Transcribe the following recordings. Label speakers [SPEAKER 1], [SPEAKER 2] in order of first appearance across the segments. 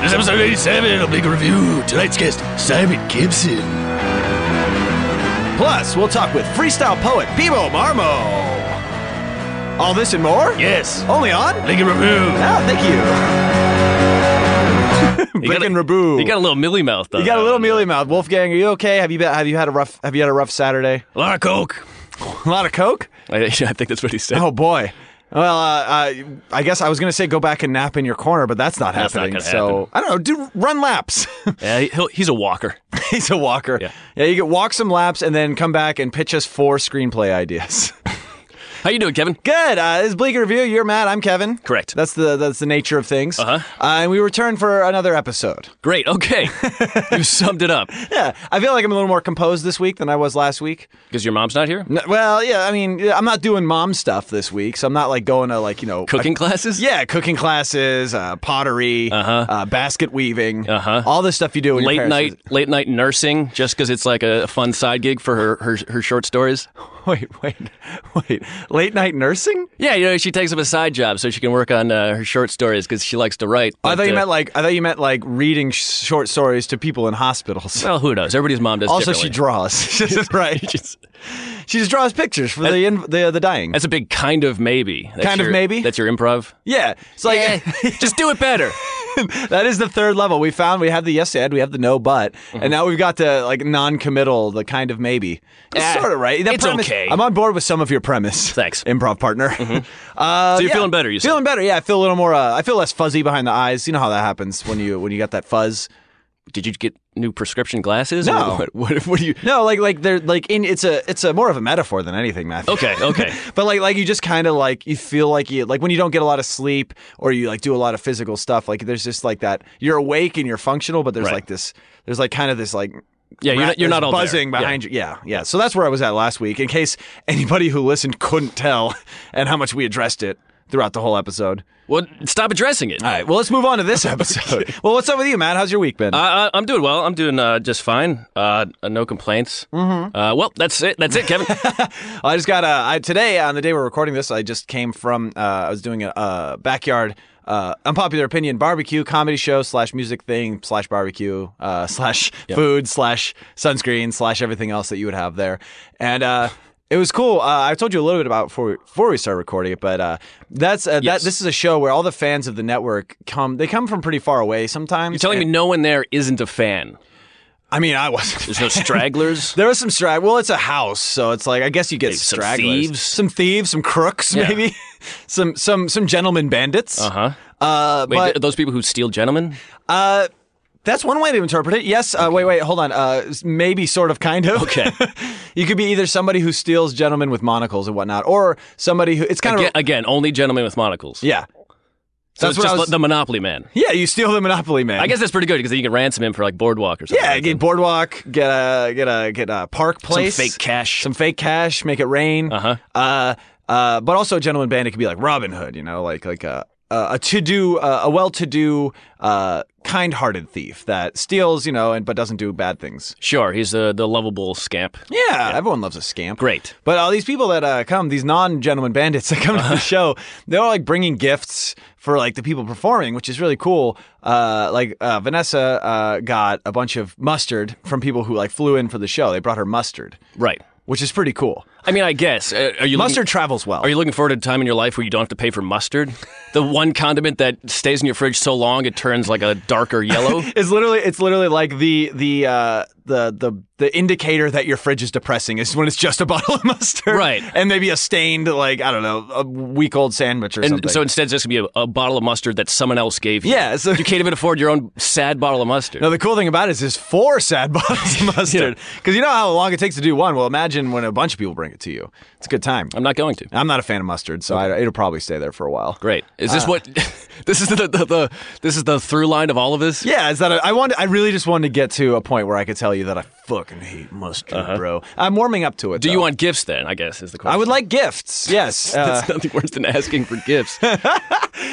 [SPEAKER 1] This is episode 87 of League Review. Tonight's guest, Simon Gibson.
[SPEAKER 2] Plus, we'll talk with freestyle poet Bebo Marmo. All this and more?
[SPEAKER 1] Yes,
[SPEAKER 2] Only on?
[SPEAKER 1] League Review.
[SPEAKER 2] Oh, thank you.
[SPEAKER 3] You got
[SPEAKER 2] Brick
[SPEAKER 3] a-
[SPEAKER 2] and Rabu.
[SPEAKER 3] You got a little mealy mouth though.
[SPEAKER 2] You got a little mealy mouth. Wolfgang, are you okay? Have you been, have you had a rough have you had a rough Saturday?
[SPEAKER 1] A lot of coke.
[SPEAKER 2] A lot of coke?
[SPEAKER 3] I, I think that's what he said.
[SPEAKER 2] Oh boy. Well, uh, I, I guess I was going to say go back and nap in your corner, but that's not
[SPEAKER 3] That's not
[SPEAKER 2] happening.
[SPEAKER 3] gonna
[SPEAKER 2] so I don't know. Do run laps.
[SPEAKER 3] Yeah, he- he'll- he's a walker.
[SPEAKER 2] He's a walker.
[SPEAKER 3] Yeah.
[SPEAKER 2] you get walk some laps and then come back and pitch us four screenplay ideas.
[SPEAKER 3] How you doing, Kevin?
[SPEAKER 2] Good. Uh, this is Bleaker Review. You're Matt. I'm Kevin.
[SPEAKER 3] Correct.
[SPEAKER 2] That's the that's the nature of things.
[SPEAKER 3] Uh-huh.
[SPEAKER 2] Uh, and we return for another episode.
[SPEAKER 3] Great. Okay, you summed it up.
[SPEAKER 2] Yeah, I feel like I'm a little more composed this week than I was last week.
[SPEAKER 3] Because your mom's not here.
[SPEAKER 2] N- Well, yeah, I mean, yeah, I'm not doing mom stuff this week, so I'm not like going to like you know
[SPEAKER 3] Cooking classes.
[SPEAKER 2] Yeah, cooking classes, uh, pottery, uh-huh. basket weaving,
[SPEAKER 3] Uh-huh.
[SPEAKER 2] all this stuff you do. When your
[SPEAKER 3] Late
[SPEAKER 2] parents
[SPEAKER 3] night, late night nursing, just because it's like a fun side gig for her, her her short stories.
[SPEAKER 2] Wait, wait, wait. Late night nursing?
[SPEAKER 3] Yeah, you know she takes up a side job so she can work on uh, her short stories because she likes to write.
[SPEAKER 2] I
[SPEAKER 3] but,
[SPEAKER 2] thought you
[SPEAKER 3] uh,
[SPEAKER 2] meant like I thought you meant like reading sh- short stories to people in hospitals.
[SPEAKER 3] Well, who knows? Everybody's mom does.
[SPEAKER 2] also, she
[SPEAKER 3] differently.
[SPEAKER 2] draws. She doesn't write. she just draws pictures for the in, the the dying.
[SPEAKER 3] That's a big kind of maybe. That's
[SPEAKER 2] Kind of
[SPEAKER 3] your-
[SPEAKER 2] maybe?
[SPEAKER 3] That's your improv.
[SPEAKER 2] Yeah, it's like
[SPEAKER 3] just do it better.
[SPEAKER 2] that is the third level. We found we have the yes and, we have the no but,
[SPEAKER 3] Mm-hmm.
[SPEAKER 2] and now we've got the like non-committal, the kind of maybe. It's
[SPEAKER 3] Yeah,
[SPEAKER 2] sort of right. That
[SPEAKER 3] Eh, it's
[SPEAKER 2] premise-
[SPEAKER 3] okay.
[SPEAKER 2] I'm on board with some of your premise.
[SPEAKER 3] Thanks. Mm-hmm.
[SPEAKER 2] improv partner. Uh,
[SPEAKER 3] So you're
[SPEAKER 2] yeah.
[SPEAKER 3] feeling better, you said?
[SPEAKER 2] feeling better? Yeah, I feel a little more. Uh, I feel less fuzzy behind the eyes. You know how that happens when you when you got that fuzz.
[SPEAKER 3] Did you get new prescription glasses?
[SPEAKER 2] No.
[SPEAKER 3] Or what, what, what do you?
[SPEAKER 2] No, like like they're like in it's a it's a more of a metaphor than anything, Matthew.
[SPEAKER 3] Okay. Okay.
[SPEAKER 2] But like like you just kind of like you feel like you like when you don't get a lot of sleep or you like do a lot of physical stuff like there's just like that you're awake and you're functional but there's
[SPEAKER 3] Right.
[SPEAKER 2] like this there's like kind of this like
[SPEAKER 3] Yeah, you're
[SPEAKER 2] rat-
[SPEAKER 3] not- you're
[SPEAKER 2] this
[SPEAKER 3] not all there.
[SPEAKER 2] buzzing
[SPEAKER 3] Yeah.
[SPEAKER 2] behind you yeah yeah so that's where I was at last week in case anybody who listened couldn't tell and how much we addressed it throughout the whole episode
[SPEAKER 3] Well, stop addressing it.
[SPEAKER 2] all right well let's move on to this episode well what's up with you Matt how's your week been
[SPEAKER 3] Uh, I'm doing well. I'm doing uh, just fine. Uh, uh, no complaints. Mm-hmm. Uh, well, that's it. That's it, Kevin.
[SPEAKER 2] I just got a I, today on the day we're recording this. I just came from. Uh, I was doing a, uh backyard uh, unpopular opinion barbecue comedy show slash music thing slash barbecue uh, slash food slash sunscreen slash everything else that you would have there, and. Uh, it was cool. Uh, I told you a little bit about before we, before we started recording it, but uh, that's uh, that.
[SPEAKER 3] Yes.
[SPEAKER 2] This is a show where all the fans of the network come. They come from pretty far away sometimes.
[SPEAKER 3] You're telling me no one there isn't a fan.
[SPEAKER 2] I mean, I wasn't.
[SPEAKER 3] There's no stragglers.
[SPEAKER 2] There was some strag. Well, it's a house, so it's like I guess you get
[SPEAKER 3] Maybe some
[SPEAKER 2] stragglers,
[SPEAKER 3] thieves?
[SPEAKER 2] some thieves, some crooks,
[SPEAKER 3] Yeah.
[SPEAKER 2] maybe some some some gentlemen bandits. Uh-huh.
[SPEAKER 3] huh?
[SPEAKER 2] Uh
[SPEAKER 3] Wait,
[SPEAKER 2] But
[SPEAKER 3] th- those people who steal gentlemen?
[SPEAKER 2] uh, that's one way to interpret it. Yes. Uh, wait, wait, hold on. Uh, s- maybe, sort of, kind of.
[SPEAKER 3] Okay.
[SPEAKER 2] you could be either somebody who steals gentlemen with monocles and whatnot, or somebody who it's kind
[SPEAKER 3] Again,
[SPEAKER 2] of
[SPEAKER 3] again, only gentlemen with monocles.
[SPEAKER 2] yeah.
[SPEAKER 3] so
[SPEAKER 2] that's
[SPEAKER 3] it's
[SPEAKER 2] what I
[SPEAKER 3] just
[SPEAKER 2] was-
[SPEAKER 3] the Monopoly man.
[SPEAKER 2] Yeah, you steal the Monopoly man.
[SPEAKER 3] I guess that's pretty good because then you can ransom him for like boardwalk or something.
[SPEAKER 2] Yeah,
[SPEAKER 3] like
[SPEAKER 2] get
[SPEAKER 3] that.
[SPEAKER 2] boardwalk, get a get a get a park place,
[SPEAKER 3] fake cash.
[SPEAKER 2] some fake cash, make it rain. Uh-huh. Uh uh, But also, a gentleman bandit could be like Robin Hood, you know, like like a a a to-do, uh, a well-to-do, uh, kind-hearted thief that steals, you know, and but doesn't do bad things.
[SPEAKER 3] sure. He's the the lovable scamp.
[SPEAKER 2] Yeah, everyone loves a scamp.
[SPEAKER 3] Great.
[SPEAKER 2] But all these people that uh, come, these non-gentleman bandits that come to the show, they're all, like bringing gifts for like the people performing, which is really cool. Uh, like uh, Vanessa uh, got a bunch of mustard from people who like flew in for the show. They brought her mustard,
[SPEAKER 3] Right.
[SPEAKER 2] which is pretty cool.
[SPEAKER 3] I mean, I guess. Uh, are you
[SPEAKER 2] Mustard
[SPEAKER 3] Looking-
[SPEAKER 2] travels well.
[SPEAKER 3] are you looking forward to a time in your life where you don't have to pay for mustard? The one condiment that stays in your fridge so long it turns like a darker yellow?
[SPEAKER 2] it's literally it's literally like the the uh, the the the indicator that your fridge is depressing is when it's just a bottle of mustard,
[SPEAKER 3] Right.
[SPEAKER 2] And maybe a stained like I don't know a week old sandwich or
[SPEAKER 3] And
[SPEAKER 2] something.
[SPEAKER 3] so instead, it's just gonna be a, a bottle of mustard that someone else gave you.
[SPEAKER 2] Yeah, so-
[SPEAKER 3] you can't even afford your own sad bottle of mustard.
[SPEAKER 2] No, the cool thing about it is there's four sad bottles of mustard. Because you know how long it takes to do one. Well, imagine when a bunch of people bring it to you. It's a good time.
[SPEAKER 3] I'm not going to.
[SPEAKER 2] I'm not a fan of mustard, so I, it'll probably stay there for a while.
[SPEAKER 3] Great. Is
[SPEAKER 2] Ah.
[SPEAKER 3] this what? this is the, the the this is the through line of all of this.
[SPEAKER 2] Yeah, is that I want? I really just wanted to get to a point where I could tell you that I fucking hate mustard, bro. I'm warming up to it.
[SPEAKER 3] Uh-huh. Do you want gifts then? I guess is the question.
[SPEAKER 2] I would like gifts. Yes. Uh,
[SPEAKER 3] That's nothing worse than asking for gifts.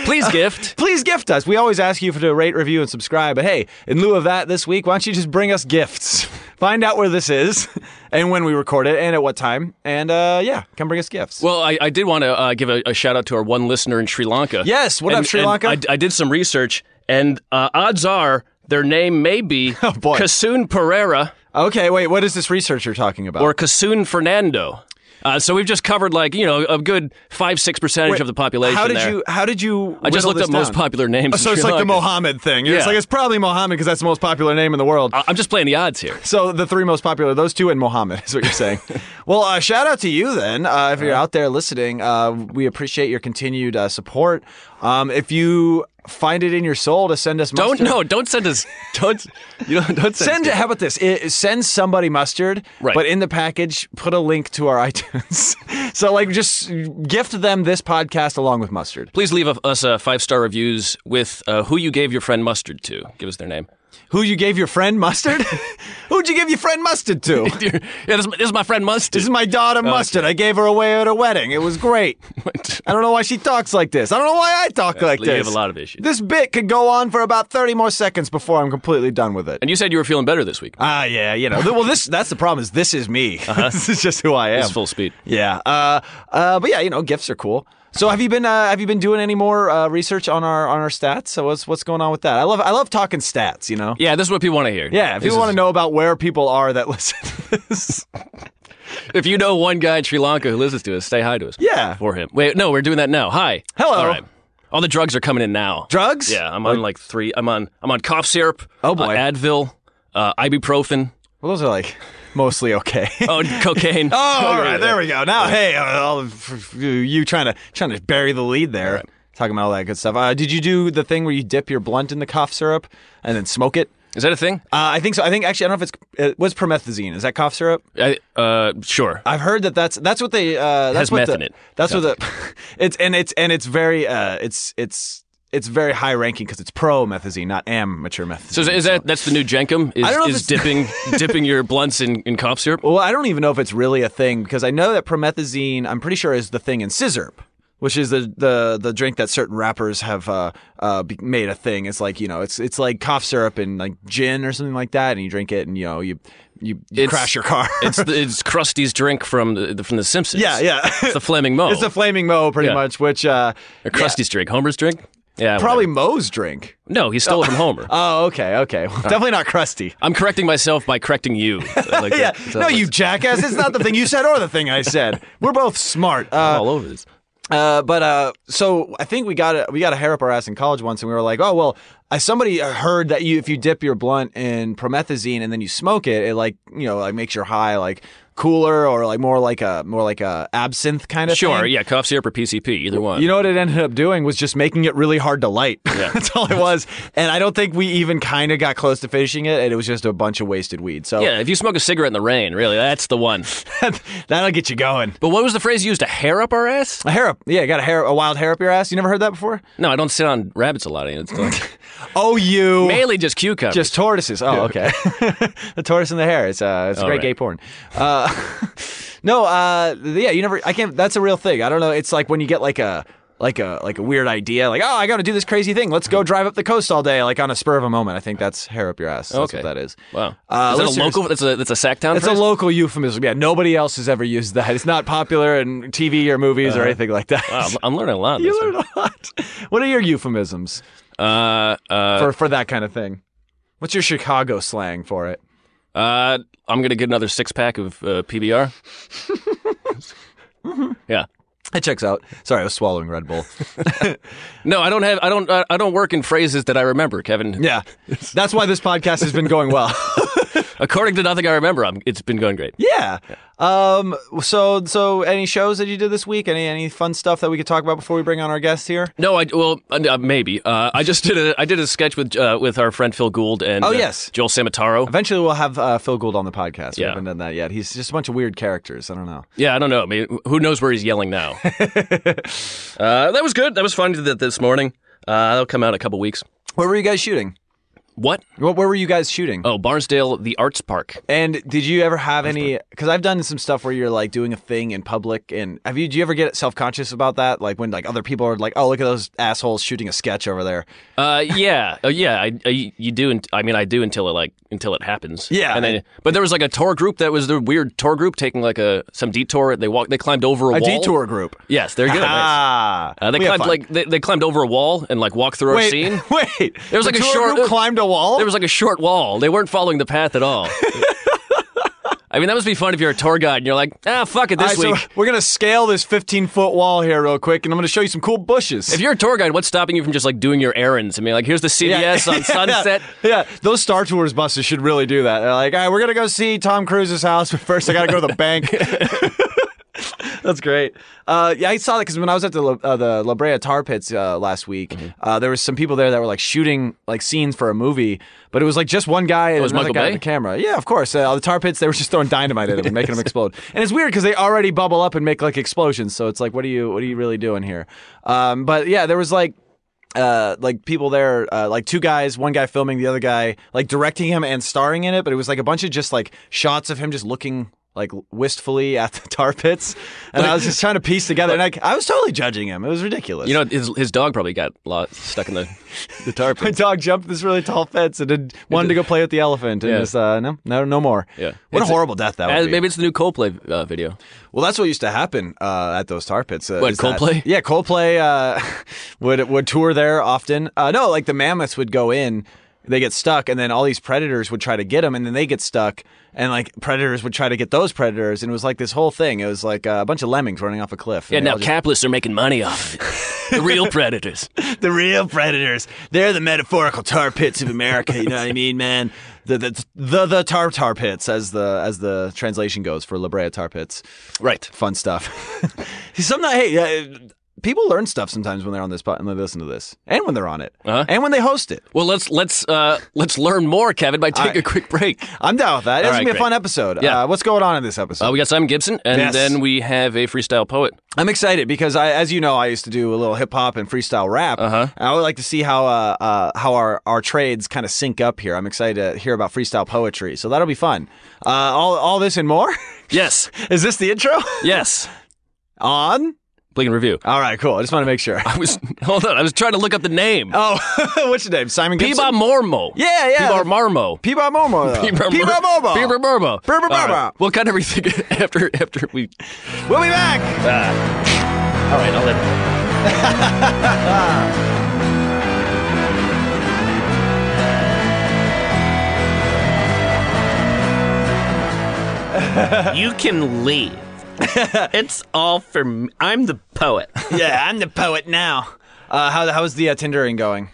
[SPEAKER 3] Please gift.
[SPEAKER 2] Please gift us. We always ask you for to rate, review, and subscribe. But hey, in lieu of that, this week, why don't you just bring us gifts? Find out where this is, and when we record it, and at what time, and uh, yeah, come bring us gifts.
[SPEAKER 3] Well, I, I did want to uh, give a, a shout out to our one listener in Sri Lanka.
[SPEAKER 2] Yes, what up,
[SPEAKER 3] And-
[SPEAKER 2] Sri
[SPEAKER 3] and
[SPEAKER 2] Lanka?
[SPEAKER 3] I, I did some research, And uh, odds are their name may be oh,
[SPEAKER 2] boy.
[SPEAKER 3] Casun Pereira
[SPEAKER 2] Okay, wait. What is this research you're talking about?
[SPEAKER 3] or Casun Fernando. Uh, so we've just covered like you know a good five six percentage of the population.
[SPEAKER 2] How did
[SPEAKER 3] there.
[SPEAKER 2] you? How did you?
[SPEAKER 3] I just looked up most popular names.
[SPEAKER 2] Oh, So
[SPEAKER 3] in
[SPEAKER 2] it's
[SPEAKER 3] Sri
[SPEAKER 2] like the
[SPEAKER 3] Lanka.
[SPEAKER 2] Mohammed thing. It's
[SPEAKER 3] Yeah.
[SPEAKER 2] like it's probably Mohammed because that's the most popular name in the world.
[SPEAKER 3] I- Uh, I'm just playing the odds here.
[SPEAKER 2] So the three most popular, those two and Mohammed, is what you're saying. well, uh, shout out to you then. Uh, if you're out there listening, uh, we appreciate your continued uh, support. Um, if you find it in your soul to send us
[SPEAKER 3] Don't
[SPEAKER 2] mustard,
[SPEAKER 3] no, don't send us. Don't you don't, don't send.
[SPEAKER 2] Send
[SPEAKER 3] us-
[SPEAKER 2] how about this? It, send somebody mustard,
[SPEAKER 3] Right.
[SPEAKER 2] but in the package, put a link to our iTunes. so like, just gift them this podcast along with mustard.
[SPEAKER 3] Please leave a- us uh, five star reviews with uh, who you gave your friend mustard to. Give us their name.
[SPEAKER 2] Who you gave your friend mustard? Who'd you give your friend mustard to?
[SPEAKER 3] yeah, this, is my- this is my friend mustard.
[SPEAKER 2] This is my daughter Mustard. I gave her away at a wedding. It was great. I don't know why she talks like this. I don't know why I talk like
[SPEAKER 3] you
[SPEAKER 2] this.
[SPEAKER 3] have a lot of issues.
[SPEAKER 2] This bit could go on for about 30 more seconds before I'm completely done with it.
[SPEAKER 3] and you said you were feeling better this week.
[SPEAKER 2] Ah, yeah, you know. Well, this that's the problem is this is me. this is just who I am.
[SPEAKER 3] It's full speed.
[SPEAKER 2] Yeah. Uh, uh, but yeah, you know, gifts are cool. So have you been uh, have you been doing any more uh, research on our on our stats? So what's what's going on with that? I love I love talking stats, you know.
[SPEAKER 3] Yeah, this is what people want to hear.
[SPEAKER 2] Yeah, if
[SPEAKER 3] This
[SPEAKER 2] you want to
[SPEAKER 3] is-
[SPEAKER 2] know about where people are that listen to this.
[SPEAKER 3] if you know one guy in Sri Lanka who listens to us, say hi to us.
[SPEAKER 2] Yeah.
[SPEAKER 3] for him. Wait, no, we're doing that now. Hi,
[SPEAKER 2] Hello.
[SPEAKER 3] All right, all the drugs are coming in now.
[SPEAKER 2] Drugs?
[SPEAKER 3] Yeah, I'm on like three. I'm on. I'm on cough syrup.
[SPEAKER 2] Oh, boy.
[SPEAKER 3] uh, Advil, uh, ibuprofen.
[SPEAKER 2] Well, those are like mostly okay.
[SPEAKER 3] Oh, and cocaine.
[SPEAKER 2] Oh, all right, there we go. Now, hey, uh, all of you- you trying to trying to bury the lead there, talking about all that good stuff. Uh, did you do the thing where you dip your blunt in the cough syrup and then smoke it?
[SPEAKER 3] Is that a thing?
[SPEAKER 2] Uh, I think so. I think actually, I don't know if it's it was promethazine. Is that cough syrup?
[SPEAKER 3] I, uh, sure.
[SPEAKER 2] I've heard that that's that's what they uh, that's
[SPEAKER 3] has
[SPEAKER 2] what
[SPEAKER 3] meth
[SPEAKER 2] the,
[SPEAKER 3] in it,
[SPEAKER 2] That's what the it's and it's and it's very uh, it's it's it's very high ranking because it's promethazine, not am mature methazine.
[SPEAKER 3] So is, is that that's the new Jenkum? Is,
[SPEAKER 2] I don't know if
[SPEAKER 3] is
[SPEAKER 2] it's-
[SPEAKER 3] dipping dipping your blunts in, in cough syrup?
[SPEAKER 2] Well, I don't even know if it's really a thing because I know that promethazine, I'm pretty sure, is the thing in scissor, which is the the, the drink that certain rappers have uh, uh, be- made a thing. It's like you know, it's it's like cough syrup and like gin or something like that, and you drink it, and you know, you you, you
[SPEAKER 3] It's-
[SPEAKER 2] crash your car.
[SPEAKER 3] It's the, it's Krusty's drink from the, the from the Simpsons.
[SPEAKER 2] yeah, yeah.
[SPEAKER 3] It's the Flaming Mo.
[SPEAKER 2] It's the flaming mo, pretty
[SPEAKER 3] Yeah.
[SPEAKER 2] much, which uh,
[SPEAKER 3] Or Krusty's drink. Homer's drink. Yeah,
[SPEAKER 2] probably
[SPEAKER 3] whatever.
[SPEAKER 2] Moe's drink.
[SPEAKER 3] no. He stole it from Homer.
[SPEAKER 2] Oh, okay, okay. Well, definitely not crusty.
[SPEAKER 3] I'm correcting myself by correcting you. Like
[SPEAKER 2] Yeah,
[SPEAKER 3] that. So
[SPEAKER 2] no,
[SPEAKER 3] it's-
[SPEAKER 2] you jackass. It's not the thing you said or the thing I said. We're both smart. Uh,
[SPEAKER 3] I'm all over this.
[SPEAKER 2] Uh, but uh, so I think we got a, we got a hair up our ass in college once, and we were like, oh well, I, somebody uh, heard that you if you dip your blunt in promethazine and then you smoke it, it like you know like makes your high like cooler or like more like a more like a absinthe kind of
[SPEAKER 3] Sure,
[SPEAKER 2] thing.
[SPEAKER 3] yeah, cough syrup or PCP, either one.
[SPEAKER 2] You know what it ended up doing was just making it really hard to light. That's all it was, and I don't think we even kind of got close to finishing it, and it was just a bunch of wasted weed. So
[SPEAKER 3] yeah, if you smoke a cigarette in the rain, really, that's the one.
[SPEAKER 2] that'll get you going.
[SPEAKER 3] But what was the phrase used? A hair up our ass?
[SPEAKER 2] A hair up, yeah, you got a hair, a wild hair up your ass. You never heard that before?
[SPEAKER 3] No, I don't sit on rabbits a lot. It's like,
[SPEAKER 2] Oh, you
[SPEAKER 3] mainly just cucumbers.
[SPEAKER 2] Just tortoises. Oh, okay. the tortoise and the hare. It's uh, it's a great
[SPEAKER 3] right.
[SPEAKER 2] gay porn. Uh, no, uh, yeah, you never. I can't. That's a real thing. I don't know. It's like when you get like a like a like a weird idea. Like, oh, I got to do this crazy thing. Let's
[SPEAKER 3] Mm-hmm.
[SPEAKER 2] go drive up the coast all day, like on a spur of a moment. I think that's hair up your ass. That's
[SPEAKER 3] Okay.
[SPEAKER 2] what that is.
[SPEAKER 3] wow.
[SPEAKER 2] Uh,
[SPEAKER 3] is that a
[SPEAKER 2] listeners-
[SPEAKER 3] local? That's a that's a sack town.
[SPEAKER 2] It's a
[SPEAKER 3] phrase?
[SPEAKER 2] local euphemism. Yeah, nobody else has ever used that. It's not popular in TV or movies or anything like that.
[SPEAKER 3] Uh-huh. Wow, I'm, I'm learning a lot. in
[SPEAKER 2] you
[SPEAKER 3] this
[SPEAKER 2] learn a lot. What are your euphemisms
[SPEAKER 3] one. Uh, uh,
[SPEAKER 2] for for that kind of thing? What's your Chicago slang for it?
[SPEAKER 3] uh, I'm gonna get another six pack of uh, PBR. Yeah.
[SPEAKER 2] It checks out. Sorry, I was swallowing Red Bull.
[SPEAKER 3] No, I don't have. I don't. uh, I I don't work in phrases that I remember, Kevin.
[SPEAKER 2] Yeah, that's why this podcast has been going well.
[SPEAKER 3] According to nothing I remember, I'm, it's been going great.
[SPEAKER 2] yeah. Um. So so any shows that you did this week? Any any fun stuff that we could talk about before we bring on our guests here?
[SPEAKER 3] No, I well uh, maybe. Uh, I just did a I did a sketch with uh, with our friend Phil Gould and
[SPEAKER 2] Oh,
[SPEAKER 3] uh,
[SPEAKER 2] yes.
[SPEAKER 3] Joel Samataro.
[SPEAKER 2] Eventually, we'll have uh, Phil Gould on the podcast. We
[SPEAKER 3] Yeah.
[SPEAKER 2] haven't done that yet. He's just a bunch of weird characters. I don't know.
[SPEAKER 3] Yeah, I don't know. I mean, who knows where he's yelling now? uh, that was good. That was fun to do that this morning. Uh, that'll come out in a couple weeks.
[SPEAKER 2] Where were you guys shooting?
[SPEAKER 3] What?
[SPEAKER 2] What, where were you guys shooting?
[SPEAKER 3] Oh, Barnsdale, the Arts Park.
[SPEAKER 2] And did you ever have any? Because I've done some stuff where you're like doing a thing in public, and have you? Do you ever get self conscious about that? Like when like other people are like, "Oh, look at those assholes shooting a sketch over there."
[SPEAKER 3] Uh, yeah, uh, yeah. I, I you do. unt- I mean, I do until it like until it happens.
[SPEAKER 2] Yeah,
[SPEAKER 3] and
[SPEAKER 2] I-
[SPEAKER 3] then but there was like a tour group that was the weird tour group taking like a some detour. They walked. They climbed over a,
[SPEAKER 2] A
[SPEAKER 3] wall.
[SPEAKER 2] detour group.
[SPEAKER 3] Yes, there you go. nice.
[SPEAKER 2] Ah,
[SPEAKER 3] Uh, they
[SPEAKER 2] we have
[SPEAKER 3] climbed
[SPEAKER 2] fun.
[SPEAKER 3] like they, they climbed over a wall and like walked through
[SPEAKER 2] wait,
[SPEAKER 3] our scene.
[SPEAKER 2] wait.
[SPEAKER 3] There was
[SPEAKER 2] The
[SPEAKER 3] like a
[SPEAKER 2] tour
[SPEAKER 3] short-
[SPEAKER 2] group climbed a wall.
[SPEAKER 3] There was like a short wall. They weren't following the path at all. I mean, that must be fun if you're a tour guide and you're like, ah, fuck it
[SPEAKER 2] All
[SPEAKER 3] this
[SPEAKER 2] right, so
[SPEAKER 3] week.
[SPEAKER 2] we're gonna scale this 15 foot wall here real quick, and I'm gonna show you some cool bushes.
[SPEAKER 3] If you're a tour guide, what's stopping you from just like doing your errands? I mean, like here's the CVS on Sunset.
[SPEAKER 2] Yeah, those Star Tours buses should really do that. They're like, all right, we're gonna go see Tom Cruise's house, but first I gotta go to the bank. That's great. Uh, yeah, I saw that because when I was at the La, uh, the La Brea Tar Pits uh, last week,
[SPEAKER 3] Mm-hmm.
[SPEAKER 2] uh, there was some people there that were like shooting like scenes for a movie, but it was like just one guy and
[SPEAKER 3] Oh, was
[SPEAKER 2] another
[SPEAKER 3] Michael
[SPEAKER 2] guy
[SPEAKER 3] Bay?
[SPEAKER 2] with a camera. Yeah, of course. Uh, the Tar Pits, they were just throwing dynamite at them, and making them explode. And it's weird because they already bubble up and make like explosions. So it's like, what are you what are you really doing here? Um, but yeah, there was like uh, like people there, uh, like two guys, one guy filming, the other guy like directing him and starring in it. But it was like a bunch of just like shots of him just looking like wistfully at the tar pits, and I was just trying to piece together. And I, I was totally judging him. It was ridiculous.
[SPEAKER 3] You know, his, his dog probably got lost, stuck in the, the tar
[SPEAKER 2] my
[SPEAKER 3] pit.
[SPEAKER 2] dog jumped this really tall fence and did, wanted to go play with the elephant, and
[SPEAKER 3] Yeah.
[SPEAKER 2] just uh, no, no, no more.
[SPEAKER 3] Yeah.
[SPEAKER 2] what
[SPEAKER 3] It's
[SPEAKER 2] a
[SPEAKER 3] a-
[SPEAKER 2] horrible death that would
[SPEAKER 3] Uh,
[SPEAKER 2] be.
[SPEAKER 3] maybe it's the new Coldplay uh, video.
[SPEAKER 2] Well, that's what used to happen uh, at those tar pits. Uh,
[SPEAKER 3] What,
[SPEAKER 2] is that-
[SPEAKER 3] Coldplay?
[SPEAKER 2] yeah, Coldplay uh, would would tour there often. Uh, no, like the mammoths would go in, they get stuck, and then all these predators would try to get them, and then they get stuck, and like predators would try to get those predators, and it was like this whole thing. It was like uh, a bunch of lemmings running off a cliff.
[SPEAKER 3] Yeah,
[SPEAKER 2] and they
[SPEAKER 3] now
[SPEAKER 2] all just-
[SPEAKER 3] capitalists are making money off it. the real predators.
[SPEAKER 2] the real predators. They're the metaphorical tar pits of America. You know what I mean, man? The the the, the tar tar pits, as the as the translation goes for La Brea tar pits.
[SPEAKER 3] Right.
[SPEAKER 2] fun stuff. sometimes, hey, uh, people learn stuff sometimes when they're on this pod and they listen to this, and when they're on it,
[SPEAKER 3] Uh-huh.
[SPEAKER 2] and when they host it.
[SPEAKER 3] Well, let's let's uh, let's learn more, Kevin, by taking a quick break.
[SPEAKER 2] I'm down with that. It's
[SPEAKER 3] right,
[SPEAKER 2] gonna be a
[SPEAKER 3] great.
[SPEAKER 2] fun episode.
[SPEAKER 3] Yeah.
[SPEAKER 2] Uh, what's going on in this episode?
[SPEAKER 3] Uh, we got Simon Gibson, and
[SPEAKER 2] Yes.
[SPEAKER 3] then we have a freestyle poet.
[SPEAKER 2] I'm excited because I, as you know, I used to do a little hip hop and freestyle rap. Uh-huh. I would like to see how uh, uh, how our, our trades kind of sync up here. I'm excited to hear about freestyle poetry, so that'll be fun. Uh, all all this and more.
[SPEAKER 3] Yes,
[SPEAKER 2] Is this the intro?
[SPEAKER 3] yes.
[SPEAKER 2] on.
[SPEAKER 3] Blink and review.
[SPEAKER 2] All right, cool. I just want to make sure.
[SPEAKER 3] I was hold on. I was trying to look up the name.
[SPEAKER 2] Oh, what's your name? Simon Gibson.
[SPEAKER 3] Piba Mormo.
[SPEAKER 2] Yeah, yeah.
[SPEAKER 3] Piba Marmo.
[SPEAKER 2] Piba Momo. though. Piba Momo.
[SPEAKER 3] Piba Mormo.
[SPEAKER 2] Piba
[SPEAKER 3] All right.
[SPEAKER 2] Mormo.
[SPEAKER 3] We'll cut everything after after we.
[SPEAKER 2] We'll be back.
[SPEAKER 3] All right, I'll let.
[SPEAKER 4] You can leave. it's all for me. I'm the poet.
[SPEAKER 2] yeah, I'm the poet now. Uh, how how's the uh, Tindering going?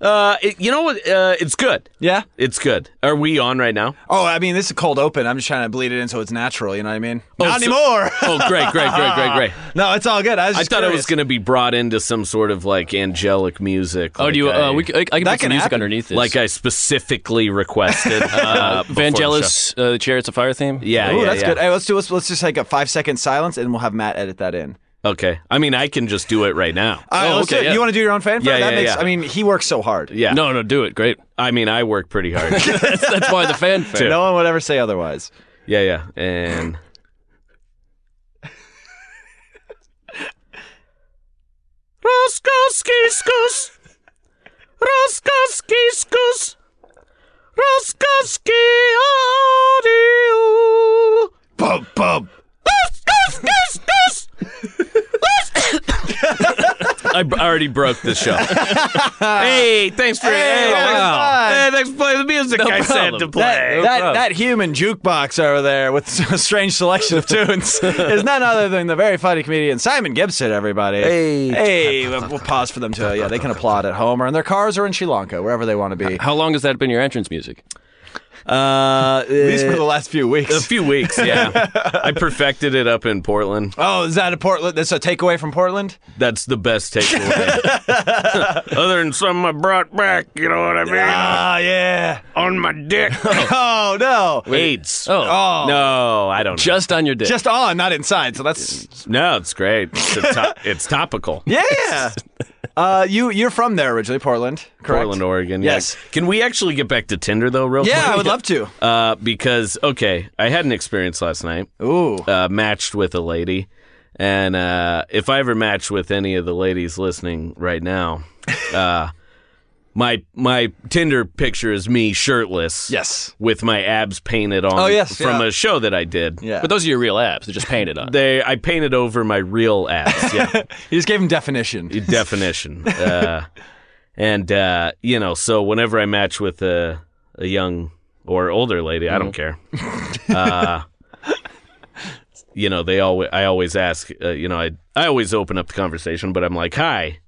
[SPEAKER 4] Uh, it- you know what? Uh, it's good.
[SPEAKER 2] Yeah.
[SPEAKER 4] It's good. Are we on right now?
[SPEAKER 2] Oh, I mean, this is cold open. I'm just trying to bleed it in so it's natural. You know what I mean? Not
[SPEAKER 4] so-
[SPEAKER 2] anymore.
[SPEAKER 4] Oh, great, great, great, great, great.
[SPEAKER 2] no, it's all good. I, was
[SPEAKER 4] I
[SPEAKER 2] just
[SPEAKER 4] thought I was
[SPEAKER 2] curious.
[SPEAKER 4] going to be brought into some sort of like angelic music.
[SPEAKER 3] Oh,
[SPEAKER 4] like
[SPEAKER 3] do you?
[SPEAKER 4] I,
[SPEAKER 3] Uh, we, c- I, I can put
[SPEAKER 2] That can
[SPEAKER 3] some music
[SPEAKER 2] happen.
[SPEAKER 3] underneath this.
[SPEAKER 4] like uh, I specifically requested uh, before the show.
[SPEAKER 3] Vangelis, uh, the Chariots of Fire theme.
[SPEAKER 4] Yeah,
[SPEAKER 2] Ooh,
[SPEAKER 4] yeah,
[SPEAKER 2] that's
[SPEAKER 4] yeah.
[SPEAKER 2] good. Hey, let's do let's, let's just like a five second silence, and we'll have Matt edit that in.
[SPEAKER 4] Okay. I mean, I can just do it right now.
[SPEAKER 2] All right,
[SPEAKER 3] Oh,
[SPEAKER 2] let's do
[SPEAKER 3] okay,
[SPEAKER 2] it.
[SPEAKER 3] yeah.
[SPEAKER 2] You want to do your own fanfare?
[SPEAKER 4] Yeah,
[SPEAKER 2] that
[SPEAKER 4] yeah,
[SPEAKER 2] makes.
[SPEAKER 4] yeah.
[SPEAKER 2] I mean, he works so hard.
[SPEAKER 4] yeah.
[SPEAKER 3] No, no, do it. Great.
[SPEAKER 4] I mean, I work pretty hard.
[SPEAKER 3] That's, that's why the fanfare.
[SPEAKER 2] No one would ever say otherwise.
[SPEAKER 4] yeah, yeah. And Roskowskiskus. Roskowskiskus. Roskowski oh. audio.
[SPEAKER 1] Bump, bump.
[SPEAKER 4] I b- already broke the show. hey, thanks for
[SPEAKER 2] Hey, that was fun.
[SPEAKER 4] Hey, thanks for playing the music I said to
[SPEAKER 3] problem.
[SPEAKER 4] play.
[SPEAKER 2] that, that human jukebox over there with a strange selection of tunes is none other than the very funny comedian Simon Gibson, everybody. Hey. Hey, we'll, we'll pause for them to, yeah, they can applaud at home or in their cars or in Sri Lanka, wherever they want to be.
[SPEAKER 3] How long has that been your entrance music?
[SPEAKER 4] Uh,
[SPEAKER 2] At least for the last few
[SPEAKER 4] a
[SPEAKER 2] weeks.
[SPEAKER 4] few weeks, yeah. I perfected it up in Portland.
[SPEAKER 2] Oh, is that a Portland? That's a takeaway from Portland?
[SPEAKER 4] That's the best takeaway. Other than some I brought back, you know what I mean?
[SPEAKER 2] Ah, yeah.
[SPEAKER 4] On my dick.
[SPEAKER 2] Oh, no.
[SPEAKER 4] AIDS.
[SPEAKER 3] Oh,
[SPEAKER 2] Oh,
[SPEAKER 4] No, I don't know.
[SPEAKER 3] just on your dick.
[SPEAKER 2] just on, not inside. So that's,
[SPEAKER 4] No, it's great. It's, a to- it's topical.
[SPEAKER 2] yeah. Uh, you you're from there originally, Portland, correct?
[SPEAKER 4] Portland, Oregon.
[SPEAKER 2] Yes.
[SPEAKER 4] yeah. Can we actually get back to Tinder though, real quick?
[SPEAKER 2] Yeah, I would love to.
[SPEAKER 4] Uh, because okay, I had an experience last night.
[SPEAKER 2] Ooh,
[SPEAKER 4] Uh, matched with a lady, and uh, if I ever match with any of the ladies listening right now, uh, my my Tinder picture is me shirtless.
[SPEAKER 2] Yes.
[SPEAKER 4] With my abs painted on.
[SPEAKER 2] Oh, yes,
[SPEAKER 4] From
[SPEAKER 2] yeah.
[SPEAKER 4] a show that I did.
[SPEAKER 2] yeah.
[SPEAKER 3] But those are your real abs. They're just painted on.
[SPEAKER 4] They I painted over my real abs. Yeah.
[SPEAKER 2] you just gave him definition.
[SPEAKER 4] definition. Uh, and uh, you know, so whenever I match with a a young or older lady, I don't care. uh,
[SPEAKER 2] Mm-hmm.
[SPEAKER 4] you know, they always I always ask. Uh, you know, I I always open up the conversation, but I'm like, hi.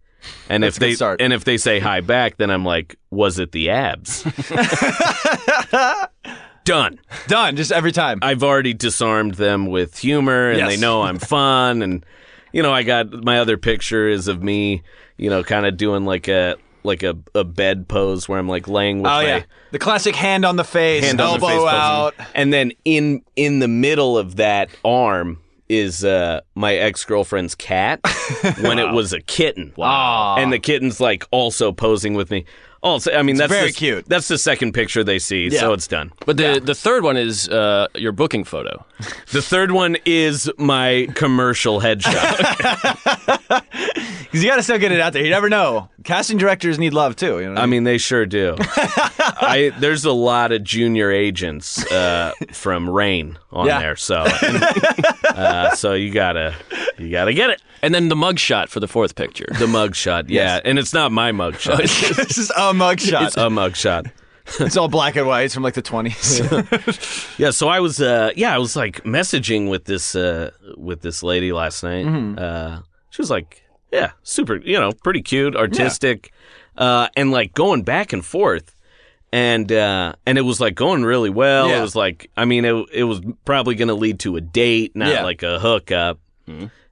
[SPEAKER 4] And if
[SPEAKER 2] a good
[SPEAKER 4] they
[SPEAKER 2] start.
[SPEAKER 4] and if they say hi back, then I'm like, was it the abs? Done.
[SPEAKER 2] Done. Just every time.
[SPEAKER 4] I've already disarmed them with humor, and
[SPEAKER 2] Yes.
[SPEAKER 4] they know I'm fun. And you know, I got my other picture is of me, you know, kind of doing like a like a, a bed pose where I'm like laying with
[SPEAKER 2] oh
[SPEAKER 4] my
[SPEAKER 2] yeah, the classic hand on the face,
[SPEAKER 4] hand on the
[SPEAKER 2] elbow
[SPEAKER 4] face pose.
[SPEAKER 2] out.
[SPEAKER 4] and then in in the middle of that arm is uh, my ex girlfriend's cat when it was a kitten. Wow! And the kitten's like also posing with me. Also, I mean that's
[SPEAKER 2] very
[SPEAKER 4] the-
[SPEAKER 2] cute.
[SPEAKER 4] That's the second picture they see, so it's done.
[SPEAKER 3] But the, the third one is uh, your booking photo.
[SPEAKER 4] The third one is my commercial headshot.
[SPEAKER 2] Because you got to still get it out there. You never know. Casting directors need love too. You know what
[SPEAKER 4] I mean, they sure do. I there's a lot of junior agents uh, from Rain on
[SPEAKER 2] Yeah.
[SPEAKER 4] there, so uh, so you gotta you gotta get it.
[SPEAKER 3] And then the mugshot for the fourth picture.
[SPEAKER 4] The mugshot, yeah, and it's not my mugshot.
[SPEAKER 2] this is a mugshot.
[SPEAKER 4] it's a mugshot.
[SPEAKER 2] It's all black and white. It's from like the 20s.
[SPEAKER 4] Yeah, so I was uh, yeah, I was like messaging with this uh, with this lady last night. Uh, she was like, yeah, super, you know, pretty cute, artistic, uh, and like going back and forth. And uh, and it was like going really well. It
[SPEAKER 2] Yeah.
[SPEAKER 4] was like I mean it it was probably going to lead to a date, not
[SPEAKER 2] Yeah. Mm-hmm.
[SPEAKER 4] like a hookup.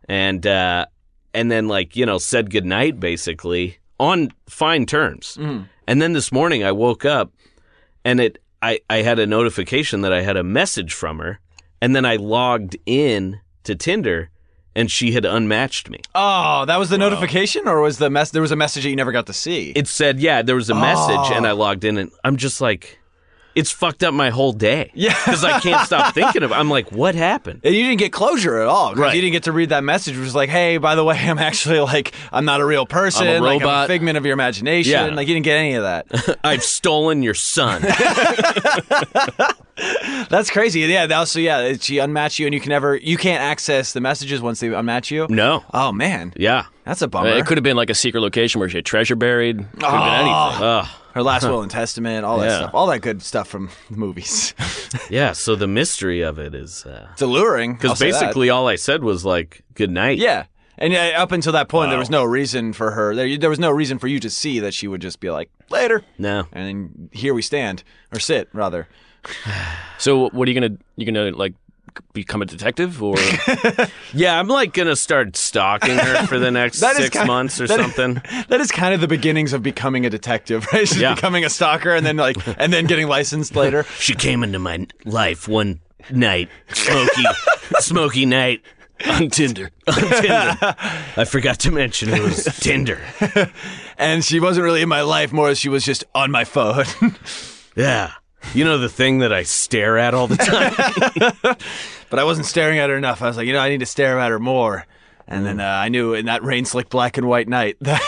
[SPEAKER 4] And uh, and then like you know said goodnight basically on fine terms.
[SPEAKER 2] Mm-hmm.
[SPEAKER 4] And then this morning I woke up and it I, I had a notification that I had a message from her, and then I logged in to Tinder, and she had unmatched me.
[SPEAKER 2] oh, that was the notification, or was the mess? There was a message that you never got to see.
[SPEAKER 4] It said, yeah, there was a message,
[SPEAKER 2] Ah.
[SPEAKER 4] and I logged in, and I'm just like, it's fucked up my whole day.
[SPEAKER 2] Yeah.
[SPEAKER 4] because I can't stop thinking of. I'm like, what happened?
[SPEAKER 2] and you didn't get closure at all. 'cause
[SPEAKER 4] Right.
[SPEAKER 2] You didn't get to read that message. It was like, hey, by the way, I'm actually like, I'm not a real person. Like, I'm a
[SPEAKER 3] robot.
[SPEAKER 2] figment of your imagination.
[SPEAKER 4] Yeah.
[SPEAKER 2] Like, you didn't get any of that.
[SPEAKER 4] I've stolen your son.
[SPEAKER 2] That's crazy. Yeah. that- So, yeah, it- she unmatched you, and you can never, you can't access the messages once they unmatch you.
[SPEAKER 4] no,
[SPEAKER 2] Oh, man.
[SPEAKER 4] yeah,
[SPEAKER 2] That's a
[SPEAKER 3] Uh,
[SPEAKER 2] bummer. Ah.
[SPEAKER 3] It could have been like a secret location where she had treasure buried. Could have been anything.
[SPEAKER 4] Ugh.
[SPEAKER 2] Her last will and testament, all that
[SPEAKER 4] Yeah.
[SPEAKER 2] stuff. All that good stuff from the movies.
[SPEAKER 4] yeah. So the mystery of it is
[SPEAKER 2] it's alluring. I'll
[SPEAKER 4] because
[SPEAKER 2] say that.
[SPEAKER 4] basically all I said was like, good night.
[SPEAKER 2] Yeah. And uh, up until that point, there was no reason for her. There, there was no reason for you to see that she would just be like, later.
[SPEAKER 4] no.
[SPEAKER 2] And then here we stand, or sit, rather.
[SPEAKER 3] So what are you gonna you gonna like become a detective or
[SPEAKER 4] Yeah, I'm like gonna start stalking her for the next
[SPEAKER 2] That is
[SPEAKER 4] six
[SPEAKER 2] kind-
[SPEAKER 4] months or
[SPEAKER 2] that is-
[SPEAKER 4] something.
[SPEAKER 2] That is kind of the beginnings of becoming a detective, right? She's
[SPEAKER 4] Yeah.
[SPEAKER 2] becoming a stalker and then like, and then getting licensed later.
[SPEAKER 4] She came into my life one night, smoky, smoky night
[SPEAKER 3] on Tinder?
[SPEAKER 4] on Tinder. I forgot to mention it was Tinder.
[SPEAKER 2] And she wasn't really in my life more as she was just on my phone.
[SPEAKER 4] Yeah, you know the thing that I stare at all the time.
[SPEAKER 2] but I wasn't staring at her enough. I was like, you know, I need to stare at her more. And then uh, I knew in that rain slick black and white night that,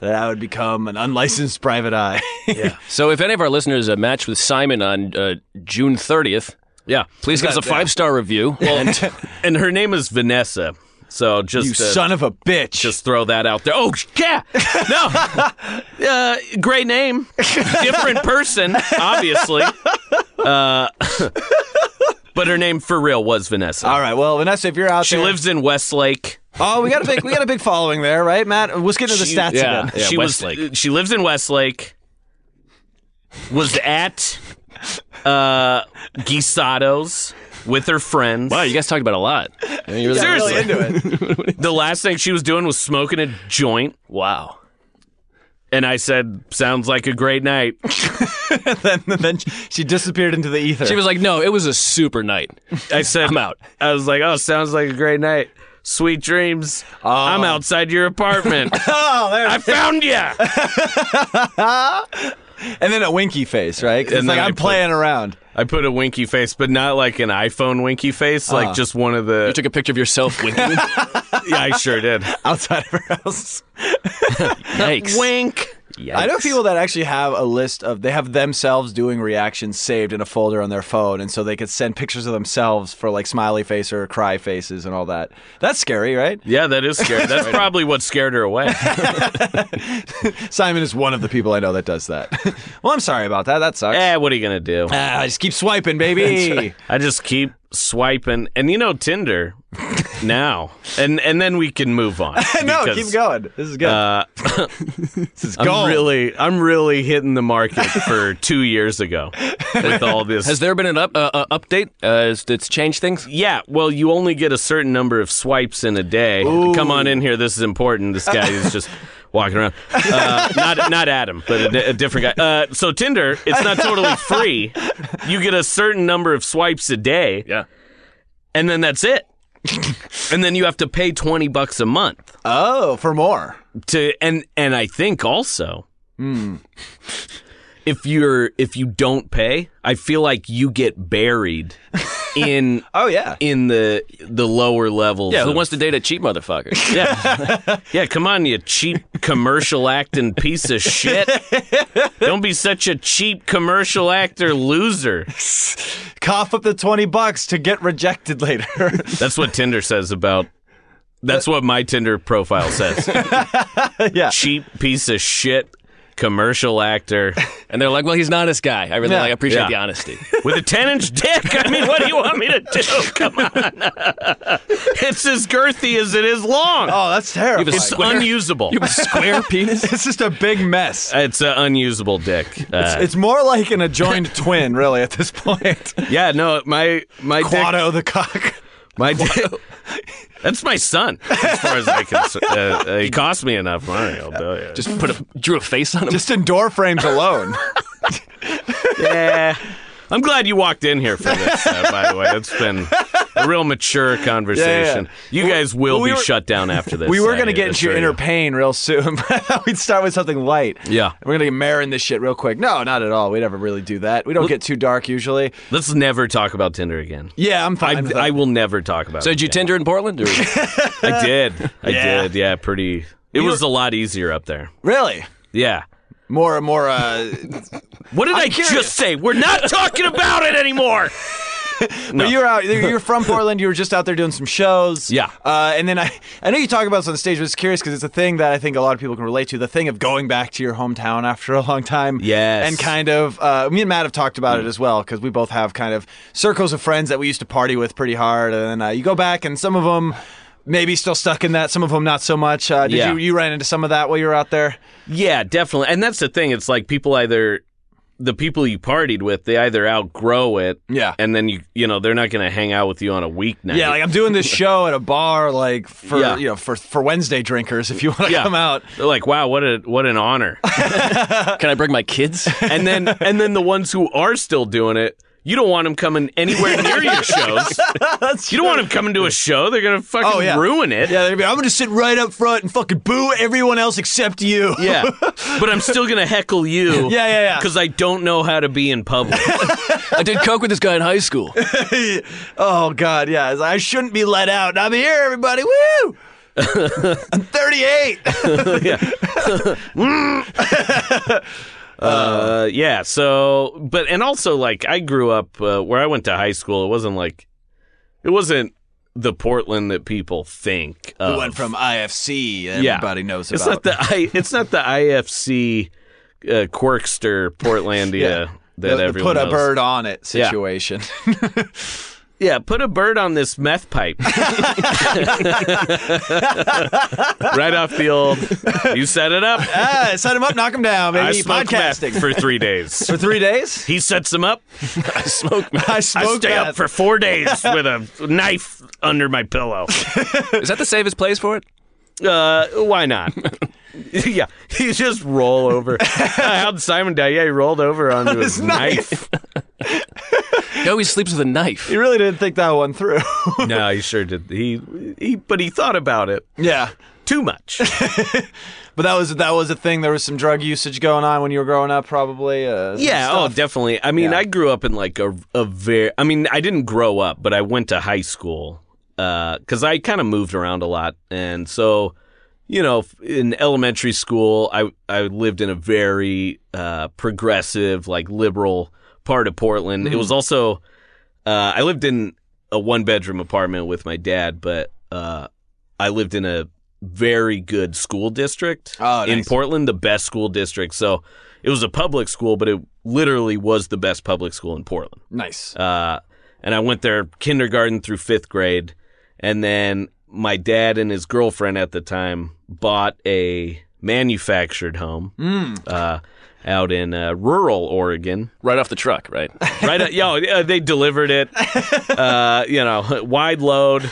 [SPEAKER 2] that I would become an unlicensed private eye.
[SPEAKER 3] So if any of our listeners uh, match with Simon on uh, June thirtieth,
[SPEAKER 4] Yeah,
[SPEAKER 3] please give us a five star review.
[SPEAKER 4] and, and her name is Vanessa. So just
[SPEAKER 2] you
[SPEAKER 4] uh,
[SPEAKER 2] son of a bitch.
[SPEAKER 4] just throw that out there. Oh yeah, no, uh, great name, different person, obviously. Uh, but her name for real was Vanessa.
[SPEAKER 2] All right. Well, Vanessa, if you're out
[SPEAKER 4] She
[SPEAKER 2] there,
[SPEAKER 4] lives in Westlake.
[SPEAKER 2] Oh, we got a big, we got a big following there, right, Matt? Let's get into the stats
[SPEAKER 3] yeah.
[SPEAKER 2] again.
[SPEAKER 4] she
[SPEAKER 3] Westlake.
[SPEAKER 4] was. She lives in Westlake. Was at uh, Guisado's with her friends.
[SPEAKER 3] Wow, oh, you guys talked about a lot.
[SPEAKER 4] Seriously,
[SPEAKER 2] Really into it.
[SPEAKER 4] the last thing she was doing was smoking a joint,
[SPEAKER 3] Wow.
[SPEAKER 4] and I said, "Sounds like a great night."
[SPEAKER 2] then, then she disappeared into the ether.
[SPEAKER 3] She was like, no, it was a super night.
[SPEAKER 4] I said,
[SPEAKER 3] I'm out.
[SPEAKER 4] I was like, "Oh, sounds like a great night." Sweet dreams. I'm outside your apartment.
[SPEAKER 2] Oh, there.
[SPEAKER 4] I found ya.
[SPEAKER 2] and then a winky face, right? 'Cause it's
[SPEAKER 4] And
[SPEAKER 2] like
[SPEAKER 4] then I
[SPEAKER 2] I'm
[SPEAKER 4] put-
[SPEAKER 2] playing around.
[SPEAKER 4] I put a winky face, but not like an iPhone winky face,
[SPEAKER 2] Uh.
[SPEAKER 4] like just one of
[SPEAKER 3] You
[SPEAKER 4] the.
[SPEAKER 3] took a picture of yourself winking.
[SPEAKER 4] yeah, I sure did.
[SPEAKER 2] outside of her house.
[SPEAKER 3] Yikes.
[SPEAKER 4] Wink.
[SPEAKER 2] I know people that actually have a list of they have themselves doing reactions saved in a folder on their phone, and so they could send pictures of themselves for like smiley face or cry faces and all that. That's scary, right?
[SPEAKER 4] Yeah, that is scary. That's probably what scared her away.
[SPEAKER 2] Simon is one of the people I know that does that. well, I'm sorry about that. That sucks.
[SPEAKER 4] eh, what are you gonna do?
[SPEAKER 2] Ah, I just keep swiping, baby.
[SPEAKER 4] I just keep swiping, and you know Tinder now, and and then we can move on.
[SPEAKER 2] no,
[SPEAKER 4] because,
[SPEAKER 2] keep going. This is good.
[SPEAKER 4] Uh,
[SPEAKER 2] this is
[SPEAKER 4] I'm
[SPEAKER 2] gold.
[SPEAKER 4] really, I'm really hitting the market for two years ago with all this.
[SPEAKER 3] Has there been an up, uh, uh, update? Uh, it's, it's changed things?
[SPEAKER 4] yeah, well, you only get a certain number of swipes in a day. Come on in here. This is important. This guy is just walking around. Uh, not not Adam, but a, a different guy. Uh, so Tinder, it's not totally free. You get a certain number of swipes a day.
[SPEAKER 3] Yeah.
[SPEAKER 4] and then that's it. and then you have to pay 20 bucks a month
[SPEAKER 2] oh, for more.
[SPEAKER 4] to and and I think also if you're if you don't pay, I feel like you get buried in
[SPEAKER 2] Oh yeah.
[SPEAKER 4] in the the lower levels.
[SPEAKER 3] Yeah, who
[SPEAKER 4] of-
[SPEAKER 3] wants to date a cheap motherfucker?
[SPEAKER 4] Yeah, come on, you cheap commercial acting piece of shit. don't be such a cheap commercial actor loser.
[SPEAKER 2] Cough up the twenty bucks to get rejected later.
[SPEAKER 4] That's what Tinder says about That's what my Tinder profile says.
[SPEAKER 2] yeah.
[SPEAKER 4] cheap piece of shit commercial actor
[SPEAKER 3] And they're like, well, he's an honest guy. I really
[SPEAKER 2] Yeah.
[SPEAKER 3] like, appreciate
[SPEAKER 4] Yeah.
[SPEAKER 3] the honesty.
[SPEAKER 4] with a 10 inch dick. I mean, what do you want me to do? Come on. it's as girthy as it is long.
[SPEAKER 2] Oh, that's terrible.
[SPEAKER 4] it's unusable.
[SPEAKER 3] Square penis?
[SPEAKER 2] it's just a big mess.
[SPEAKER 4] It's an unusable dick. Uh,
[SPEAKER 2] It's more like an adjoined twin, really, at this point.
[SPEAKER 4] yeah, no, my my dick,
[SPEAKER 2] Quado the cock.
[SPEAKER 4] my dick. That's my son, as far as I can. s- Uh, uh, he cost me enough money. I'll tell you.
[SPEAKER 3] Just put a, drew a face on him.
[SPEAKER 2] Just in door frames alone.
[SPEAKER 4] yeah. I'm glad you walked in here for this, uh, by the way. It's been a real mature conversation. You guys will
[SPEAKER 2] we
[SPEAKER 4] be
[SPEAKER 2] were-
[SPEAKER 4] shut down after this.
[SPEAKER 2] we were
[SPEAKER 4] I
[SPEAKER 2] going to get into your
[SPEAKER 4] assure
[SPEAKER 2] inner
[SPEAKER 4] you.
[SPEAKER 2] pain real soon. but We'd start with something light.
[SPEAKER 4] Yeah.
[SPEAKER 2] We're going to marin this shit real quick. No, not at all. We never really do that. We don't get too dark usually.
[SPEAKER 4] Let's never talk about Tinder again.
[SPEAKER 2] Yeah, I'm fine.
[SPEAKER 4] I,
[SPEAKER 2] with
[SPEAKER 4] I
[SPEAKER 2] that.
[SPEAKER 4] will never talk about
[SPEAKER 3] so
[SPEAKER 4] it.
[SPEAKER 3] did you Tinder in Portland? Or?
[SPEAKER 4] again. I did. I
[SPEAKER 2] Yeah.
[SPEAKER 4] did. Yeah, pretty. It was a lot easier up there.
[SPEAKER 2] really?
[SPEAKER 4] Yeah.
[SPEAKER 2] More, more, uh,
[SPEAKER 4] What did i
[SPEAKER 2] curious.
[SPEAKER 4] just say? We're not talking about it anymore.
[SPEAKER 2] But you're out. You're from Portland. You were just out there doing some shows.
[SPEAKER 4] Yeah.
[SPEAKER 2] Uh, and then I, I know you talk about this on stage. But it's curious because it's a thing that I think a lot of people can relate to. The thing of going back to your hometown after a long time.
[SPEAKER 4] Yes.
[SPEAKER 2] And kind of, uh, me and Matt have talked about it as well because we both have kind of circles of friends that we used to party with pretty hard, and uh, you go back, and some of them. Maybe still stuck in that. Some of them not so much. Uh, did
[SPEAKER 4] Yeah.
[SPEAKER 2] you you ran into some of that while you were out there?
[SPEAKER 4] Yeah, definitely. And that's the thing. It's like people either the people you partied with, they either outgrow it.
[SPEAKER 2] Yeah.
[SPEAKER 4] And then you you know, they're not gonna hang out with you on a weeknight.
[SPEAKER 2] Yeah, like I'm doing this show at a bar, like for
[SPEAKER 4] Yeah.
[SPEAKER 2] you know for for Wednesday drinkers. If you want to
[SPEAKER 4] Yeah.
[SPEAKER 2] come out,
[SPEAKER 4] They're like, wow, what a what an honor.
[SPEAKER 3] Can I bring my kids?
[SPEAKER 4] and then and then the ones who are still doing it, you don't want them coming anywhere near your shows. you don't want them coming to a show. They're gonna fucking
[SPEAKER 2] Oh, yeah.
[SPEAKER 4] ruin it.
[SPEAKER 2] Yeah, they'd be, I'm going to sit right up front and fucking boo everyone else except you.
[SPEAKER 4] Yeah. but I'm still gonna heckle you.
[SPEAKER 2] Yeah, yeah, yeah.
[SPEAKER 4] Because I don't know how to be in public.
[SPEAKER 3] I did coke with this guy in high school.
[SPEAKER 2] oh, God, yeah. It's like, I shouldn't be let out. And I'm here, everybody. Woo! I'm 38.
[SPEAKER 4] Uh, yeah. So, but and also like I grew up uh, where I went to high school. It wasn't like it wasn't the Portland that people think. Of.
[SPEAKER 2] Went from IFC.
[SPEAKER 4] Oh. Yeah.
[SPEAKER 2] Everybody knows
[SPEAKER 4] it's
[SPEAKER 2] about.
[SPEAKER 4] not the I. It's not the IFC uh, Quirkster Portlandia
[SPEAKER 2] Yeah.
[SPEAKER 4] that
[SPEAKER 2] the, the
[SPEAKER 4] everyone
[SPEAKER 2] put a
[SPEAKER 4] knows.
[SPEAKER 2] bird on it
[SPEAKER 4] Yeah.
[SPEAKER 2] situation.
[SPEAKER 4] Yeah, put a bird on this meth pipe. right off the old. You set it up.
[SPEAKER 2] ah, set him up, knock him down, baby.
[SPEAKER 4] I smoked meth
[SPEAKER 2] Podcasting.
[SPEAKER 4] for three days.
[SPEAKER 2] For three days?
[SPEAKER 4] He sets them up.
[SPEAKER 3] I smoke.
[SPEAKER 2] I
[SPEAKER 4] I
[SPEAKER 2] smoked
[SPEAKER 4] stay
[SPEAKER 2] meth.
[SPEAKER 4] up for four days with a knife under my pillow.
[SPEAKER 3] Is that the safest place for it?
[SPEAKER 4] Uh, why not? yeah, he just roll over. How'd Simon die? Yeah, he rolled over onto his,
[SPEAKER 2] his
[SPEAKER 4] knife.
[SPEAKER 3] He always sleeps with a knife.
[SPEAKER 2] You really didn't think that one through.
[SPEAKER 4] no, he sure did. He he, but he thought about it
[SPEAKER 2] Yeah.
[SPEAKER 4] too much.
[SPEAKER 2] But that was that was a thing. There was some drug usage going on when you were growing up, probably. Uh, some
[SPEAKER 4] yeah, oh,
[SPEAKER 2] stuff.
[SPEAKER 4] definitely. I mean,
[SPEAKER 2] Yeah.
[SPEAKER 4] I grew up in like a, a very, I mean, I didn't grow up, but I went to high school because I kind of moved around a lot. And so, you know, f- in elementary school, I, I lived in a very uh, progressive, like liberal part of Portland.
[SPEAKER 2] Mm.
[SPEAKER 4] It was also, uh, I lived in a one bedroom apartment with my dad, but uh, I lived in a very good school district
[SPEAKER 2] Oh,
[SPEAKER 4] in
[SPEAKER 2] nice.
[SPEAKER 4] Portland, the best school district. So it was a public school, but it literally was the best public school in Portland.
[SPEAKER 2] nice.
[SPEAKER 4] Uh, and I went there kindergarten through fifth grade. And then my dad and his girlfriend at the time bought a manufactured home
[SPEAKER 2] Hmm.
[SPEAKER 4] uh, out in uh, rural Oregon
[SPEAKER 3] Right off the truck, right?
[SPEAKER 4] right? uh, Yo, uh, they delivered it. Uh, you know, wide load.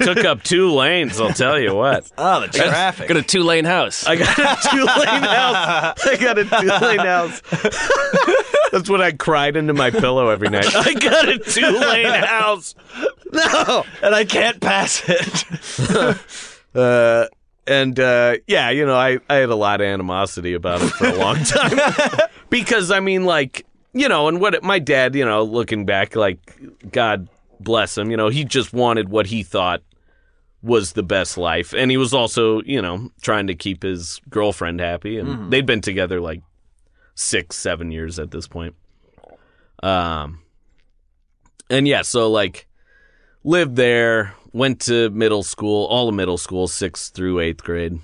[SPEAKER 4] Took up two lanes. I'll tell you what.
[SPEAKER 2] Oh, the traffic.
[SPEAKER 3] Got a two lane house.
[SPEAKER 4] I got a two lane house. I got a two lane house. That's what I cried into my pillow every night. I got a two lane house. No.
[SPEAKER 2] and I can't pass it.
[SPEAKER 4] Uh, and uh, yeah, you know, I, I had a lot of animosity about it for a long time because I mean, like, you know, and what my dad, you know, looking back, like, God bless him, you know, he just wanted what he thought was the best life, and he was also, you know, trying to keep his girlfriend happy, and they'd been together like six, seven years at this point. Um, and yeah, so like lived there, went to middle school, all of middle school, sixth through eighth grade,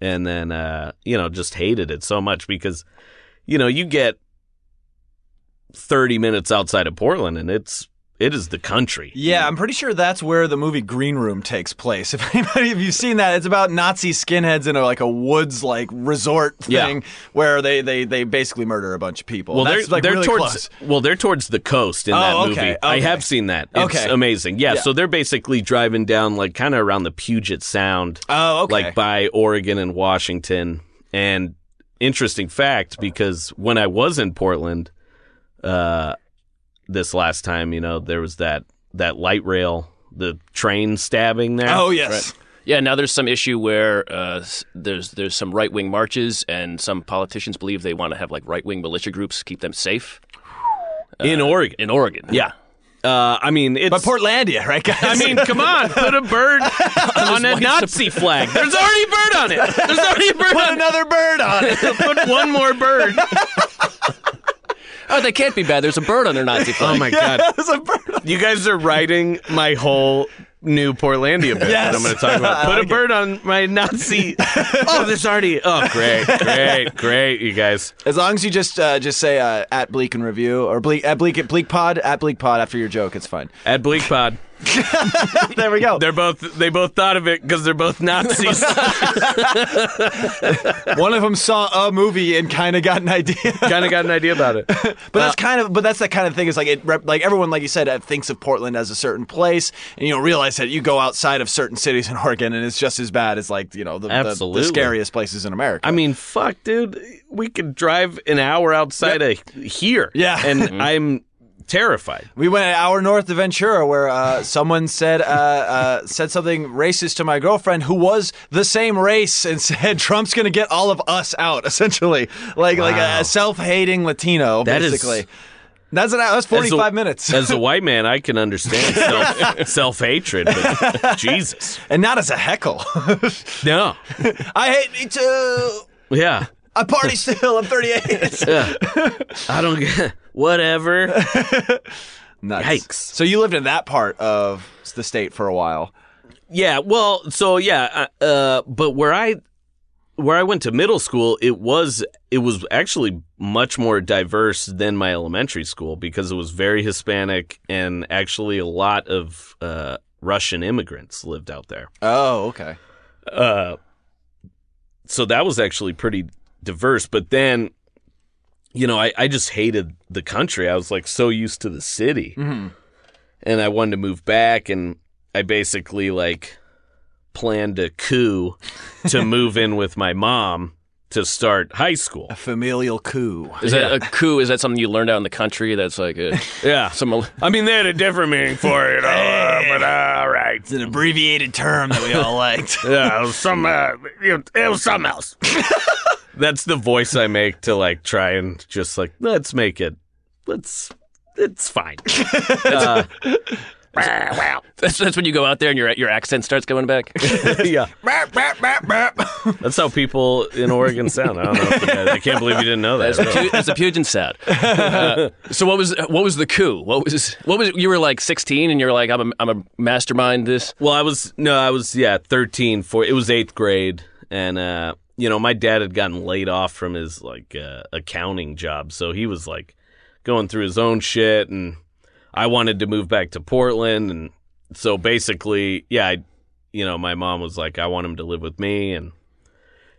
[SPEAKER 4] and then uh, you know just hated it so much because you know you get thirty minutes outside of Portland and it's it is the country.
[SPEAKER 2] Yeah, I'm pretty sure that's where the movie Green Room takes place. If anybody, if you've seen that, it's about Nazi skinheads in a, like a woods like resort
[SPEAKER 4] Yeah.
[SPEAKER 2] thing where they, they, they basically murder a bunch of people.
[SPEAKER 4] Well,
[SPEAKER 2] that's
[SPEAKER 4] they're
[SPEAKER 2] like
[SPEAKER 4] they're
[SPEAKER 2] really
[SPEAKER 4] towards
[SPEAKER 2] close.
[SPEAKER 4] well they're towards the coast in that
[SPEAKER 2] Oh,
[SPEAKER 4] movie.
[SPEAKER 2] okay,
[SPEAKER 4] I
[SPEAKER 2] okay.
[SPEAKER 4] have seen that. It's
[SPEAKER 2] Okay.
[SPEAKER 4] amazing. Yeah,
[SPEAKER 2] Yeah.
[SPEAKER 4] so they're basically driving down like kind of around the Puget Sound.
[SPEAKER 2] Oh, okay.
[SPEAKER 4] like by Oregon and Washington. And interesting fact, because when I was in Portland, uh, this last time, you know, there was that that light rail, the train stabbing there.
[SPEAKER 2] oh yes.
[SPEAKER 3] Yeah, now there's some issue where uh, s- there's there's some right wing marches, and some politicians believe they want to have like right wing militia groups keep them safe
[SPEAKER 4] in Oregon.
[SPEAKER 3] in Oregon.
[SPEAKER 4] Yeah, uh, I mean, it's.
[SPEAKER 2] But Portlandia, right guys?
[SPEAKER 4] I mean, come on, put a bird on a
[SPEAKER 3] white
[SPEAKER 4] Nazi flag. There's already a bird on it. There's already a bird
[SPEAKER 2] put
[SPEAKER 4] on
[SPEAKER 2] another bird on it.
[SPEAKER 4] it. Put one more bird.
[SPEAKER 3] Oh, they can't be bad. There's a bird on their Nazi flag.
[SPEAKER 4] my
[SPEAKER 2] There's a bird. on-
[SPEAKER 4] You guys are writing my whole new Portlandia bit that
[SPEAKER 2] Yes.
[SPEAKER 4] I'm going to talk about.
[SPEAKER 2] I
[SPEAKER 4] Put
[SPEAKER 2] like
[SPEAKER 4] a
[SPEAKER 2] it.
[SPEAKER 4] bird on my Nazi. oh, this already. Oh, great, great, great, you guys.
[SPEAKER 2] As long as you just uh, just say uh, at Bleak and Review or Bleak at Bleak at Bleak Pod at Bleak Pod after your joke, it's fine.
[SPEAKER 4] At Bleak Pod,
[SPEAKER 2] There we go.
[SPEAKER 4] they're both they both thought of it because they're both Nazis.
[SPEAKER 2] One of them saw a movie and kind of got an idea.
[SPEAKER 4] kind of got an idea about it.
[SPEAKER 2] But
[SPEAKER 4] Uh,
[SPEAKER 2] that's kind of, but that's that kind of thing. Is like it, rep, like everyone, like you said, uh, thinks of Portland as a certain place, and you don't realize that you go outside of certain cities in Oregon, and it's just as bad as like you know the, the,
[SPEAKER 4] Absolutely.
[SPEAKER 2] the scariest places in America.
[SPEAKER 4] I mean, fuck, dude. We could drive an hour outside of here.
[SPEAKER 2] Yeah. Mm-hmm.
[SPEAKER 4] and I'm terrified.
[SPEAKER 2] we went an hour north of Ventura, where uh, someone said uh, uh, said something racist to my girlfriend, who was the same race, and said Trump's going to get all of us out, essentially, like like a,
[SPEAKER 4] Wow.
[SPEAKER 2] self hating Latino,
[SPEAKER 4] That is-
[SPEAKER 2] basically. That's an hour. That's forty five minutes,
[SPEAKER 4] As a white man, I can understand self self hatred, but Jesus,
[SPEAKER 2] and not as a heckle.
[SPEAKER 4] no,
[SPEAKER 2] I hate me too.
[SPEAKER 4] yeah.
[SPEAKER 2] I party still. I'm 38.
[SPEAKER 4] I don't get whatever.
[SPEAKER 2] nice.
[SPEAKER 4] Yikes.
[SPEAKER 2] So you lived in that part of the state for a while.
[SPEAKER 4] yeah, well, so yeah, uh, uh, but where I where I went to middle school, it was it was actually much more diverse than my elementary school because it was very Hispanic and actually a lot of uh, Russian immigrants lived out there.
[SPEAKER 2] Oh, okay.
[SPEAKER 4] Uh, so that was actually pretty diverse. But then, you know, I, I just hated the country. I was like so used to the city. And I wanted to move back. And I basically like planned a coup to move in with my mom to start high school.
[SPEAKER 2] Familial coup.
[SPEAKER 3] Is that a coup? Is that something you learned out in the country? That's like a,
[SPEAKER 4] Yeah.
[SPEAKER 3] some.
[SPEAKER 4] I mean, they had a different meaning for it. Uh, but all right.
[SPEAKER 2] It's an abbreviated term that we all liked.
[SPEAKER 4] Yeah, it was some, uh, it it was something else. That's the voice I make to like try and just like let's make it. Let's. It's fine. Uh, well,
[SPEAKER 3] That's, that's when you go out there and your your accent starts coming back.
[SPEAKER 4] yeah. That's how people in Oregon sound. I don't know. If you guys, I can't believe you didn't know that.
[SPEAKER 3] That's the, Pu- that's the Puget Sound. Uh, so what was what was the coup? What was what was you were like 16 and you were like I'm a, I'm a mastermind this.
[SPEAKER 4] Well, I was no, I was yeah, 13 for it was 8th grade and uh you know, my dad had gotten laid off from his like uh, accounting job, so he was like going through his own shit and I wanted to move back to Portland and so basically, yeah, I you know, my mom was like I want him to live with me and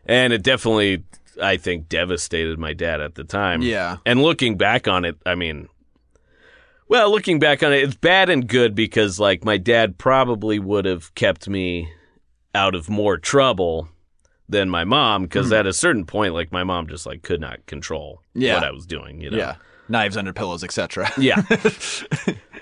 [SPEAKER 4] and it definitely I think devastated my dad at the time.
[SPEAKER 2] Yeah.
[SPEAKER 4] And looking back on it, I mean, well, looking back on it, it's bad and good because like my dad probably would have kept me out of more trouble than my mom because at a certain point, like my mom just like could not control
[SPEAKER 2] Hmm. Yeah.
[SPEAKER 4] what I was doing, you know.
[SPEAKER 2] yeah. Knives under pillows, etc.
[SPEAKER 4] Yeah.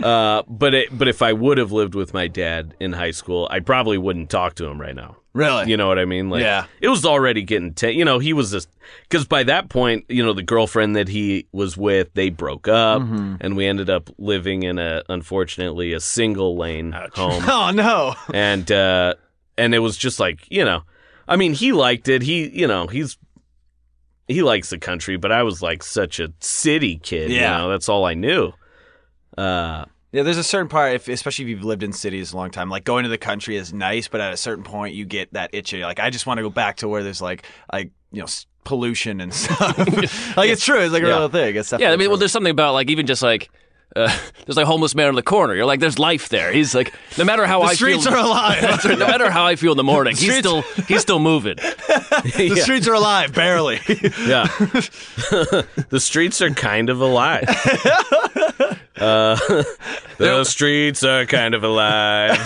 [SPEAKER 4] uh, but it, but if I would have lived with my dad in high school, I probably wouldn't talk to him right now.
[SPEAKER 2] Really?
[SPEAKER 4] You know what I mean? Like,
[SPEAKER 2] Yeah.
[SPEAKER 4] It was already getting ten. You know, he was just because by that point, you know, the girlfriend that he was with, they broke up,
[SPEAKER 2] Mm-hmm.
[SPEAKER 4] and we ended up living in a unfortunately a single lane home,
[SPEAKER 2] Oh no.
[SPEAKER 4] and uh, and it was just like you know, I mean, he liked it. He you know he's he likes the country, but I was like such a city kid.
[SPEAKER 2] Yeah.
[SPEAKER 4] You know, that's all I knew. Uh,
[SPEAKER 2] Yeah, there's a certain part, if, especially if you've lived in cities a long time, like going to the country is nice, but at a certain point you get that itch. You're like, I just want to go back to where there's like, like you know, s- pollution and stuff. like it's true, it's like a
[SPEAKER 4] Yeah.
[SPEAKER 2] real thing. It's
[SPEAKER 3] Yeah, I mean,
[SPEAKER 2] definitely
[SPEAKER 3] well,
[SPEAKER 2] true.
[SPEAKER 3] there's something about like even just like uh, there's like a homeless man on the corner. You're like, there's life there. He's like, no matter how I
[SPEAKER 2] the streets
[SPEAKER 3] feel,
[SPEAKER 2] are alive.
[SPEAKER 3] no matter how I feel in the morning, he's still he's still moving.
[SPEAKER 2] the streets are alive, barely.
[SPEAKER 4] Yeah. the streets are kind of alive. Uh, the streets are kind of alive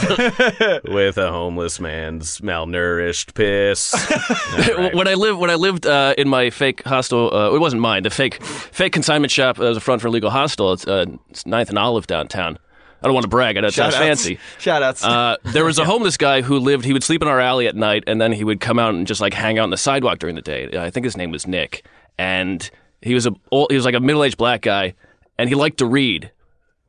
[SPEAKER 4] with a homeless man's malnourished piss. All right.
[SPEAKER 3] When I lived when I lived uh, in my fake hostel, uh, it wasn't mine. The fake fake consignment shop uh, was a front for a legal hostel. It's, uh, it's Ninth and Olive downtown. I don't want to brag. I know it sounds fancy.
[SPEAKER 2] Shout outs.
[SPEAKER 3] Uh, there was a homeless guy who lived. He would sleep in our alley at night, and then he would come out and just like hang out on the sidewalk during the day. I think his name was Nick, and he was a old, he was like a middle aged black guy, and he liked to read,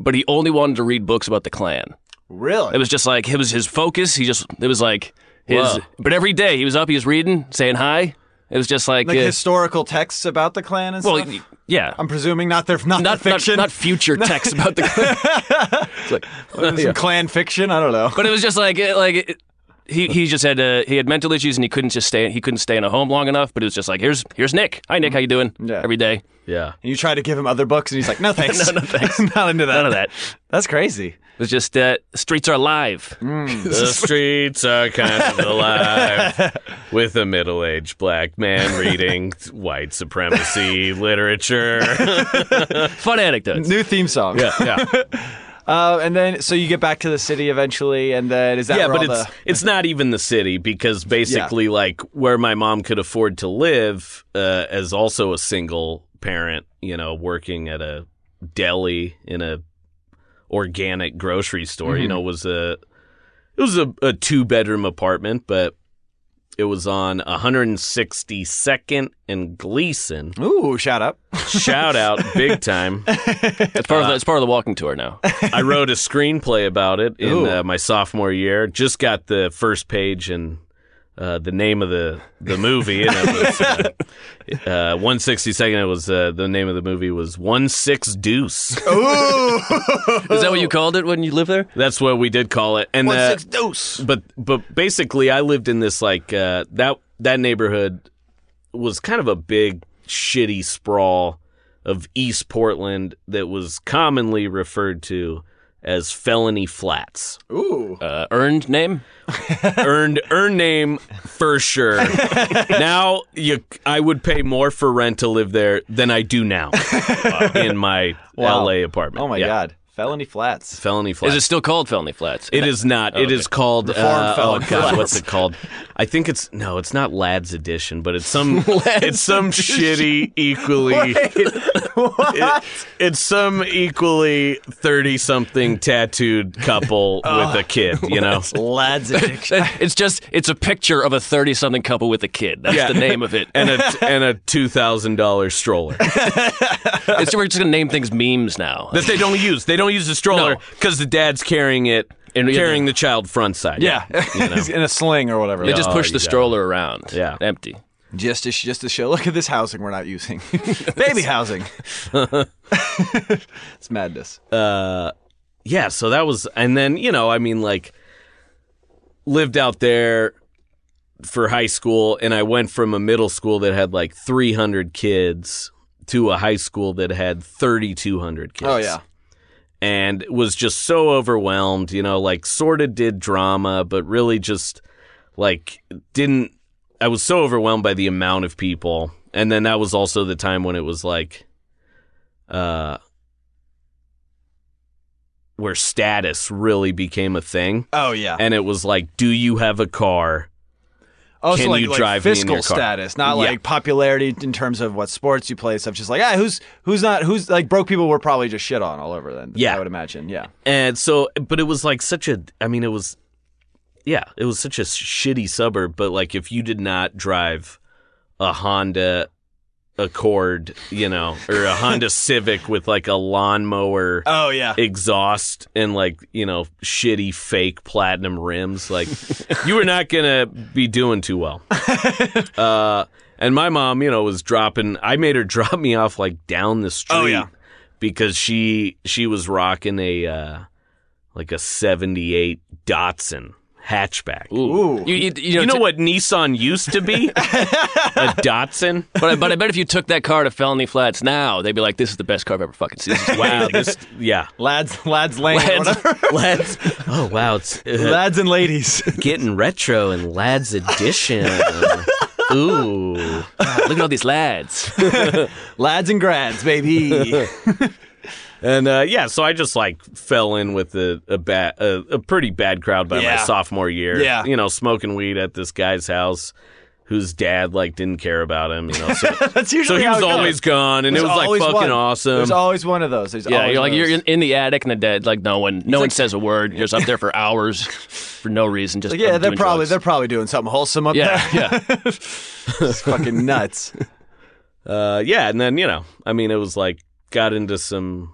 [SPEAKER 3] but he only wanted to read books about the Klan.
[SPEAKER 2] really?
[SPEAKER 3] It was just like it was his focus. He just it was like his. But every day he was up, he was reading, saying hi. It was just like,
[SPEAKER 2] like
[SPEAKER 3] uh,
[SPEAKER 2] historical texts about the Klan and
[SPEAKER 3] well,
[SPEAKER 2] stuff.
[SPEAKER 3] yeah.
[SPEAKER 2] I'm presuming not their not,
[SPEAKER 3] not,
[SPEAKER 2] the
[SPEAKER 3] not,
[SPEAKER 2] fiction,
[SPEAKER 3] not future texts about the Klan.
[SPEAKER 2] some Klan fiction. I don't know.
[SPEAKER 3] But it was just like it- like it, he he just had uh, he had mental issues and he couldn't just stay he couldn't stay in a home long enough. But it was just like here's here's Nick. Hi Nick, how you doing?
[SPEAKER 2] Mm-hmm. Yeah.
[SPEAKER 3] Every day.
[SPEAKER 4] yeah.
[SPEAKER 2] And you try to give him other books, and he's like, "No thanks,
[SPEAKER 3] No, no, thanks.
[SPEAKER 2] not into that.
[SPEAKER 3] None of that.
[SPEAKER 2] That's crazy."
[SPEAKER 3] It was just uh, streets are alive.
[SPEAKER 2] Mm.
[SPEAKER 4] The streets are kind of alive with a middle aged black man reading white supremacy literature.
[SPEAKER 3] Fun anecdotes.
[SPEAKER 2] New theme song.
[SPEAKER 4] yeah.
[SPEAKER 2] Uh, and then, so you get back to the city eventually, and then is that
[SPEAKER 4] yeah,
[SPEAKER 2] where
[SPEAKER 4] but
[SPEAKER 2] all
[SPEAKER 4] it's it's not even the city because basically, like where my mom could afford to live uh, as also a single parent, you know, working at a deli in a organic grocery store,
[SPEAKER 2] Mm-hmm.
[SPEAKER 4] you know, was a it was a, a two bedroom apartment, but it was on 162nd and Gleason.
[SPEAKER 2] the ooh shout up?
[SPEAKER 4] Shout out, big time.
[SPEAKER 3] It's part of the, it's part of the walking tour now.
[SPEAKER 4] I wrote a screenplay about it in
[SPEAKER 2] Ooh.
[SPEAKER 4] uh, my sophomore year. Just got the first page and uh, the name of the the movie. And it was uh, one sixty second. It was uh, the name of the movie was One Six Deuce.
[SPEAKER 2] Oh. Ooh,
[SPEAKER 3] Is that what you called it when you lived there?
[SPEAKER 4] That's what we did call it. And
[SPEAKER 2] one
[SPEAKER 4] uh,
[SPEAKER 2] six dose.
[SPEAKER 4] but but basically, I lived in this like uh, that that neighborhood was kind of a big shitty sprawl of East Portland that was commonly referred to as felony flats.
[SPEAKER 2] Ooh,
[SPEAKER 3] Uh, earned name.
[SPEAKER 4] earned earned name for sure. now you, I would pay more for rent to live there than I do now uh, in my
[SPEAKER 2] Wow.
[SPEAKER 4] LA apartment.
[SPEAKER 2] oh my
[SPEAKER 4] Yeah.
[SPEAKER 2] god, Felony Flats.
[SPEAKER 4] Felony
[SPEAKER 3] Is
[SPEAKER 4] Flats.
[SPEAKER 3] it still called Felony Flats?
[SPEAKER 4] It is not. It is called.
[SPEAKER 2] Reformed
[SPEAKER 4] Uh, oh
[SPEAKER 2] Felon
[SPEAKER 4] God,
[SPEAKER 2] Class.
[SPEAKER 4] what's it called? I think it's no. It's not Lads Edition, but it's some. it's some shitty, equally. it- it's some equally thirty-something tattooed couple with a kid. You know.
[SPEAKER 2] Oh. Lads addiction.
[SPEAKER 3] It's just it's a picture of a thirty-something couple with a kid. That's the name of it.
[SPEAKER 4] And a and a two thousand dollar stroller
[SPEAKER 3] It's, we're just gonna name things memes now.
[SPEAKER 4] that they don't use. They don't use the stroller
[SPEAKER 3] No.
[SPEAKER 4] because the dad's carrying it,
[SPEAKER 3] And-
[SPEAKER 4] carrying the child front side.
[SPEAKER 2] yeah, He's in a sling or whatever.
[SPEAKER 3] They just
[SPEAKER 4] Oh,
[SPEAKER 3] push
[SPEAKER 4] you
[SPEAKER 3] the
[SPEAKER 4] got it.
[SPEAKER 3] stroller around.
[SPEAKER 4] Yeah.
[SPEAKER 3] empty.
[SPEAKER 2] just to, just to show. Look at this housing we're not using. Baby housing. it's madness.
[SPEAKER 4] yeah, so that was, and then you know, I mean, like, lived out there for high school, and I went from a middle school that had like 300 kids to a high school that had 3,200 kids.
[SPEAKER 2] oh yeah.
[SPEAKER 4] and was just so overwhelmed, you know, like sort of did drama, but really just like didn't. I was so overwhelmed by the amount of people, and then that was also the time when it was like, uh. Where status really became a thing,
[SPEAKER 2] Oh yeah.
[SPEAKER 4] and it was like, "Do you have a car?"
[SPEAKER 2] Oh,
[SPEAKER 4] Can
[SPEAKER 2] so like,
[SPEAKER 4] you
[SPEAKER 2] like
[SPEAKER 4] drive me in
[SPEAKER 2] fiscal
[SPEAKER 4] your car?
[SPEAKER 2] status, not
[SPEAKER 4] Yeah.
[SPEAKER 2] like popularity in terms of what sports you play. Stuff just like ah, who's who's not who's like broke people were probably just shit on all over then.
[SPEAKER 4] Yeah.
[SPEAKER 2] I would imagine. Yeah,
[SPEAKER 4] And so, but it was like such a, I mean, it was, yeah, it was such a shitty suburb. But like, if you did not drive a Honda Accord, you know, or a Honda Civic with like a lawnmower
[SPEAKER 2] Oh yeah.
[SPEAKER 4] exhaust and like, you know, shitty fake platinum rims, like, you were not going to be doing too well. Uh, and my mom, you know, was dropping, I made her drop me off like down the street
[SPEAKER 2] Oh, yeah.
[SPEAKER 4] because she she was rocking a uh like a 78 Datsun hatchback.
[SPEAKER 2] Ooh.
[SPEAKER 3] You, you, you know,
[SPEAKER 4] You know
[SPEAKER 3] t-
[SPEAKER 4] what Nissan used to be? a Datsun.
[SPEAKER 3] But I, but I bet if you took that car to Felony Flats now, they'd be like, "This is the best car I've ever fucking seen." This is
[SPEAKER 4] Wow, this yeah.
[SPEAKER 2] lads, lads, lane,
[SPEAKER 3] Lads-
[SPEAKER 2] whatever.
[SPEAKER 4] Lads. Oh wow, it's uh,
[SPEAKER 2] lads and ladies.
[SPEAKER 4] getting retro and lads edition. Ooh.
[SPEAKER 3] Look at all these lads.
[SPEAKER 2] Lads and grads, baby.
[SPEAKER 4] And uh, yeah, so I just like fell in with a a, bad, a, a pretty bad crowd by my
[SPEAKER 2] Yeah.
[SPEAKER 4] sophomore year.
[SPEAKER 2] Yeah.
[SPEAKER 4] you know, smoking weed at this guy's house, whose dad like didn't care about him. You know, so,
[SPEAKER 2] That's
[SPEAKER 4] so
[SPEAKER 2] usually
[SPEAKER 4] he
[SPEAKER 2] how
[SPEAKER 4] was
[SPEAKER 2] it goes.
[SPEAKER 4] always gone, and it
[SPEAKER 2] There's
[SPEAKER 4] was like
[SPEAKER 2] always
[SPEAKER 4] fucking
[SPEAKER 2] one.
[SPEAKER 4] awesome.
[SPEAKER 2] There's always one of those. There's
[SPEAKER 3] yeah,
[SPEAKER 2] always
[SPEAKER 3] you're like
[SPEAKER 2] one of
[SPEAKER 3] you're
[SPEAKER 2] those.
[SPEAKER 3] in, in the attic and the dead. Like no one, no one says a word. You're just up there for hours for no reason. Just
[SPEAKER 2] Like, yeah,
[SPEAKER 3] doing
[SPEAKER 2] they're probably
[SPEAKER 3] drugs.
[SPEAKER 2] they're probably doing something wholesome up
[SPEAKER 3] yeah,
[SPEAKER 2] there.
[SPEAKER 3] yeah.
[SPEAKER 2] it's fucking nuts.
[SPEAKER 4] uh, yeah, and then you know, I mean, it was like got into some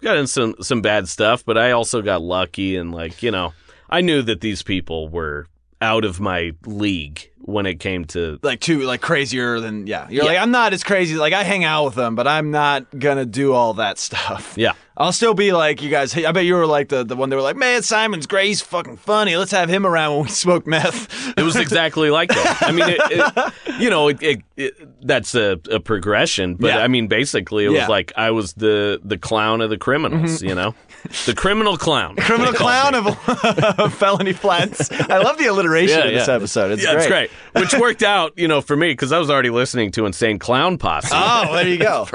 [SPEAKER 4] got into some some bad stuff, but I also got lucky and like you know, I knew that these people were out of my league when it came to
[SPEAKER 2] Like too like crazier than yeah. You're like I'm not as crazy. Like I hang out with them, but I'm not gonna do all that stuff.
[SPEAKER 4] yeah.
[SPEAKER 2] I'll still be like you guys. I bet you were like the, the one that were like, man, Simon's great. He's fucking funny. Let's have him around when we smoke meth.
[SPEAKER 4] It was exactly like that. I mean, it, it, you know, it, it, it, that's a, a progression, but
[SPEAKER 2] Yeah.
[SPEAKER 4] I mean, basically, it was
[SPEAKER 2] Yeah. Mm-hmm.
[SPEAKER 4] like I was the the clown of the criminals. You know, the criminal clown.
[SPEAKER 2] Criminal clown of, of felony flats. I love the alliteration
[SPEAKER 3] Yeah,
[SPEAKER 2] in this
[SPEAKER 3] yeah.
[SPEAKER 2] episode. It's
[SPEAKER 4] Yeah,
[SPEAKER 2] great.
[SPEAKER 4] that's great. Which worked out, you know, for me because I was already listening to Insane Clown Posse.
[SPEAKER 2] Oh, there you go.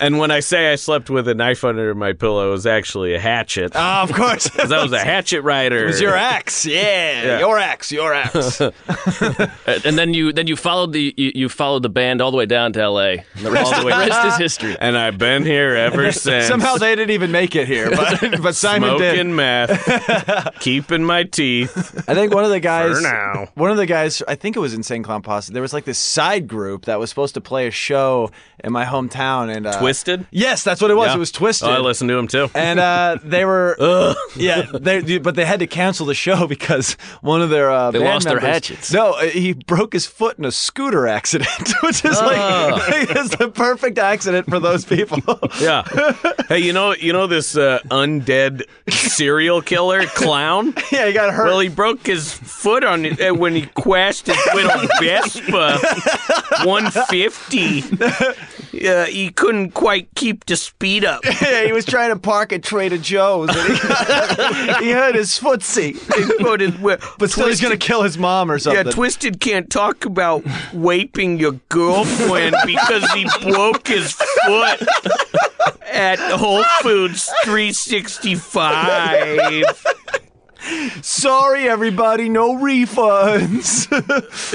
[SPEAKER 4] And when I say I slept with a knife under my pillow, it was actually a hatchet.
[SPEAKER 2] Oh,
[SPEAKER 4] Because
[SPEAKER 2] of course. It
[SPEAKER 4] I was a hatchet rider.
[SPEAKER 2] was your axe. Yeah,
[SPEAKER 4] Yeah.
[SPEAKER 2] Your axe. Your axe.
[SPEAKER 3] Uh, And then you then you followed the you, you followed the band all the way down to L.A. And the rest, all the way, rest is history.
[SPEAKER 4] and I've been here ever since.
[SPEAKER 2] Somehow they didn't even make it here, but, but Simon did.
[SPEAKER 4] smoking meth, keeping my teeth
[SPEAKER 2] I think one of the guys.
[SPEAKER 4] for now.
[SPEAKER 2] One of the guys, I think it was Insane Clown Posse. There was like this side group that was supposed to play a show in my hometown, and uh,
[SPEAKER 4] Twisted.
[SPEAKER 2] Yes, that's what it was.
[SPEAKER 4] Yeah.
[SPEAKER 2] It was twisted.
[SPEAKER 4] Oh, I listened to him too.
[SPEAKER 2] and uh, they were yeah they but they had to cancel the show because one of their uh, they
[SPEAKER 3] lost their hatchets.
[SPEAKER 2] no uh, he broke his foot in a scooter accident which is like it's the perfect accident for those people
[SPEAKER 4] Yeah. Hey, you know, you know this uh, undead serial killer clown.
[SPEAKER 2] yeah he got hurt
[SPEAKER 4] Well, he broke his foot on it uh, when he crashed his little Vespa 150. Uh, he couldn't quite keep the speed up.
[SPEAKER 2] yeah, he was trying to park at Trader Joe's and he, got, he hurt his footsie
[SPEAKER 4] But, it- well,
[SPEAKER 2] but still he's gonna kill his mom or
[SPEAKER 4] yeah,
[SPEAKER 2] something
[SPEAKER 4] Twisted can't talk about raping your girlfriend because he broke his foot at Whole Foods 365.
[SPEAKER 2] Sorry, everybody, no refunds.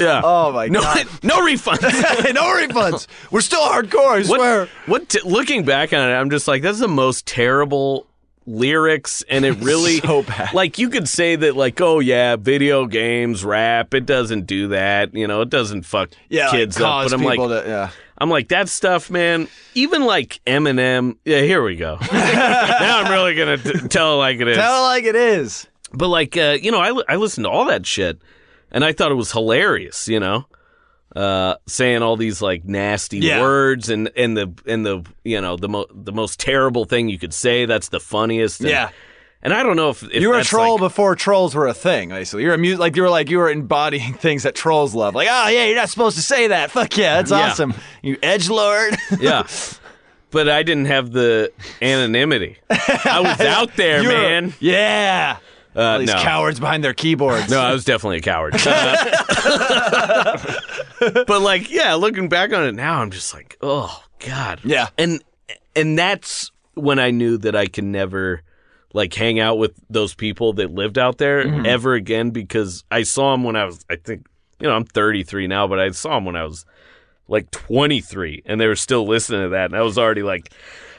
[SPEAKER 4] Yeah.
[SPEAKER 2] oh my
[SPEAKER 4] no,
[SPEAKER 2] god,
[SPEAKER 4] no refunds.
[SPEAKER 2] no refunds. We're still hardcore. I swear.
[SPEAKER 4] What? What? T- looking back on it, I'm just like, that's the most terrible lyrics, and it really
[SPEAKER 2] So bad.
[SPEAKER 4] Like you could say that, like, oh yeah, video games, rap, it doesn't do that. You know, it doesn't fuck
[SPEAKER 2] Yeah,
[SPEAKER 4] kids
[SPEAKER 2] like,
[SPEAKER 4] up.
[SPEAKER 2] cause
[SPEAKER 4] But I'm
[SPEAKER 2] people
[SPEAKER 4] like,
[SPEAKER 2] to, yeah.
[SPEAKER 4] I'm like that stuff, man. Even like Eminem. Yeah, here we go. now I'm really gonna t- tell it like it is.
[SPEAKER 2] Tell it like it is.
[SPEAKER 4] But like, uh, you know, I li- I listened to all that shit, and I thought it was hilarious. You know, uh, saying all these like nasty
[SPEAKER 2] Yeah.
[SPEAKER 4] words and and the and the you know the mo- the most terrible thing you could say. That's the funniest. And,
[SPEAKER 2] Yeah.
[SPEAKER 4] And I don't know if, if
[SPEAKER 2] You were a
[SPEAKER 4] that's,
[SPEAKER 2] troll
[SPEAKER 4] like-
[SPEAKER 2] before trolls were a thing, basically. You're a mu- like you were like you were embodying things that trolls love. Like, oh yeah, you're not supposed to say that. Fuck yeah, that's
[SPEAKER 4] Yeah.
[SPEAKER 2] awesome. You edge lord.
[SPEAKER 4] yeah. But I didn't have the anonymity. I was out there, man. Uh,
[SPEAKER 2] Yeah. All these
[SPEAKER 4] no.
[SPEAKER 2] cowards behind their keyboards.
[SPEAKER 4] No, I was definitely a coward. but like, yeah, looking back on it now, I'm just like, oh god.
[SPEAKER 2] Yeah.
[SPEAKER 4] And and that's when I knew that I can never like hang out with those people that lived out there
[SPEAKER 2] Mm-hmm.
[SPEAKER 4] ever again because I saw them when I was I think you know, I'm 33 now, but I saw them when I was like 23 and they were still listening to that and I was already like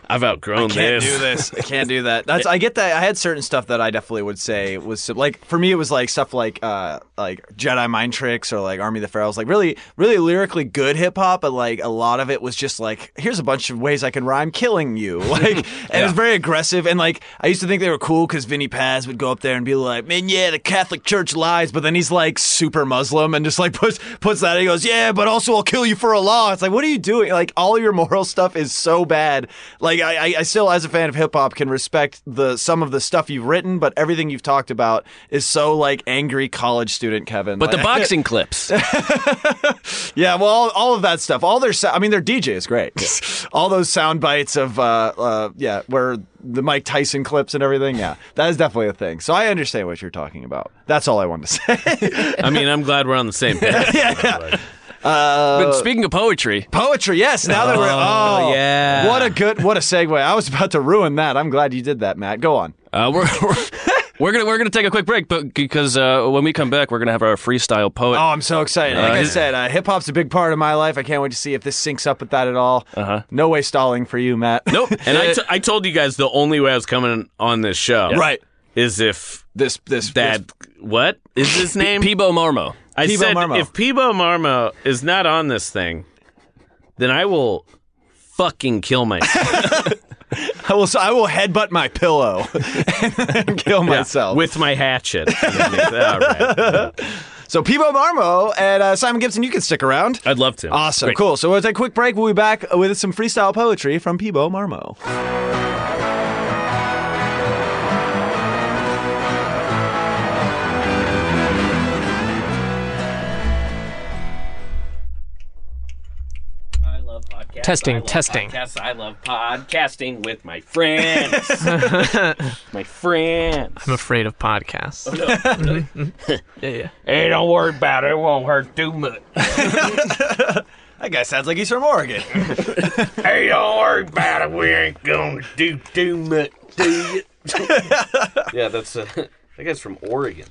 [SPEAKER 4] I've outgrown
[SPEAKER 2] can't
[SPEAKER 4] this.
[SPEAKER 2] do this. I can't do that. That's I get that. I had certain stuff that I definitely would say was sim- like for me it was like stuff like uh like Jedi mind tricks or like Army of the Pharaohs like really really lyrically good hip hop but like a lot of it was just like here's a bunch of ways I can rhyme killing you like and it was very aggressive and like I used to think they were cool because Vinny Paz would go up there and be like man yeah the Catholic Church lies but then he's like super Muslim and just like puts puts that and he goes yeah but also I'll kill you for a law it's like what are you doing like all your moral stuff is so bad like I, I- I still as a fan of hip hop can respect the some of the stuff you've written, but everything you've talked about is so like angry college student Kevin.
[SPEAKER 3] But the
[SPEAKER 2] Like,
[SPEAKER 3] boxing clips.
[SPEAKER 2] yeah, well, all, all of that stuff, all their, sou- I mean, their DJ is great. all those sound bites of, uh, uh, yeah, where the Mike Tyson clips and everything. Yeah, that is definitely a thing. So I understand what you're talking about. That's all I wanted to say.
[SPEAKER 4] I mean, I'm glad we're on the same page.
[SPEAKER 2] Uh,
[SPEAKER 3] but speaking of poetry,
[SPEAKER 2] Poetry, yes. Now that we're, oh
[SPEAKER 4] yeah.
[SPEAKER 2] what a good, what a segue. I was about to ruin that. I'm glad you did that, Matt. Go on.
[SPEAKER 3] uh, we're. we're We're gonna we're gonna take a quick break, but because uh, when we come back, we're gonna have our freestyle poet.
[SPEAKER 2] Oh, I'm so excited! Like I
[SPEAKER 3] yeah.
[SPEAKER 2] said, uh, hip hop's a big part of my life. I can't wait to see if this syncs up with that at all. Uh-huh. No way stalling for you, Matt.
[SPEAKER 4] nope. And I, t- I told you guys the only way I was coming on this show.
[SPEAKER 2] Right.
[SPEAKER 4] Is if
[SPEAKER 2] This this
[SPEAKER 4] that what is his name?
[SPEAKER 3] Peebo Marmo.
[SPEAKER 4] I
[SPEAKER 2] Peebo
[SPEAKER 4] said
[SPEAKER 2] Marmo.
[SPEAKER 4] if Peebo Marmo is not on this thing, then I will fucking kill myself
[SPEAKER 2] this- I will I will headbutt my pillow and kill myself.
[SPEAKER 4] with my hatchet. All right.
[SPEAKER 2] so Peebo Marmo and uh, Simon Gibson, you can stick around.
[SPEAKER 4] I'd love to.
[SPEAKER 2] Awesome, cool. So we'll take a quick break. We'll be back with some freestyle poetry from Peebo Marmo.
[SPEAKER 4] I love podcasts.
[SPEAKER 5] Testing, I love testing.
[SPEAKER 4] I love podcasting with my friends. my friends.
[SPEAKER 5] I'm afraid of podcasts. yeah, yeah.
[SPEAKER 4] Hey, don't worry about it. It won't hurt too much.
[SPEAKER 2] That guy sounds like he's from Oregon.
[SPEAKER 4] Hey, don't worry about it. We ain't gonna do too much, do you? yeah, that's uh, that guy's from Oregon.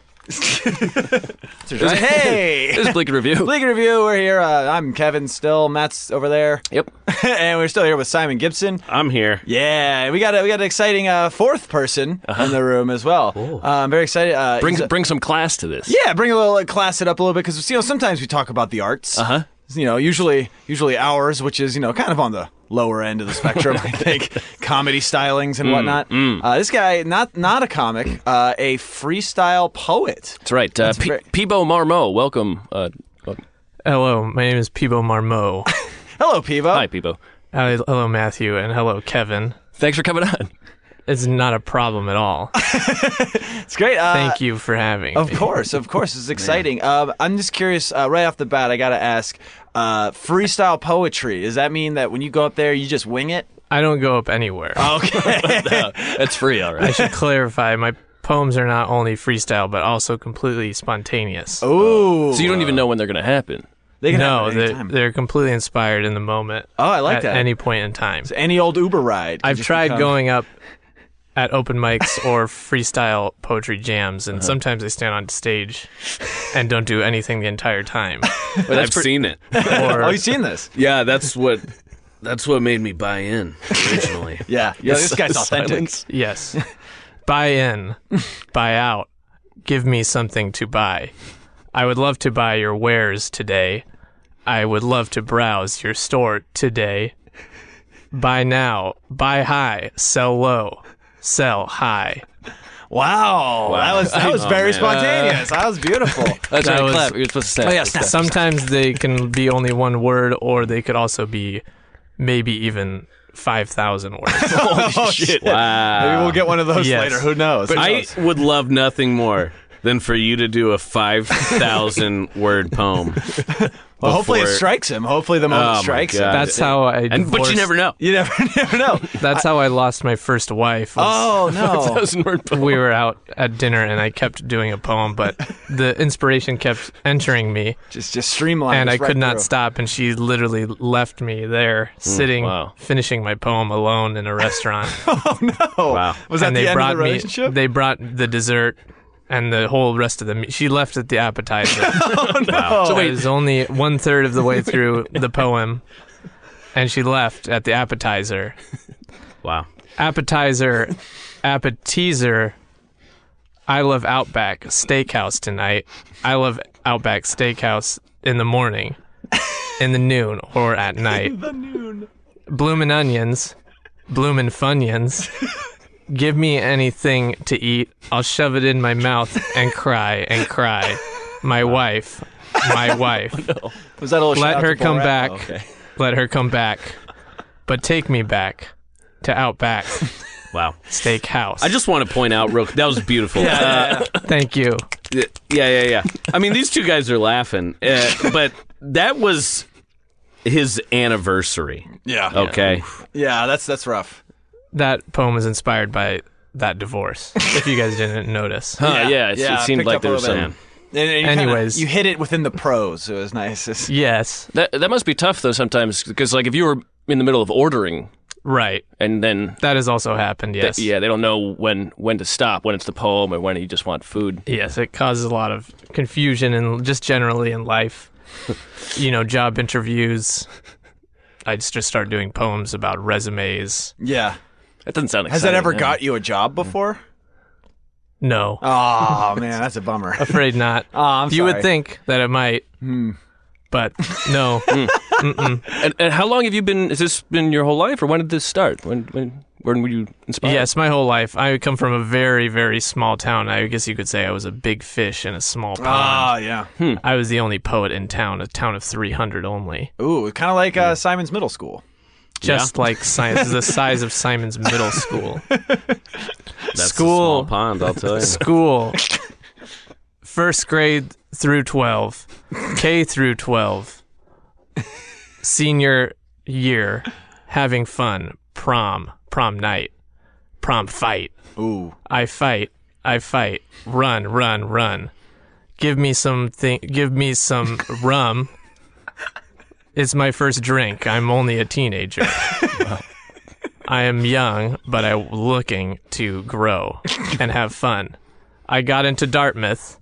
[SPEAKER 2] hey.
[SPEAKER 3] This is Bleak Review.
[SPEAKER 2] League review. We're here. Uh, I'm Kevin. Still, Matt's over there,
[SPEAKER 3] yep.
[SPEAKER 2] and we're still here with Simon Gibson.
[SPEAKER 4] I'm here.
[SPEAKER 2] Yeah, we got a, we got an exciting uh, fourth person in the room as well. Uh, I'm very excited. Uh,
[SPEAKER 3] Bring
[SPEAKER 2] he's a-
[SPEAKER 3] bring some class to this.
[SPEAKER 2] yeah, bring a little like, class it up a little bit because you know sometimes we talk about the arts. Uh
[SPEAKER 3] Uh-huh.
[SPEAKER 2] You know, usually usually ours, which is you know kind of on the lower end of the spectrum. I think comedy stylings
[SPEAKER 5] Mm,
[SPEAKER 2] and whatnot. Uh, this guy not not a comic, uh, a freestyle poet.
[SPEAKER 3] That's right. Uh, P-
[SPEAKER 2] great.
[SPEAKER 3] Peebo Marmo, welcome. Uh, oh,
[SPEAKER 5] Hello, my name is Peebo Marmo.
[SPEAKER 2] Hello, Pivo.
[SPEAKER 3] hi, Peebo.
[SPEAKER 5] Uh, hello, Matthew, and hello, Kevin.
[SPEAKER 3] Thanks for coming on.
[SPEAKER 5] It's not a problem at all.
[SPEAKER 2] It's great. Uh,
[SPEAKER 5] Thank you for having
[SPEAKER 2] Of
[SPEAKER 5] me.
[SPEAKER 2] course, of course, it's exciting. Um, I'm just curious. Uh, right off the bat, I gotta ask: uh, freestyle poetry. Does that mean that when you go up there, you just wing it?
[SPEAKER 5] I don't go up anywhere.
[SPEAKER 2] Oh.
[SPEAKER 3] Uh, That's free, all right.
[SPEAKER 5] I should clarify, my poems are not only freestyle, but also completely spontaneous.
[SPEAKER 2] Ooh,
[SPEAKER 3] So you don't even know when they're gonna happen.
[SPEAKER 2] They can
[SPEAKER 5] Oh. no,
[SPEAKER 2] happen Oh, at any
[SPEAKER 5] they're,
[SPEAKER 2] time.
[SPEAKER 5] they're completely inspired in the moment.
[SPEAKER 2] Oh, I like
[SPEAKER 5] at
[SPEAKER 2] that.
[SPEAKER 5] any point in time.
[SPEAKER 2] any old Uber ride. can
[SPEAKER 5] I've
[SPEAKER 2] just
[SPEAKER 5] tried
[SPEAKER 2] become-
[SPEAKER 5] going up at open mics or freestyle poetry jams,
[SPEAKER 2] Uh-huh.
[SPEAKER 5] and sometimes I stand on stage and don't do anything the entire time.
[SPEAKER 4] I've seen it.
[SPEAKER 5] Or
[SPEAKER 2] Oh, you've seen this?
[SPEAKER 4] Yeah, that's what that's what made me buy in originally.
[SPEAKER 2] Yeah, yeah. This guy's authentic.
[SPEAKER 3] Silence.
[SPEAKER 5] yes, buy in, buy out, give me something to buy. I would love to buy your wares today. I would love to browse your store today. Buy now, buy high, sell low, sell high.
[SPEAKER 2] Wow, that was that was very spontaneous. that was beautiful.
[SPEAKER 3] That's
[SPEAKER 5] That
[SPEAKER 3] right.
[SPEAKER 5] was-
[SPEAKER 3] clap. You're supposed to snap.
[SPEAKER 2] Oh, yeah, snap.
[SPEAKER 5] Sometimes they can be only one word, or they could also be maybe even 5,000 words.
[SPEAKER 2] oh shit! Maybe
[SPEAKER 4] Wow.
[SPEAKER 2] we'll get one of those
[SPEAKER 5] Yes.
[SPEAKER 2] later. Who knows? Who
[SPEAKER 4] Uh, I
[SPEAKER 2] knows?
[SPEAKER 4] would love nothing more than for you to do a 5,000 word poem.
[SPEAKER 2] well, hopefully it
[SPEAKER 4] before-
[SPEAKER 2] strikes him. Hopefully the moment
[SPEAKER 4] Oh, my
[SPEAKER 2] strikes. him.
[SPEAKER 4] God.
[SPEAKER 5] That's how I.
[SPEAKER 4] And, but you
[SPEAKER 5] divorced-
[SPEAKER 4] never know.
[SPEAKER 2] You never, never know.
[SPEAKER 5] That's how I lost my first wife. was
[SPEAKER 2] Oh no!
[SPEAKER 3] Thousand word poem.
[SPEAKER 5] We were out at dinner, and I kept doing a poem, but the inspiration kept entering me,
[SPEAKER 2] just just streamline.
[SPEAKER 5] and I
[SPEAKER 2] just right
[SPEAKER 5] could not
[SPEAKER 2] through. Hmm,
[SPEAKER 5] stop. And she literally left me there, sitting,
[SPEAKER 3] wow.
[SPEAKER 5] finishing my poem alone in a restaurant.
[SPEAKER 2] Oh,
[SPEAKER 4] Wow.
[SPEAKER 2] was that
[SPEAKER 5] and
[SPEAKER 2] the
[SPEAKER 5] they
[SPEAKER 2] end of
[SPEAKER 5] brought
[SPEAKER 2] the relationship?
[SPEAKER 5] me. They brought the dessert and the whole rest of the. meat. She left at the appetizer.
[SPEAKER 2] oh,
[SPEAKER 5] So it was only one third of the way through the poem, and she left at the appetizer.
[SPEAKER 4] Wow.
[SPEAKER 5] Appetizer, appetizer. I love Outback Steakhouse tonight. I love Outback Steakhouse in the morning, in the noon, or at night. the noon. Bloomin' onions, bloomin' funyuns. Give me anything to eat. I'll shove it in my mouth and cry and cry. My wife, my wife.
[SPEAKER 2] was that a little
[SPEAKER 5] Let
[SPEAKER 2] shout-out
[SPEAKER 5] her
[SPEAKER 2] to
[SPEAKER 5] come
[SPEAKER 2] Borat?
[SPEAKER 5] back.
[SPEAKER 2] Oh, okay.
[SPEAKER 5] Let her come back, but take me back to Outback
[SPEAKER 4] Wow.
[SPEAKER 5] Steakhouse.
[SPEAKER 4] I just want to point out real that was beautiful. Uh,
[SPEAKER 5] thank you.
[SPEAKER 4] yeah, yeah, yeah, I mean, these two guys are laughing, uh, but that was his anniversary.
[SPEAKER 2] Yeah.
[SPEAKER 4] Okay.
[SPEAKER 2] Yeah, that's that's rough.
[SPEAKER 5] That poem was inspired by that divorce. If you guys didn't notice,
[SPEAKER 3] Huh, yeah, it,
[SPEAKER 2] yeah,
[SPEAKER 3] it
[SPEAKER 2] I
[SPEAKER 3] seemed
[SPEAKER 2] picked
[SPEAKER 3] like
[SPEAKER 2] up
[SPEAKER 3] there
[SPEAKER 2] a
[SPEAKER 3] was
[SPEAKER 2] little
[SPEAKER 3] some.
[SPEAKER 2] bit. And- and you kinda-
[SPEAKER 5] Anyways.
[SPEAKER 2] you hit it within the prose. It was nice. It's-
[SPEAKER 5] yes,
[SPEAKER 3] That that must be tough though sometimes because like if you were in the middle of ordering
[SPEAKER 5] right.
[SPEAKER 3] and then
[SPEAKER 5] That has also happened. Yes,
[SPEAKER 3] yeah they don't know when when to stop when it's the poem or when you just want food.
[SPEAKER 5] yes. It causes a lot of confusion and just generally in life. you know, job interviews. I just just start doing poems about resumes.
[SPEAKER 2] yeah.
[SPEAKER 3] That doesn't sound.
[SPEAKER 2] Has
[SPEAKER 3] exciting,
[SPEAKER 2] that ever
[SPEAKER 3] yeah.
[SPEAKER 2] got you a job before?
[SPEAKER 5] No,
[SPEAKER 2] Oh man, that's a bummer.
[SPEAKER 5] afraid not.
[SPEAKER 2] Oh, I'm
[SPEAKER 5] you would
[SPEAKER 2] sorry.
[SPEAKER 5] think that it might, but no.
[SPEAKER 3] And, and how long have you been? Has this been your whole life, or when did this start? When when when were you inspired?
[SPEAKER 5] Yes, my whole life. I come from a very, very small town. I guess you could say I was a big fish in a small pond.
[SPEAKER 2] Ah, yeah.
[SPEAKER 5] I was the only poet in town, a town of 300 only.
[SPEAKER 2] Ooh, kind of like uh, Simon's Middle School.
[SPEAKER 5] Just like science, the size of Simon's middle school.
[SPEAKER 4] That's a small
[SPEAKER 5] School.
[SPEAKER 4] pond, I'll tell you.
[SPEAKER 5] School. First grade through 12, K through 12, senior year, having fun, prom, prom night, prom fight.
[SPEAKER 2] Ooh.
[SPEAKER 5] I fight, I fight, run, run, run. Give me some thing, give me some rum. It's my first drink. I'm only a teenager. I am young, but I'm looking to grow and have fun. I got into Dartmouth.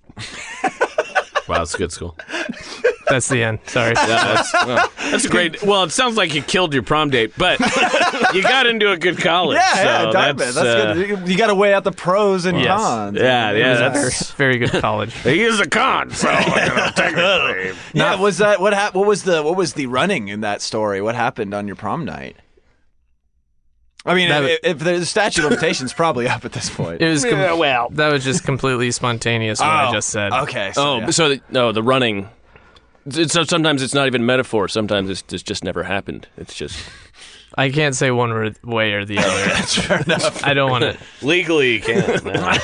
[SPEAKER 4] Wow, it's a good school.
[SPEAKER 5] That's the end. Sorry.
[SPEAKER 4] That's, that's a great. Well, it sounds like you killed your prom date, but you got into a good college.
[SPEAKER 2] Yeah, yeah,
[SPEAKER 4] so
[SPEAKER 2] Dartmouth. That's,
[SPEAKER 4] uh,
[SPEAKER 2] good. You got to weigh out the pros and
[SPEAKER 5] Yes.
[SPEAKER 2] cons.
[SPEAKER 4] Yeah, yeah, that's.
[SPEAKER 5] Very- Very good college.
[SPEAKER 4] uh, He is a con, so you know, technically.
[SPEAKER 2] Yeah, was that what hap- what was the what was the running in that story? What happened on your prom night? I mean,
[SPEAKER 5] That-
[SPEAKER 2] if, if the statute of limitations probably up at this point.
[SPEAKER 5] It was com-
[SPEAKER 4] Yeah, well.
[SPEAKER 5] that was just completely spontaneous what I
[SPEAKER 2] Oh,
[SPEAKER 5] just said.
[SPEAKER 2] Okay. So,
[SPEAKER 3] Oh,
[SPEAKER 2] yeah.
[SPEAKER 3] so the, no, the running. It's, so sometimes it's not even metaphor. Sometimes it's, it's just never happened. It's just
[SPEAKER 5] I can't say one word- way or the other.
[SPEAKER 2] fair enough.
[SPEAKER 5] I don't want to
[SPEAKER 4] Legally, you can't. no.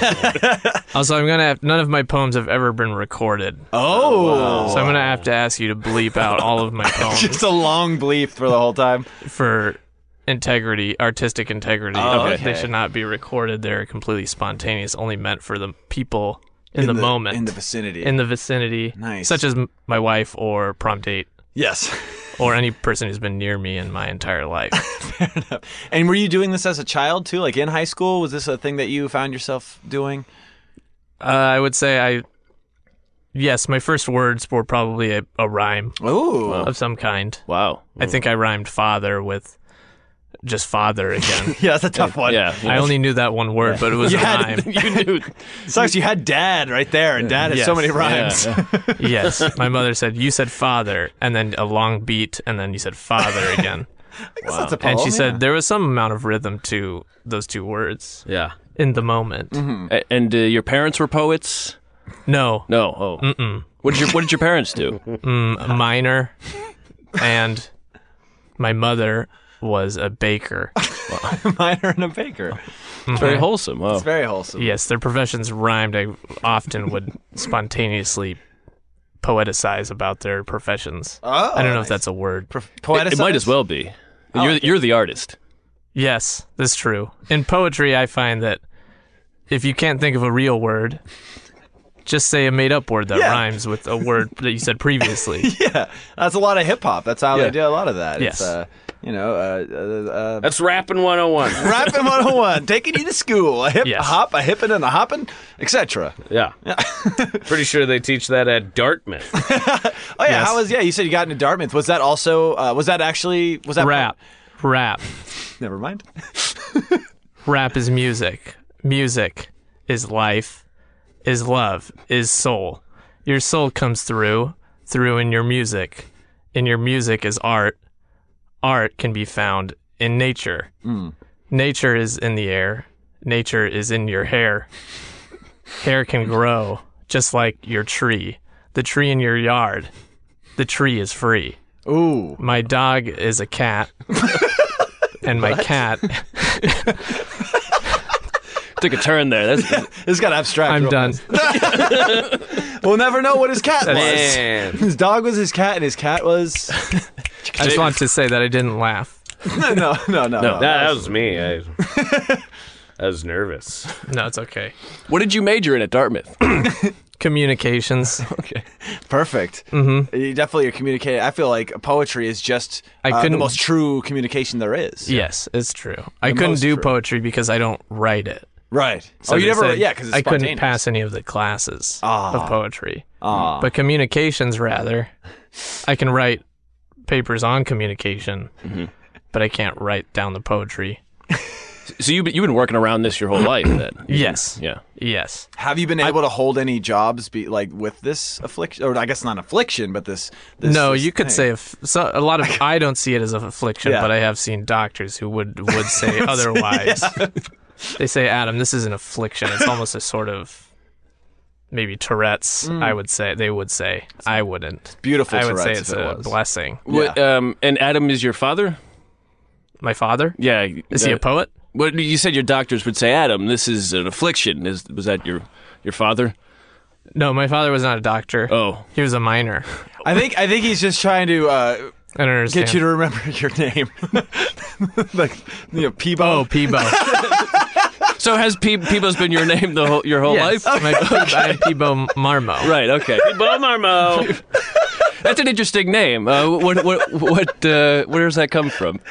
[SPEAKER 5] Also, I'm gonna have none of my poems have ever been recorded,
[SPEAKER 2] Oh,
[SPEAKER 5] so I'm gonna have to ask you to bleep out all of my poems
[SPEAKER 2] just a long bleep for the whole time.
[SPEAKER 5] for integrity, artistic integrity.
[SPEAKER 2] Oh, okay.
[SPEAKER 5] They should not be recorded. They're completely spontaneous, only meant for the people in, the, moment,
[SPEAKER 2] in the vicinity.
[SPEAKER 5] in the vicinity,
[SPEAKER 2] Nice.
[SPEAKER 5] such as m- my wife or prom date
[SPEAKER 2] yes,
[SPEAKER 5] or any person who's been near me in my entire life.
[SPEAKER 2] fair enough. And were you doing this as a child too? Like in high school, was this a thing that you found yourself doing?
[SPEAKER 5] uh, I would say I, yes, my first words were probably a, a rhyme
[SPEAKER 2] Oh,
[SPEAKER 5] of some kind.
[SPEAKER 3] Wow.
[SPEAKER 5] I think I rhymed father with just father again.
[SPEAKER 2] yeah, that's a tough one.
[SPEAKER 3] Yeah.
[SPEAKER 5] I only knew that one word, but it was
[SPEAKER 2] Yeah,
[SPEAKER 5] a rhyme.
[SPEAKER 3] you knew.
[SPEAKER 2] sucks. You had dad right there, and dad has so
[SPEAKER 5] Yes.
[SPEAKER 2] many rhymes.
[SPEAKER 5] yes, my mother said you said father, and then a long beat, and then you said father again.
[SPEAKER 2] That's a
[SPEAKER 5] and she
[SPEAKER 2] poem,
[SPEAKER 5] said there was some amount of rhythm to those two words
[SPEAKER 4] Yeah.
[SPEAKER 5] in the moment.
[SPEAKER 2] Mm.
[SPEAKER 3] A- And uh, your parents were poets?
[SPEAKER 5] No,
[SPEAKER 3] No. Oh. Mm-mm. What did your What did your parents do?
[SPEAKER 5] a minor, and my mother was a baker.
[SPEAKER 2] yeah. miner and a baker.
[SPEAKER 3] It's very wholesome. Wow.
[SPEAKER 2] It's very wholesome.
[SPEAKER 5] Yes, their professions rhymed. I often would spontaneously poeticize about their professions.
[SPEAKER 2] Oh,
[SPEAKER 5] I don't know
[SPEAKER 2] nice.
[SPEAKER 5] if that's a word.
[SPEAKER 2] Poeticized?
[SPEAKER 3] It, it might as well be.
[SPEAKER 4] Oh,
[SPEAKER 3] You're You're the artist.
[SPEAKER 5] Yes, that's true. In poetry, I find that if you can't think of a real word, just say a made up word that
[SPEAKER 2] Yeah.
[SPEAKER 5] rhymes with a word that you said previously.
[SPEAKER 2] Yeah, that's a lot of hip hop. That's how they
[SPEAKER 3] Yeah.
[SPEAKER 2] did a lot of that. It's,
[SPEAKER 5] Yes.
[SPEAKER 2] uh, you know, uh, uh, uh,
[SPEAKER 4] That's rapping 101.
[SPEAKER 2] Rapping 101, taking you to school, a hip,
[SPEAKER 5] Yes.
[SPEAKER 2] a hop, a hippin' and a hoppin', etc.
[SPEAKER 4] yeah. Pretty sure they teach that at Dartmouth.
[SPEAKER 2] Oh yeah, how was yeah? You said you got into Dartmouth. Was that also? Uh, was that actually? Was that
[SPEAKER 5] rap, rap,
[SPEAKER 2] Never mind.
[SPEAKER 5] rap is music. Music is life, is love, is soul. Your soul comes through, through in your music. In your music is art. Art can be found in nature. Nature is in the air. Nature is in your hair. hair can grow just like your tree. The tree in your yard. The tree is free.
[SPEAKER 2] Ooh,
[SPEAKER 5] My dog is a cat. and my cat
[SPEAKER 3] Took a turn there. That's
[SPEAKER 2] this got abstract.
[SPEAKER 5] I'm
[SPEAKER 2] real
[SPEAKER 5] done.
[SPEAKER 2] fast. We'll never know what his cat was.
[SPEAKER 4] Man.
[SPEAKER 2] His dog was his cat, and his cat was
[SPEAKER 5] I just want to say that I didn't laugh.
[SPEAKER 2] no, no, no, no.
[SPEAKER 4] Nah, that was me. I, I was nervous.
[SPEAKER 5] No, it's okay.
[SPEAKER 3] what did you major in at Dartmouth?
[SPEAKER 5] Communications.
[SPEAKER 2] Perfect. Mm-hmm. You definitely are communicating. I feel like poetry is just
[SPEAKER 5] I
[SPEAKER 2] uh, the
[SPEAKER 5] couldn't-
[SPEAKER 2] most true communication there is.
[SPEAKER 5] yes, it's true. I couldn't
[SPEAKER 2] most
[SPEAKER 5] do
[SPEAKER 2] true.
[SPEAKER 5] poetry because I don't write it.
[SPEAKER 2] Right. oh,
[SPEAKER 5] So
[SPEAKER 2] you
[SPEAKER 5] they
[SPEAKER 2] never.
[SPEAKER 5] said
[SPEAKER 2] yeah, because
[SPEAKER 5] I couldn't pass any of the classes of poetry.
[SPEAKER 2] Ah.
[SPEAKER 5] But communications, rather, I can write papers on communication, but I can't write down the poetry.
[SPEAKER 3] So you you've been working around this your whole life. Then.
[SPEAKER 5] Yes.
[SPEAKER 3] Yeah.
[SPEAKER 5] Yes.
[SPEAKER 2] Have you been able to hold any jobs be, like with this affliction, or I guess not affliction, but this? this
[SPEAKER 5] no,
[SPEAKER 2] this
[SPEAKER 5] you could
[SPEAKER 2] thing.
[SPEAKER 5] say if, so, a lot of. I don't see it as an affliction,
[SPEAKER 2] Yeah.
[SPEAKER 5] but I have seen doctors who would would say otherwise. They say, Adam, this is an affliction. It's almost a sort of maybe Tourette's. I would say they would say I wouldn't.
[SPEAKER 2] beautiful.
[SPEAKER 5] I would say
[SPEAKER 2] Mm. Tourette's
[SPEAKER 5] it's
[SPEAKER 2] if it
[SPEAKER 5] a
[SPEAKER 2] was.
[SPEAKER 5] blessing.
[SPEAKER 3] What, um, and Adam is your father.
[SPEAKER 5] My father
[SPEAKER 3] Yeah. uh,
[SPEAKER 5] is he a poet?
[SPEAKER 3] What you said your doctors would say, Adam. This is an affliction. Is was that your your father?
[SPEAKER 5] No, my father was not a doctor.
[SPEAKER 3] Oh.
[SPEAKER 5] He was a minor.
[SPEAKER 2] I think I think he's just trying to uh,
[SPEAKER 5] I don't understand.
[SPEAKER 2] get you to remember your name, like you know, Peebo.
[SPEAKER 5] oh, Peebo.
[SPEAKER 3] So has Pe- Peebo's been your name the whole, your whole
[SPEAKER 5] yes,
[SPEAKER 3] life?
[SPEAKER 5] my, I am Peebo Marmo.
[SPEAKER 3] Right. Okay.
[SPEAKER 4] Bomarmo.
[SPEAKER 3] That's an interesting name. Uh, what what what uh, where does that come from?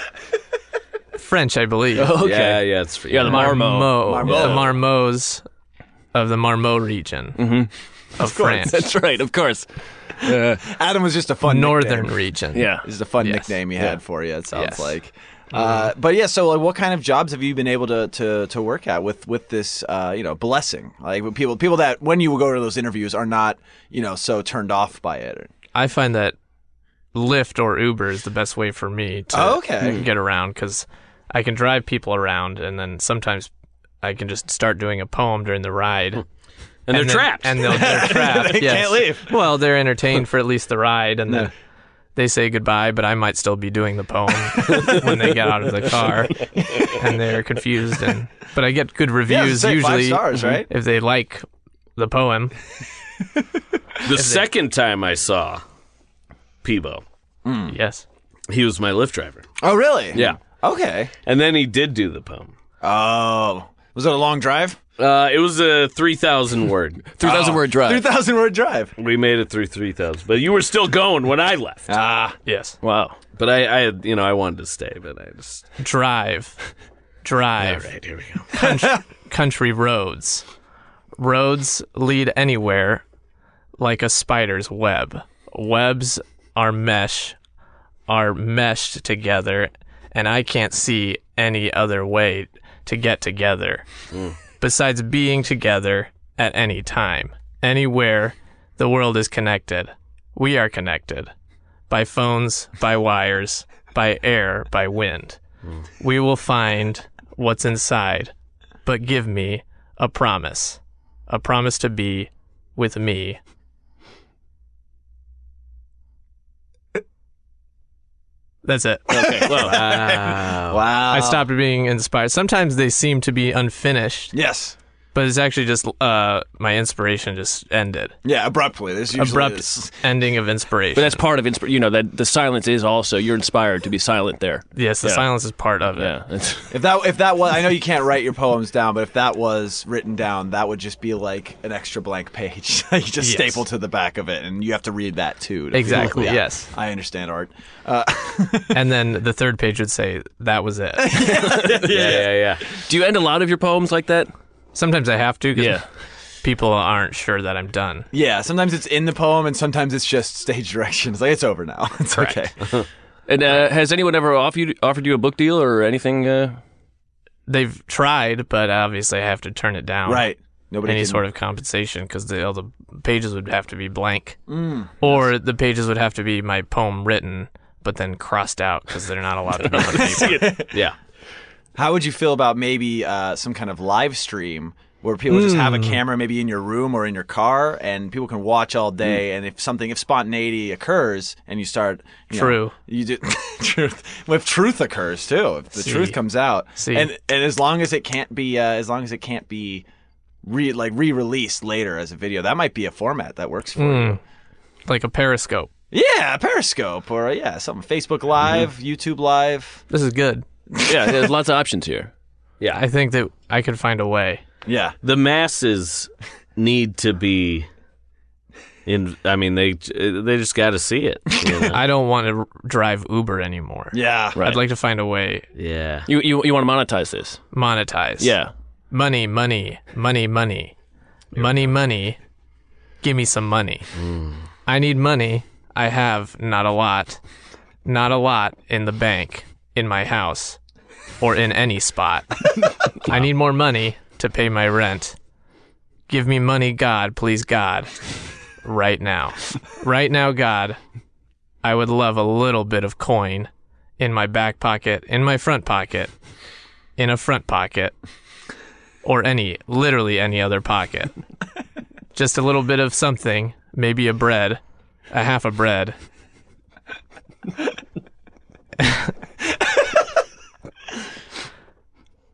[SPEAKER 5] French, I believe.
[SPEAKER 2] Oh.
[SPEAKER 3] Okay.
[SPEAKER 4] Yeah, yeah, it's for
[SPEAKER 3] Yeah, the Marmo.
[SPEAKER 5] Marmo.
[SPEAKER 2] Marmo.
[SPEAKER 5] The Marmos of the Marmot region of France.
[SPEAKER 3] That's right. Of course.
[SPEAKER 2] Adam was just a fun
[SPEAKER 5] Northern
[SPEAKER 2] Nickname.
[SPEAKER 5] region.
[SPEAKER 3] Yeah.
[SPEAKER 2] This is a fun
[SPEAKER 5] Yes.
[SPEAKER 2] nickname he had for you. It sounds
[SPEAKER 5] Yes. Mm-hmm.
[SPEAKER 2] like. Uh, but yeah, so like, what kind of jobs have you been able to to, to work at with with this uh, you know blessing? Like with people people that when you go to those interviews are not you know so turned off by it.
[SPEAKER 5] I find that Lyft or Uber is the best way for me to
[SPEAKER 2] Oh, okay.
[SPEAKER 5] get around because I can drive people around, and then sometimes I can just start doing a poem during the ride.
[SPEAKER 4] And they're
[SPEAKER 5] then-
[SPEAKER 4] trapped.
[SPEAKER 5] And they'll, they're trapped.
[SPEAKER 2] They
[SPEAKER 5] yes.
[SPEAKER 2] can't leave.
[SPEAKER 5] Well, they're entertained for at least the ride, and then they say goodbye. But I might still be doing the poem when they get out of the car, and they're confused. And but I get good reviews
[SPEAKER 2] say five
[SPEAKER 5] usually Mm-hmm.
[SPEAKER 2] stars, right?
[SPEAKER 5] if they like the poem.
[SPEAKER 4] the second time I saw Peebo,
[SPEAKER 5] Yes.
[SPEAKER 4] he was my Lyft driver.
[SPEAKER 2] Oh really?
[SPEAKER 4] Yeah.
[SPEAKER 2] Okay.
[SPEAKER 4] And then he did do the poem.
[SPEAKER 2] Oh, was it a long drive?
[SPEAKER 4] Uh, it was a 3,000 word.
[SPEAKER 5] Ah.
[SPEAKER 3] 3,000 word drive.
[SPEAKER 2] 3,000 word drive.
[SPEAKER 4] We made it through 3,000, but you were still going when I left.
[SPEAKER 2] Ah.
[SPEAKER 5] Yes.
[SPEAKER 3] wow.
[SPEAKER 4] But I, I, had- you know, I wanted to stay, but I just.
[SPEAKER 5] Drive. Drive.
[SPEAKER 4] Right, here we go.
[SPEAKER 5] Country roads. Roads lead anywhere like a spider's web. Webs are mesh, are meshed together, and I can't see any other way to get together besides being together at any time. Anywhere, the world is connected. We are connected by phones, by wires, by air, by wind. We will find what's inside, but give me a promise. A promise to be with me. That's it.
[SPEAKER 3] Okay, well,
[SPEAKER 4] Uh,
[SPEAKER 2] Wow.
[SPEAKER 5] I stopped being inspired. Sometimes they seem to be unfinished,
[SPEAKER 2] Yes.
[SPEAKER 5] but it's actually just uh, my inspiration just ended.
[SPEAKER 2] Yeah, abruptly. There's usually
[SPEAKER 5] Abrupt
[SPEAKER 2] this-
[SPEAKER 5] ending of inspiration.
[SPEAKER 3] but that's part of inspiration. You know, that the silence is also, you're inspired to be silent there.
[SPEAKER 5] yes, the
[SPEAKER 3] Yeah.
[SPEAKER 5] silence is part of it.
[SPEAKER 3] Yeah. It's,
[SPEAKER 2] If that if that was I know you can't write your poems down, but if that was written down, that would just be like an extra blank page. you just staple to the back of it, and you have to read that too. to feel-
[SPEAKER 5] Exactly,
[SPEAKER 2] Yeah.
[SPEAKER 5] yes.
[SPEAKER 2] I understand art.
[SPEAKER 5] And then the third page would say, That was it.
[SPEAKER 4] Yeah, yeah, yeah.
[SPEAKER 3] do you end a lot of your poems like that?
[SPEAKER 5] Sometimes I have to because
[SPEAKER 3] Yeah.
[SPEAKER 5] people aren't sure that I'm done.
[SPEAKER 2] Yeah, sometimes it's in the poem, and sometimes it's just stage directions. Like it's over now. It's okay.
[SPEAKER 3] And uh, has anyone ever offered you, offered you a book deal or anything? Uh,
[SPEAKER 5] They've tried, but obviously I have to turn it down.
[SPEAKER 2] right. Nobody.
[SPEAKER 5] Any
[SPEAKER 2] can-
[SPEAKER 5] sort of compensation because the, all the pages would have to be blank.
[SPEAKER 2] Mm,
[SPEAKER 5] or the pages would have to be my poem written, but then crossed out because they're not allowed to be on paper.
[SPEAKER 4] Yeah.
[SPEAKER 2] How would you feel about maybe uh, some kind of live stream where people just have a
[SPEAKER 5] Hmm.
[SPEAKER 2] camera maybe in your room or in your car and people can watch
[SPEAKER 5] Hmm.
[SPEAKER 2] all day and if something if spontaneity occurs and you start you know,
[SPEAKER 5] True.
[SPEAKER 2] you do truth well, if truth occurs too if the truth comes out
[SPEAKER 5] See.
[SPEAKER 2] and and as long as it can't be uh, as long as it can't be re like re-released later as a video that might be a format that works for
[SPEAKER 5] Hmm. like a periscope.
[SPEAKER 2] you yeah periscope or yeah something facebook live
[SPEAKER 5] Mm-hmm.
[SPEAKER 2] youtube live
[SPEAKER 5] This is good.
[SPEAKER 3] yeah, there's lots of options here.
[SPEAKER 5] I think that I could find a way.
[SPEAKER 2] yeah
[SPEAKER 4] The masses need to be. In, I mean, they they just got to see it. you know?
[SPEAKER 5] I don't want to r- drive Uber anymore.
[SPEAKER 2] yeah right
[SPEAKER 5] I'd like to find a way
[SPEAKER 4] Yeah.
[SPEAKER 3] You, you, you want to monetize this?
[SPEAKER 5] monetize.
[SPEAKER 3] Yeah.
[SPEAKER 5] money, money, money, money, money, money. Give me some money. I need money. I have not a lot, not a lot in the bank, in my house, or in any spot. I need more money to pay my rent. Give me money, God, please, God, right now. Right now, God, I would love a little bit of coin in my back pocket, in my front pocket, in a front pocket or any, literally any other pocket. Just a little bit of something, maybe a bread, a half a bread.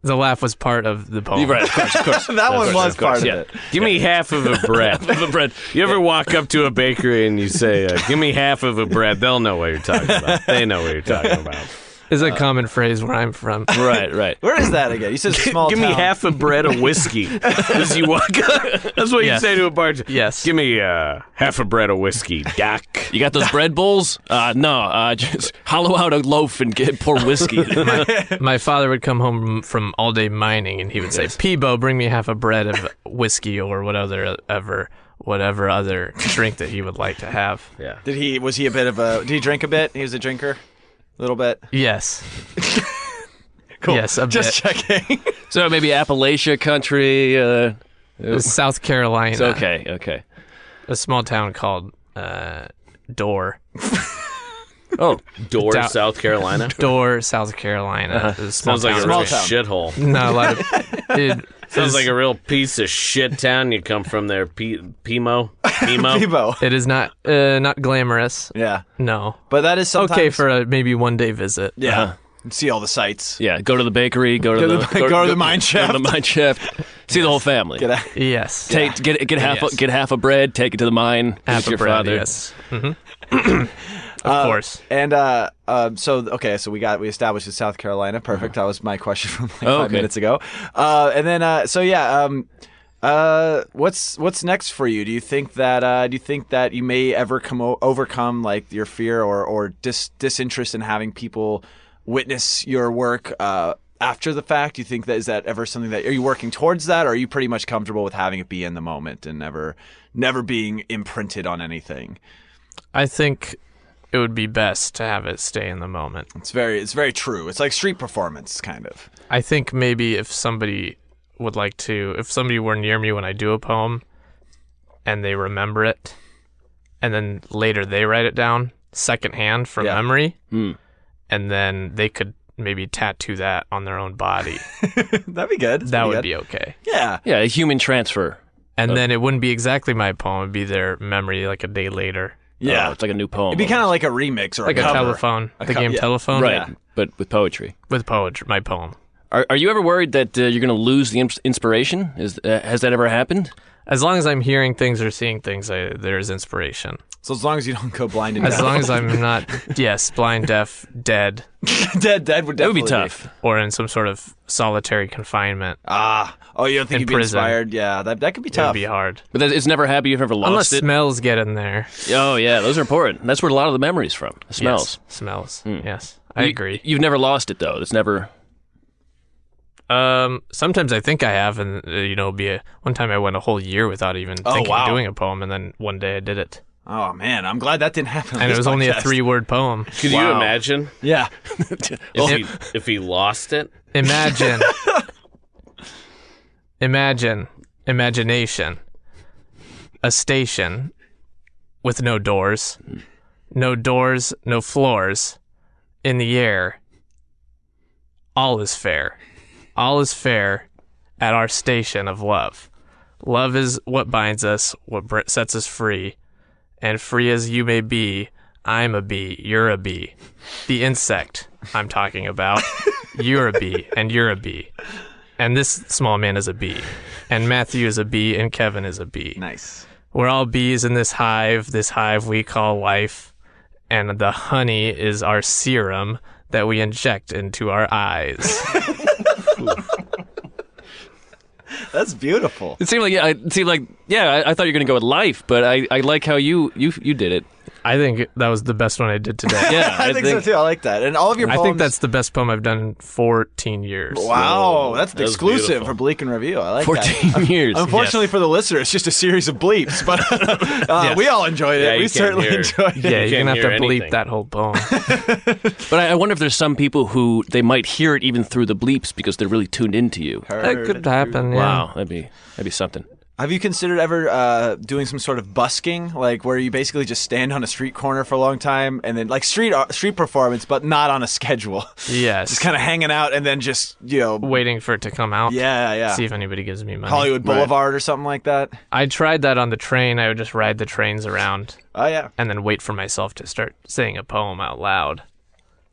[SPEAKER 5] the laugh was part of the poem.
[SPEAKER 3] You're right, of course, of course.
[SPEAKER 2] that one was part of
[SPEAKER 3] yeah.
[SPEAKER 2] it
[SPEAKER 4] Give me half of a bread.
[SPEAKER 3] The bread.
[SPEAKER 4] You ever walk up to a bakery and you say, uh, "Give me half of a bread"? They'll know what you're talking about. They know what you're talking about.
[SPEAKER 5] It's
[SPEAKER 3] Uh,
[SPEAKER 5] a common phrase where I'm from.
[SPEAKER 3] Right, right.
[SPEAKER 2] Where is that again? You said small
[SPEAKER 4] Give me
[SPEAKER 2] town.
[SPEAKER 4] half a bread of whiskey as you walk up. That's what
[SPEAKER 5] Yes.
[SPEAKER 4] you say to a bartender.
[SPEAKER 5] Yes.
[SPEAKER 4] Give me uh, half a bread of whiskey, Doc.
[SPEAKER 3] You got those bread bowls? Uh, no, uh, just hollow out a loaf and get pour whiskey.
[SPEAKER 5] My father would come home from all day mining and he would say, Peebo, bring me half a bread of whiskey or whatever, ever, whatever other drink that he would like to have.
[SPEAKER 2] Did he? Was he a bit of a? Did he drink a bit? He was a drinker, a little bit.
[SPEAKER 5] Yes.
[SPEAKER 2] Cool.
[SPEAKER 5] Yes, a
[SPEAKER 2] Just checking.
[SPEAKER 3] so maybe Appalachia country. Uh,
[SPEAKER 5] South Carolina.
[SPEAKER 3] it's okay, okay.
[SPEAKER 5] a small town called uh, Door,
[SPEAKER 4] Oh, Door,
[SPEAKER 5] Doc.
[SPEAKER 4] South Carolina.
[SPEAKER 5] Door, South Carolina. It's a small
[SPEAKER 4] Uh-huh. Sounds like a
[SPEAKER 5] town.
[SPEAKER 4] real
[SPEAKER 2] town.
[SPEAKER 4] shithole.
[SPEAKER 5] Not a lot of. It,
[SPEAKER 4] Sounds
[SPEAKER 5] is-
[SPEAKER 4] like a real piece of shit town. You come from there, P- Pimo. Pimo.
[SPEAKER 2] Bebo.
[SPEAKER 5] It is not uh, not glamorous.
[SPEAKER 2] Yeah,
[SPEAKER 5] No.
[SPEAKER 2] but that is sometimes,
[SPEAKER 5] Okay for a maybe one day visit.
[SPEAKER 2] yeah. See all the sights.
[SPEAKER 3] uh-huh. Yeah, go to the bakery, go to
[SPEAKER 2] Go to
[SPEAKER 3] the,
[SPEAKER 2] the- go to the mine shaft.
[SPEAKER 3] Go to the mine shaft. See the whole family.
[SPEAKER 2] Get out.
[SPEAKER 5] Yes.
[SPEAKER 3] Take get get half
[SPEAKER 5] Yes.
[SPEAKER 3] a, get half a bread. Take it to the mine. give it
[SPEAKER 5] Half
[SPEAKER 3] to
[SPEAKER 5] a
[SPEAKER 3] your
[SPEAKER 5] bread,
[SPEAKER 2] Mm-hmm.
[SPEAKER 3] father.
[SPEAKER 5] yes. Of course.
[SPEAKER 2] And uh, uh, so okay, so we got we established in South Carolina. Perfect. That was my question from like
[SPEAKER 3] Uh-huh. Oh,
[SPEAKER 2] five
[SPEAKER 3] okay.
[SPEAKER 2] minutes ago. Uh, and then uh, so yeah, um, uh, what's what's next for you? Do you think that uh, do you think that you may ever come o- overcome like your fear or or dis- disinterest in having people witness your work? Uh, after the fact, do you think that is that ever something that are you working towards that, or are you pretty much comfortable with having it be in the moment and never, never being imprinted on anything?
[SPEAKER 5] I think it would be best to have it stay in the moment.
[SPEAKER 2] It's very it's very true. It's like street performance kind of.
[SPEAKER 5] I think maybe if somebody would like to, if somebody were near me when I do a poem and they remember it, and then later they write it down secondhand from
[SPEAKER 2] Yeah. Mm.
[SPEAKER 5] memory, and then they could maybe tattoo that on their own body.
[SPEAKER 2] That'd be good.
[SPEAKER 5] that would be okay.
[SPEAKER 2] Yeah. Uh,
[SPEAKER 3] Yeah, a human transfer.
[SPEAKER 5] And then it wouldn't be exactly my poem, it'd be their memory like a day later.
[SPEAKER 2] Yeah.
[SPEAKER 3] Oh, it's like a new poem.
[SPEAKER 2] It'd be kind of like a remix or
[SPEAKER 5] Like
[SPEAKER 2] a
[SPEAKER 5] a
[SPEAKER 2] cover.
[SPEAKER 5] telephone, the
[SPEAKER 2] co-
[SPEAKER 5] game
[SPEAKER 2] yeah.
[SPEAKER 5] telephone,
[SPEAKER 3] right, but with poetry.
[SPEAKER 5] With poetry, my poem.
[SPEAKER 3] Are, are you ever worried that uh, you're going to lose the ins- inspiration? Is uh, has that ever happened?
[SPEAKER 5] As long as I'm hearing things or seeing things, I, there's inspiration.
[SPEAKER 2] So as long as you don't go blind and
[SPEAKER 5] As
[SPEAKER 2] deaf.
[SPEAKER 5] long as I'm not, yes, blind, deaf, dead,
[SPEAKER 2] dead, dead would
[SPEAKER 3] That would
[SPEAKER 2] definitely
[SPEAKER 3] be tough.
[SPEAKER 5] or in some sort of solitary confinement,
[SPEAKER 2] Ah. Oh, you don't think
[SPEAKER 5] In
[SPEAKER 2] you'd be
[SPEAKER 5] prison.
[SPEAKER 2] inspired? Yeah. That that could be
[SPEAKER 5] it would
[SPEAKER 2] tough.
[SPEAKER 5] be hard.
[SPEAKER 3] But that, it's never happy. You've never
[SPEAKER 5] Unless
[SPEAKER 3] lost it.
[SPEAKER 5] smells get in there.
[SPEAKER 3] oh yeah, those are important. That's where a lot of the memories from. the smells.
[SPEAKER 5] Yes, smells. Yes, I
[SPEAKER 3] You-
[SPEAKER 5] agree.
[SPEAKER 3] You've never lost it though. It's never.
[SPEAKER 5] Um, sometimes I think I have, and uh, you know, it'll be a, one time I went a whole year without even thinking
[SPEAKER 2] wow.
[SPEAKER 5] of doing a poem, and then one day I did it,
[SPEAKER 2] oh man, I'm glad that didn't happen. on
[SPEAKER 5] and it
[SPEAKER 2] this
[SPEAKER 5] was only a
[SPEAKER 2] podcast.
[SPEAKER 5] three-word poem.
[SPEAKER 4] Could you imagine
[SPEAKER 2] Yeah.
[SPEAKER 4] if, he, if he lost it?
[SPEAKER 5] Imagine, imagine, imagination, a station with no doors, no doors, no floors, in the air. All is fair. All is fair at our station of love. Love is what binds us, what br- sets us free. And free as you may be, I'm a bee, you're a bee. The insect I'm talking about, you're a bee, and you're a bee. And this small man is a bee. And Matthew is a bee, and Kevin is a bee.
[SPEAKER 2] Nice.
[SPEAKER 5] We're all bees in this hive, this hive we call life, and the honey is our serum that we inject into our eyes.
[SPEAKER 2] That's beautiful.
[SPEAKER 3] It seemed like yeah. It seemed like yeah. I, I thought you were going to go with life, but I, I like how you you you did it.
[SPEAKER 5] I think that was the best one I did today.
[SPEAKER 3] Yeah,
[SPEAKER 2] I, think, so too. I like that. And all of your
[SPEAKER 5] I
[SPEAKER 2] poems.
[SPEAKER 5] think that's the best poem I've done in 14 years.
[SPEAKER 2] Wow, that's an
[SPEAKER 4] That was
[SPEAKER 2] exclusive
[SPEAKER 4] beautiful.
[SPEAKER 2] for Bleak and Review. I like that.
[SPEAKER 3] Fourteen years.
[SPEAKER 2] Unfortunately for the listener, it's just a series of bleeps, but uh, we all enjoyed it.
[SPEAKER 4] Yeah, you
[SPEAKER 2] we
[SPEAKER 4] can't
[SPEAKER 2] certainly
[SPEAKER 4] hear.
[SPEAKER 2] enjoyed it.
[SPEAKER 5] Yeah,
[SPEAKER 4] can't
[SPEAKER 5] you're going to have to
[SPEAKER 4] hear
[SPEAKER 5] bleep
[SPEAKER 4] anything.
[SPEAKER 5] that whole poem.
[SPEAKER 3] But I, I wonder if there's some people who they might hear it even through the bleeps because they're really tuned into you.
[SPEAKER 5] that could happen, yeah.
[SPEAKER 3] Wow, that'd be that'd be something.
[SPEAKER 2] Have you considered ever uh, doing some sort of busking, like where you basically just stand on a street corner for a long time, and then like street ar- street performance, but not on a schedule,
[SPEAKER 5] Yes.
[SPEAKER 2] just kind of hanging out, and then just you know,
[SPEAKER 5] Waiting for it to come out.
[SPEAKER 2] yeah, yeah,
[SPEAKER 5] See if anybody gives me money.
[SPEAKER 2] Hollywood Boulevard or something like that.
[SPEAKER 5] I tried that on the train. I would just ride the trains around.
[SPEAKER 2] Oh yeah,
[SPEAKER 5] and then wait for myself to start saying a poem out loud.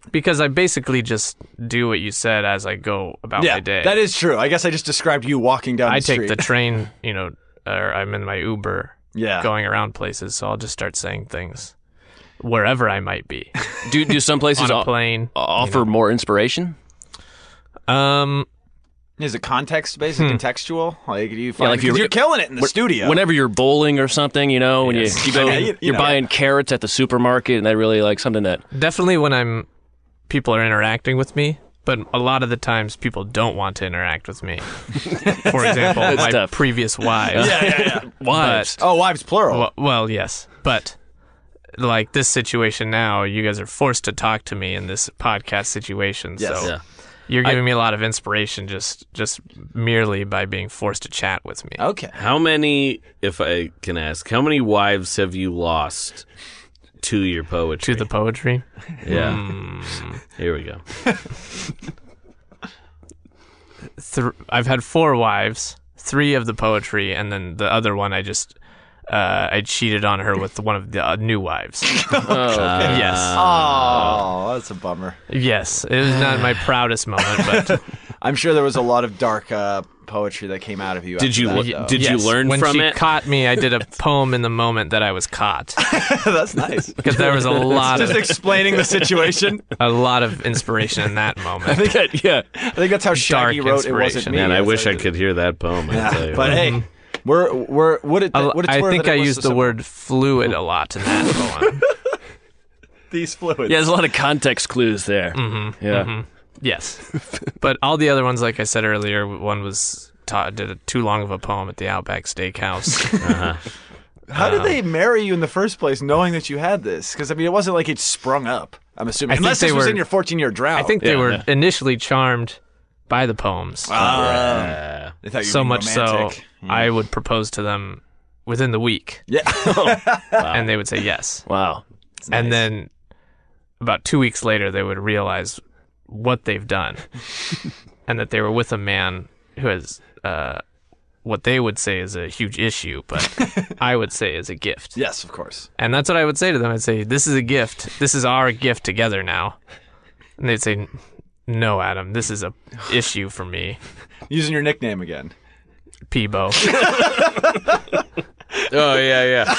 [SPEAKER 5] Because I basically just do what you said as I go about
[SPEAKER 2] yeah,
[SPEAKER 5] my day.
[SPEAKER 2] that is true. I guess I just described you walking down.
[SPEAKER 5] I
[SPEAKER 2] the
[SPEAKER 5] take
[SPEAKER 2] street.
[SPEAKER 5] the train, you know, or I'm in my Uber
[SPEAKER 2] yeah.
[SPEAKER 5] going around places, so I'll just start saying things wherever I might be
[SPEAKER 3] Do do some places
[SPEAKER 5] on a
[SPEAKER 3] o-
[SPEAKER 5] plane.
[SPEAKER 3] offer more inspiration?
[SPEAKER 5] Um,
[SPEAKER 2] Is it context
[SPEAKER 5] Hmm.
[SPEAKER 2] based and contextual? Like do you find
[SPEAKER 3] like if
[SPEAKER 2] 'cause
[SPEAKER 3] you're-
[SPEAKER 2] you're killing it in the studio.
[SPEAKER 3] Whenever you're bowling or something, you know, when you, you go,
[SPEAKER 2] mean, you- you
[SPEAKER 3] you're
[SPEAKER 2] know.
[SPEAKER 3] buying carrots at the supermarket, and I really like something that.
[SPEAKER 5] definitely when I'm people are interacting with me, but a lot of the times people don't want to interact with me. For example, my
[SPEAKER 3] tough.
[SPEAKER 5] previous wives.
[SPEAKER 2] yeah, yeah, yeah.
[SPEAKER 3] Wives.
[SPEAKER 2] oh, wives plural.
[SPEAKER 5] Well, well, yes, but like this situation now, you guys are forced to talk to me in this podcast situation.
[SPEAKER 2] Yes.
[SPEAKER 5] so
[SPEAKER 4] Yeah.
[SPEAKER 5] you're giving me a lot of inspiration just just merely by being forced to chat with me.
[SPEAKER 2] okay.
[SPEAKER 4] How many, if I can ask, how many wives have you lost to Hmm. your
[SPEAKER 5] To
[SPEAKER 4] poetry?
[SPEAKER 5] the poetry,
[SPEAKER 4] yeah. Here we go.
[SPEAKER 5] Th- I've had four wives, three of the poetry, and then the other one I just uh, I cheated on her with one of the uh, new wives. yes,
[SPEAKER 2] Oh, that's a bummer.
[SPEAKER 5] yes, it was not my proudest moment, but
[SPEAKER 2] I'm sure there was a lot of dark uh, poetry that came out of you.
[SPEAKER 4] Did
[SPEAKER 2] after
[SPEAKER 4] you
[SPEAKER 2] that,
[SPEAKER 4] le-
[SPEAKER 2] though.
[SPEAKER 4] did you learn
[SPEAKER 5] when
[SPEAKER 4] from
[SPEAKER 5] she
[SPEAKER 4] it?
[SPEAKER 5] caught me, I did a poem in the moment that I was caught
[SPEAKER 2] That's nice.
[SPEAKER 5] because there was a lot
[SPEAKER 2] Just
[SPEAKER 5] of
[SPEAKER 2] explaining the situation.
[SPEAKER 5] a lot of inspiration in that
[SPEAKER 3] I
[SPEAKER 5] moment.
[SPEAKER 3] think that- yeah.
[SPEAKER 2] I think that's how Shaggy
[SPEAKER 5] Dark
[SPEAKER 2] wrote it wasn't
[SPEAKER 5] inspiration.
[SPEAKER 2] me.
[SPEAKER 4] Man, I
[SPEAKER 2] That's
[SPEAKER 4] wish
[SPEAKER 2] how
[SPEAKER 4] I
[SPEAKER 2] he did
[SPEAKER 4] could hear that poem. I tell
[SPEAKER 2] it.
[SPEAKER 4] you
[SPEAKER 2] But
[SPEAKER 4] what.
[SPEAKER 2] hey, we're we're what it
[SPEAKER 5] I,
[SPEAKER 2] what it's
[SPEAKER 5] I
[SPEAKER 2] worth
[SPEAKER 5] think
[SPEAKER 2] that
[SPEAKER 5] I
[SPEAKER 2] it was
[SPEAKER 5] used
[SPEAKER 2] so
[SPEAKER 5] the
[SPEAKER 2] simple.
[SPEAKER 5] word fluid a lot in that poem.
[SPEAKER 2] these fluids.
[SPEAKER 3] Yeah, there's a lot of context clues there. Mm-hmm, yeah.
[SPEAKER 5] Yes, but all the other ones, like I said earlier, one was taught, did a, too long of a poem at the Outback Steakhouse.
[SPEAKER 2] How did they marry you in the first place, knowing that you had this? Because I mean, it wasn't like it sprung up. I'm assuming,
[SPEAKER 5] I think
[SPEAKER 2] unless this
[SPEAKER 5] they
[SPEAKER 2] was
[SPEAKER 5] were-
[SPEAKER 2] in your 14 year drought.
[SPEAKER 5] I think they
[SPEAKER 3] Yeah,
[SPEAKER 5] were
[SPEAKER 3] yeah.
[SPEAKER 5] initially charmed by the poems,
[SPEAKER 2] Ah. They thought you were
[SPEAKER 5] so
[SPEAKER 2] being
[SPEAKER 5] much
[SPEAKER 2] romantic. Mm.
[SPEAKER 5] so I would propose to them within the week,
[SPEAKER 2] Yeah.
[SPEAKER 5] and they would say yes.
[SPEAKER 3] Wow.
[SPEAKER 5] And then about two weeks later, they would realize what they've done, and that they were with a man who has uh, what they would say is a huge issue, but I would say is a gift.
[SPEAKER 2] yes, of course.
[SPEAKER 5] And that's what I would say to them. I'd say, "This is a gift. This is our gift together now." And they'd say, "No, Adam, this is a issue for me,
[SPEAKER 2] Using your nickname again.
[SPEAKER 5] Peebo.
[SPEAKER 4] oh yeah, yeah.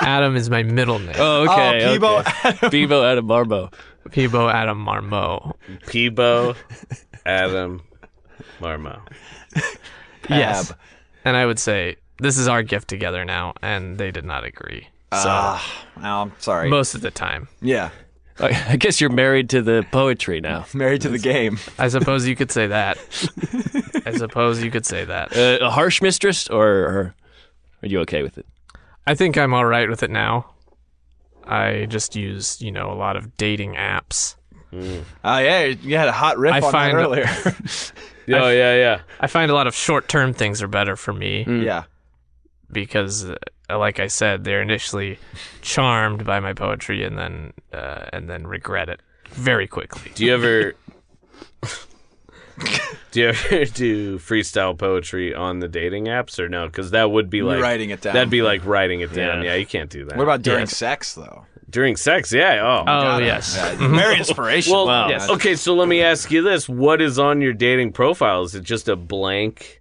[SPEAKER 5] Adam is my middle name.
[SPEAKER 3] Oh, okay.
[SPEAKER 2] oh, Peebo.
[SPEAKER 3] okay. Bebo out of Barbo.
[SPEAKER 5] Peebo Adam Marmo.
[SPEAKER 4] Peebo, Adam, Marmo.
[SPEAKER 5] Yes." And I would say, "This is our gift together now," and they did not agree
[SPEAKER 2] Ah, oh, I'm sorry.
[SPEAKER 5] most of the time.
[SPEAKER 2] yeah.
[SPEAKER 3] I I guess you're married to the poetry now.
[SPEAKER 2] Married to the game.
[SPEAKER 5] I suppose you could say that. I suppose you could say that.
[SPEAKER 3] Uh, a harsh mistress, or, or are you okay with it?
[SPEAKER 5] I think I'm all right with it now. I just use, you know, a lot of dating apps.
[SPEAKER 2] Oh, yeah. You had a hot riff
[SPEAKER 5] I
[SPEAKER 2] on
[SPEAKER 5] find-
[SPEAKER 2] that earlier.
[SPEAKER 4] Oh yeah, yeah.
[SPEAKER 5] I find a lot of short term things are better for me
[SPEAKER 2] yeah.
[SPEAKER 5] because, uh, like I said, they're initially charmed by my poetry and then uh, and then regret it very quickly.
[SPEAKER 4] Do you ever? Do you ever do freestyle poetry on the dating apps or no? Because that would be like
[SPEAKER 2] writing it down.
[SPEAKER 4] That'd be like writing it down.
[SPEAKER 3] Yeah.
[SPEAKER 4] Yeah, you can't do that.
[SPEAKER 2] What about during
[SPEAKER 5] Yes.
[SPEAKER 2] sex, though?
[SPEAKER 4] during sex? Yeah. Oh.
[SPEAKER 5] oh yes,
[SPEAKER 2] Yeah, Very inspirational.
[SPEAKER 4] well, yes. okay. So let me ask you this: What is on your dating profile? Is it just a blank?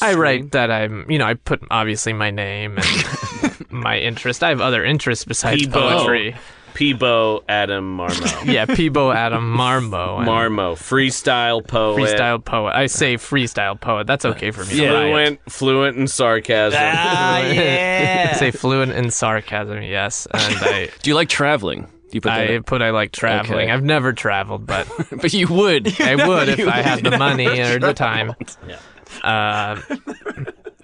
[SPEAKER 5] I write that I'm. You know, I put obviously my name and my interest. I have other interests besides
[SPEAKER 4] Peebo.
[SPEAKER 5] poetry.
[SPEAKER 4] Peebo, Adam, Marmo,
[SPEAKER 5] Yeah, Peebo Adam Marmo. and
[SPEAKER 4] Marmo, freestyle poet,
[SPEAKER 5] Freestyle poet. I say freestyle poet. That's okay for me.
[SPEAKER 3] Yeah.
[SPEAKER 5] Right.
[SPEAKER 4] fluent, fluent in sarcasm.
[SPEAKER 2] ah,
[SPEAKER 5] I
[SPEAKER 2] yeah.
[SPEAKER 5] say fluent in sarcasm. Yes, and I
[SPEAKER 3] Do you like traveling? Do you put that
[SPEAKER 5] I
[SPEAKER 3] up?
[SPEAKER 5] put I like traveling.
[SPEAKER 3] Okay.
[SPEAKER 5] I've never traveled, but
[SPEAKER 3] But you would.
[SPEAKER 5] I would if I had the money or the time. Uh,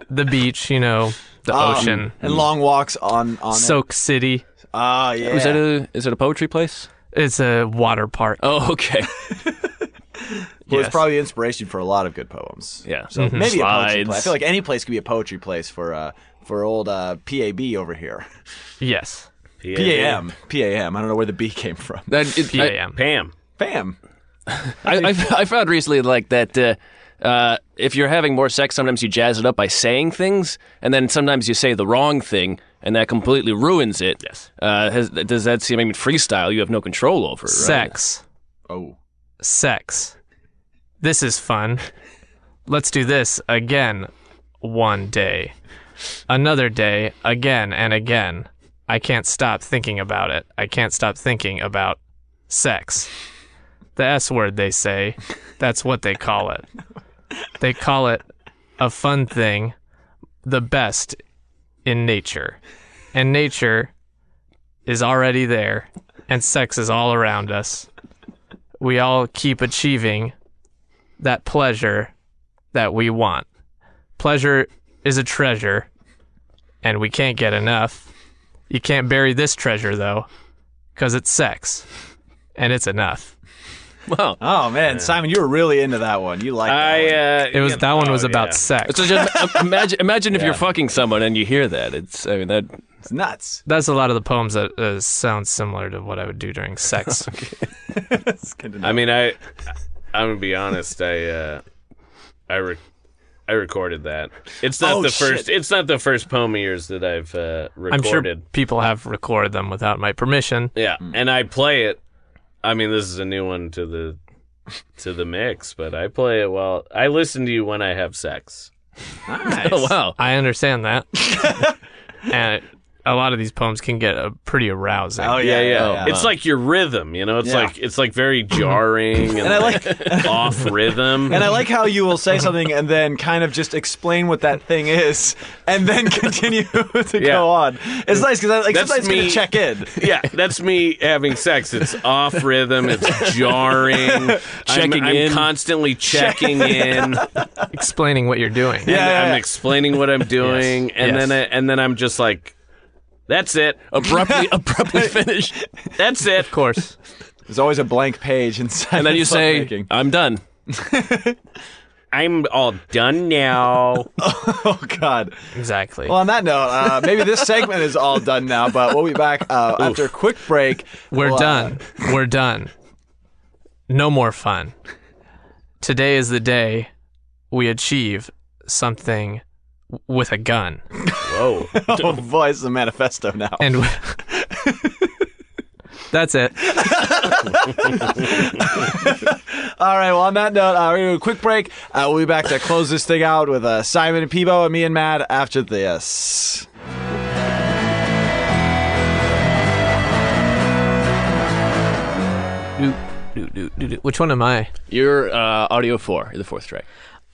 [SPEAKER 5] the beach, you know, the
[SPEAKER 2] Um,
[SPEAKER 5] ocean,
[SPEAKER 2] And long walks on. on it.
[SPEAKER 5] Soak City.
[SPEAKER 2] Ah, yeah.
[SPEAKER 3] Is that a is it a poetry place?
[SPEAKER 5] It's a water park.
[SPEAKER 3] Oh, okay.
[SPEAKER 2] It was
[SPEAKER 5] Yes.
[SPEAKER 2] probably inspiration for a lot of good poems.
[SPEAKER 3] Yeah. Mm-hmm.
[SPEAKER 2] So Mm-hmm. maybe a poetry
[SPEAKER 3] Slides.
[SPEAKER 2] place. I feel like any place could be a poetry place for uh for old uh, PAB over here.
[SPEAKER 5] Yes,
[SPEAKER 2] PAM. PAM. I don't know where the B came from.
[SPEAKER 3] That, it, I-
[SPEAKER 5] PAM.
[SPEAKER 4] Pam.
[SPEAKER 2] Bam.
[SPEAKER 3] I, I, I found recently like that uh, uh, if you're having more sex, sometimes you jazz it up by saying things, and then sometimes you say the wrong thing, and that completely ruins it. Yes. Uh, has, does that seem? I mean, freestyle, you have no control over. Right?
[SPEAKER 5] sex,
[SPEAKER 2] Oh.
[SPEAKER 5] sex. This is fun. Let's do this again, one day, another day, again and again. I can't stop thinking about it. I can't stop thinking about sex. The S word, they say. That's what they call it. They call it a fun thing, the best in nature. And nature is already there, and sex is all around us. We all keep achieving that pleasure that we want. Pleasure is a treasure, and we can't get enough. You can't bury this treasure, though, because it's sex, and it's enough.
[SPEAKER 3] Wow.
[SPEAKER 2] Oh man, Simon, you were really into that one. You liked that
[SPEAKER 4] I.
[SPEAKER 2] one.
[SPEAKER 4] Uh,
[SPEAKER 5] It was
[SPEAKER 4] you
[SPEAKER 5] that one
[SPEAKER 4] know,
[SPEAKER 5] was about
[SPEAKER 4] yeah.
[SPEAKER 5] sex.
[SPEAKER 3] So just im- imagine, imagine if you're fucking someone and you hear that. It's, I mean, that oh,
[SPEAKER 2] It's nuts.
[SPEAKER 5] That's a lot of the poems that uh, sound similar to what I would do during sex.
[SPEAKER 2] It's good to know.
[SPEAKER 4] I mean, I. I'm gonna be honest. I. Uh, I. Re- I recorded that. It's not
[SPEAKER 2] Oh,
[SPEAKER 4] the
[SPEAKER 2] shit.
[SPEAKER 4] first. It's not the first poem of yours that I've uh,
[SPEAKER 5] I'm sure
[SPEAKER 4] recorded.
[SPEAKER 5] people have recorded them without my permission.
[SPEAKER 4] Yeah, and I play it. I mean, this is a new one to the to the mix, but I play it while I listen to you when I have sex.
[SPEAKER 3] Oh wow.
[SPEAKER 5] I understand that. and a lot of these poems can get uh, pretty arousing.
[SPEAKER 4] Yeah, yeah.
[SPEAKER 2] Oh,
[SPEAKER 4] It's like your rhythm, you know. It's
[SPEAKER 2] Yeah.
[SPEAKER 4] like it's like very jarring and,
[SPEAKER 2] I
[SPEAKER 4] like, off rhythm.
[SPEAKER 2] And I like how you will say something and then kind of just explain what that thing is, and then continue to
[SPEAKER 4] Yeah.
[SPEAKER 2] go on. It's nice because I like
[SPEAKER 4] That's
[SPEAKER 2] sometimes gonna
[SPEAKER 4] me.
[SPEAKER 2] check in.
[SPEAKER 4] yeah, that's me having sex. It's off rhythm. It's jarring.
[SPEAKER 3] Checking
[SPEAKER 4] I'm, I'm
[SPEAKER 3] in.
[SPEAKER 4] constantly checking in.
[SPEAKER 5] Explaining what you're doing.
[SPEAKER 2] Yeah, yeah,
[SPEAKER 4] I'm
[SPEAKER 2] yeah.
[SPEAKER 4] explaining what I'm doing, and
[SPEAKER 3] Yes.
[SPEAKER 4] then I, and then I'm just like, that's it.
[SPEAKER 3] abruptly abruptly finish.
[SPEAKER 4] That's it.
[SPEAKER 5] Of course.
[SPEAKER 2] There's always a blank page inside.
[SPEAKER 3] And then you
[SPEAKER 2] of
[SPEAKER 3] say,
[SPEAKER 2] lovemaking.
[SPEAKER 3] "I'm done."
[SPEAKER 4] I'm all done now.
[SPEAKER 2] "Oh God."
[SPEAKER 5] Exactly.
[SPEAKER 2] Well, on that note, uh, maybe this segment is all done now, but we'll be back uh, after a quick break.
[SPEAKER 5] We're
[SPEAKER 2] We'll, uh,
[SPEAKER 5] done. We're done. No more fun. Today is the day we achieve something w- with a gun.
[SPEAKER 4] Whoa.
[SPEAKER 2] oh boy, it's the manifesto now.
[SPEAKER 5] And w- that's it.
[SPEAKER 2] All right. Well, on that note, uh, we're gonna do a quick break. Uh, we'll be back to close this thing out with uh, Simon and Peebo and me and Matt after this.
[SPEAKER 5] Do, do, do, do, do. Which one am I?
[SPEAKER 3] You're uh, audio four, you're the fourth track.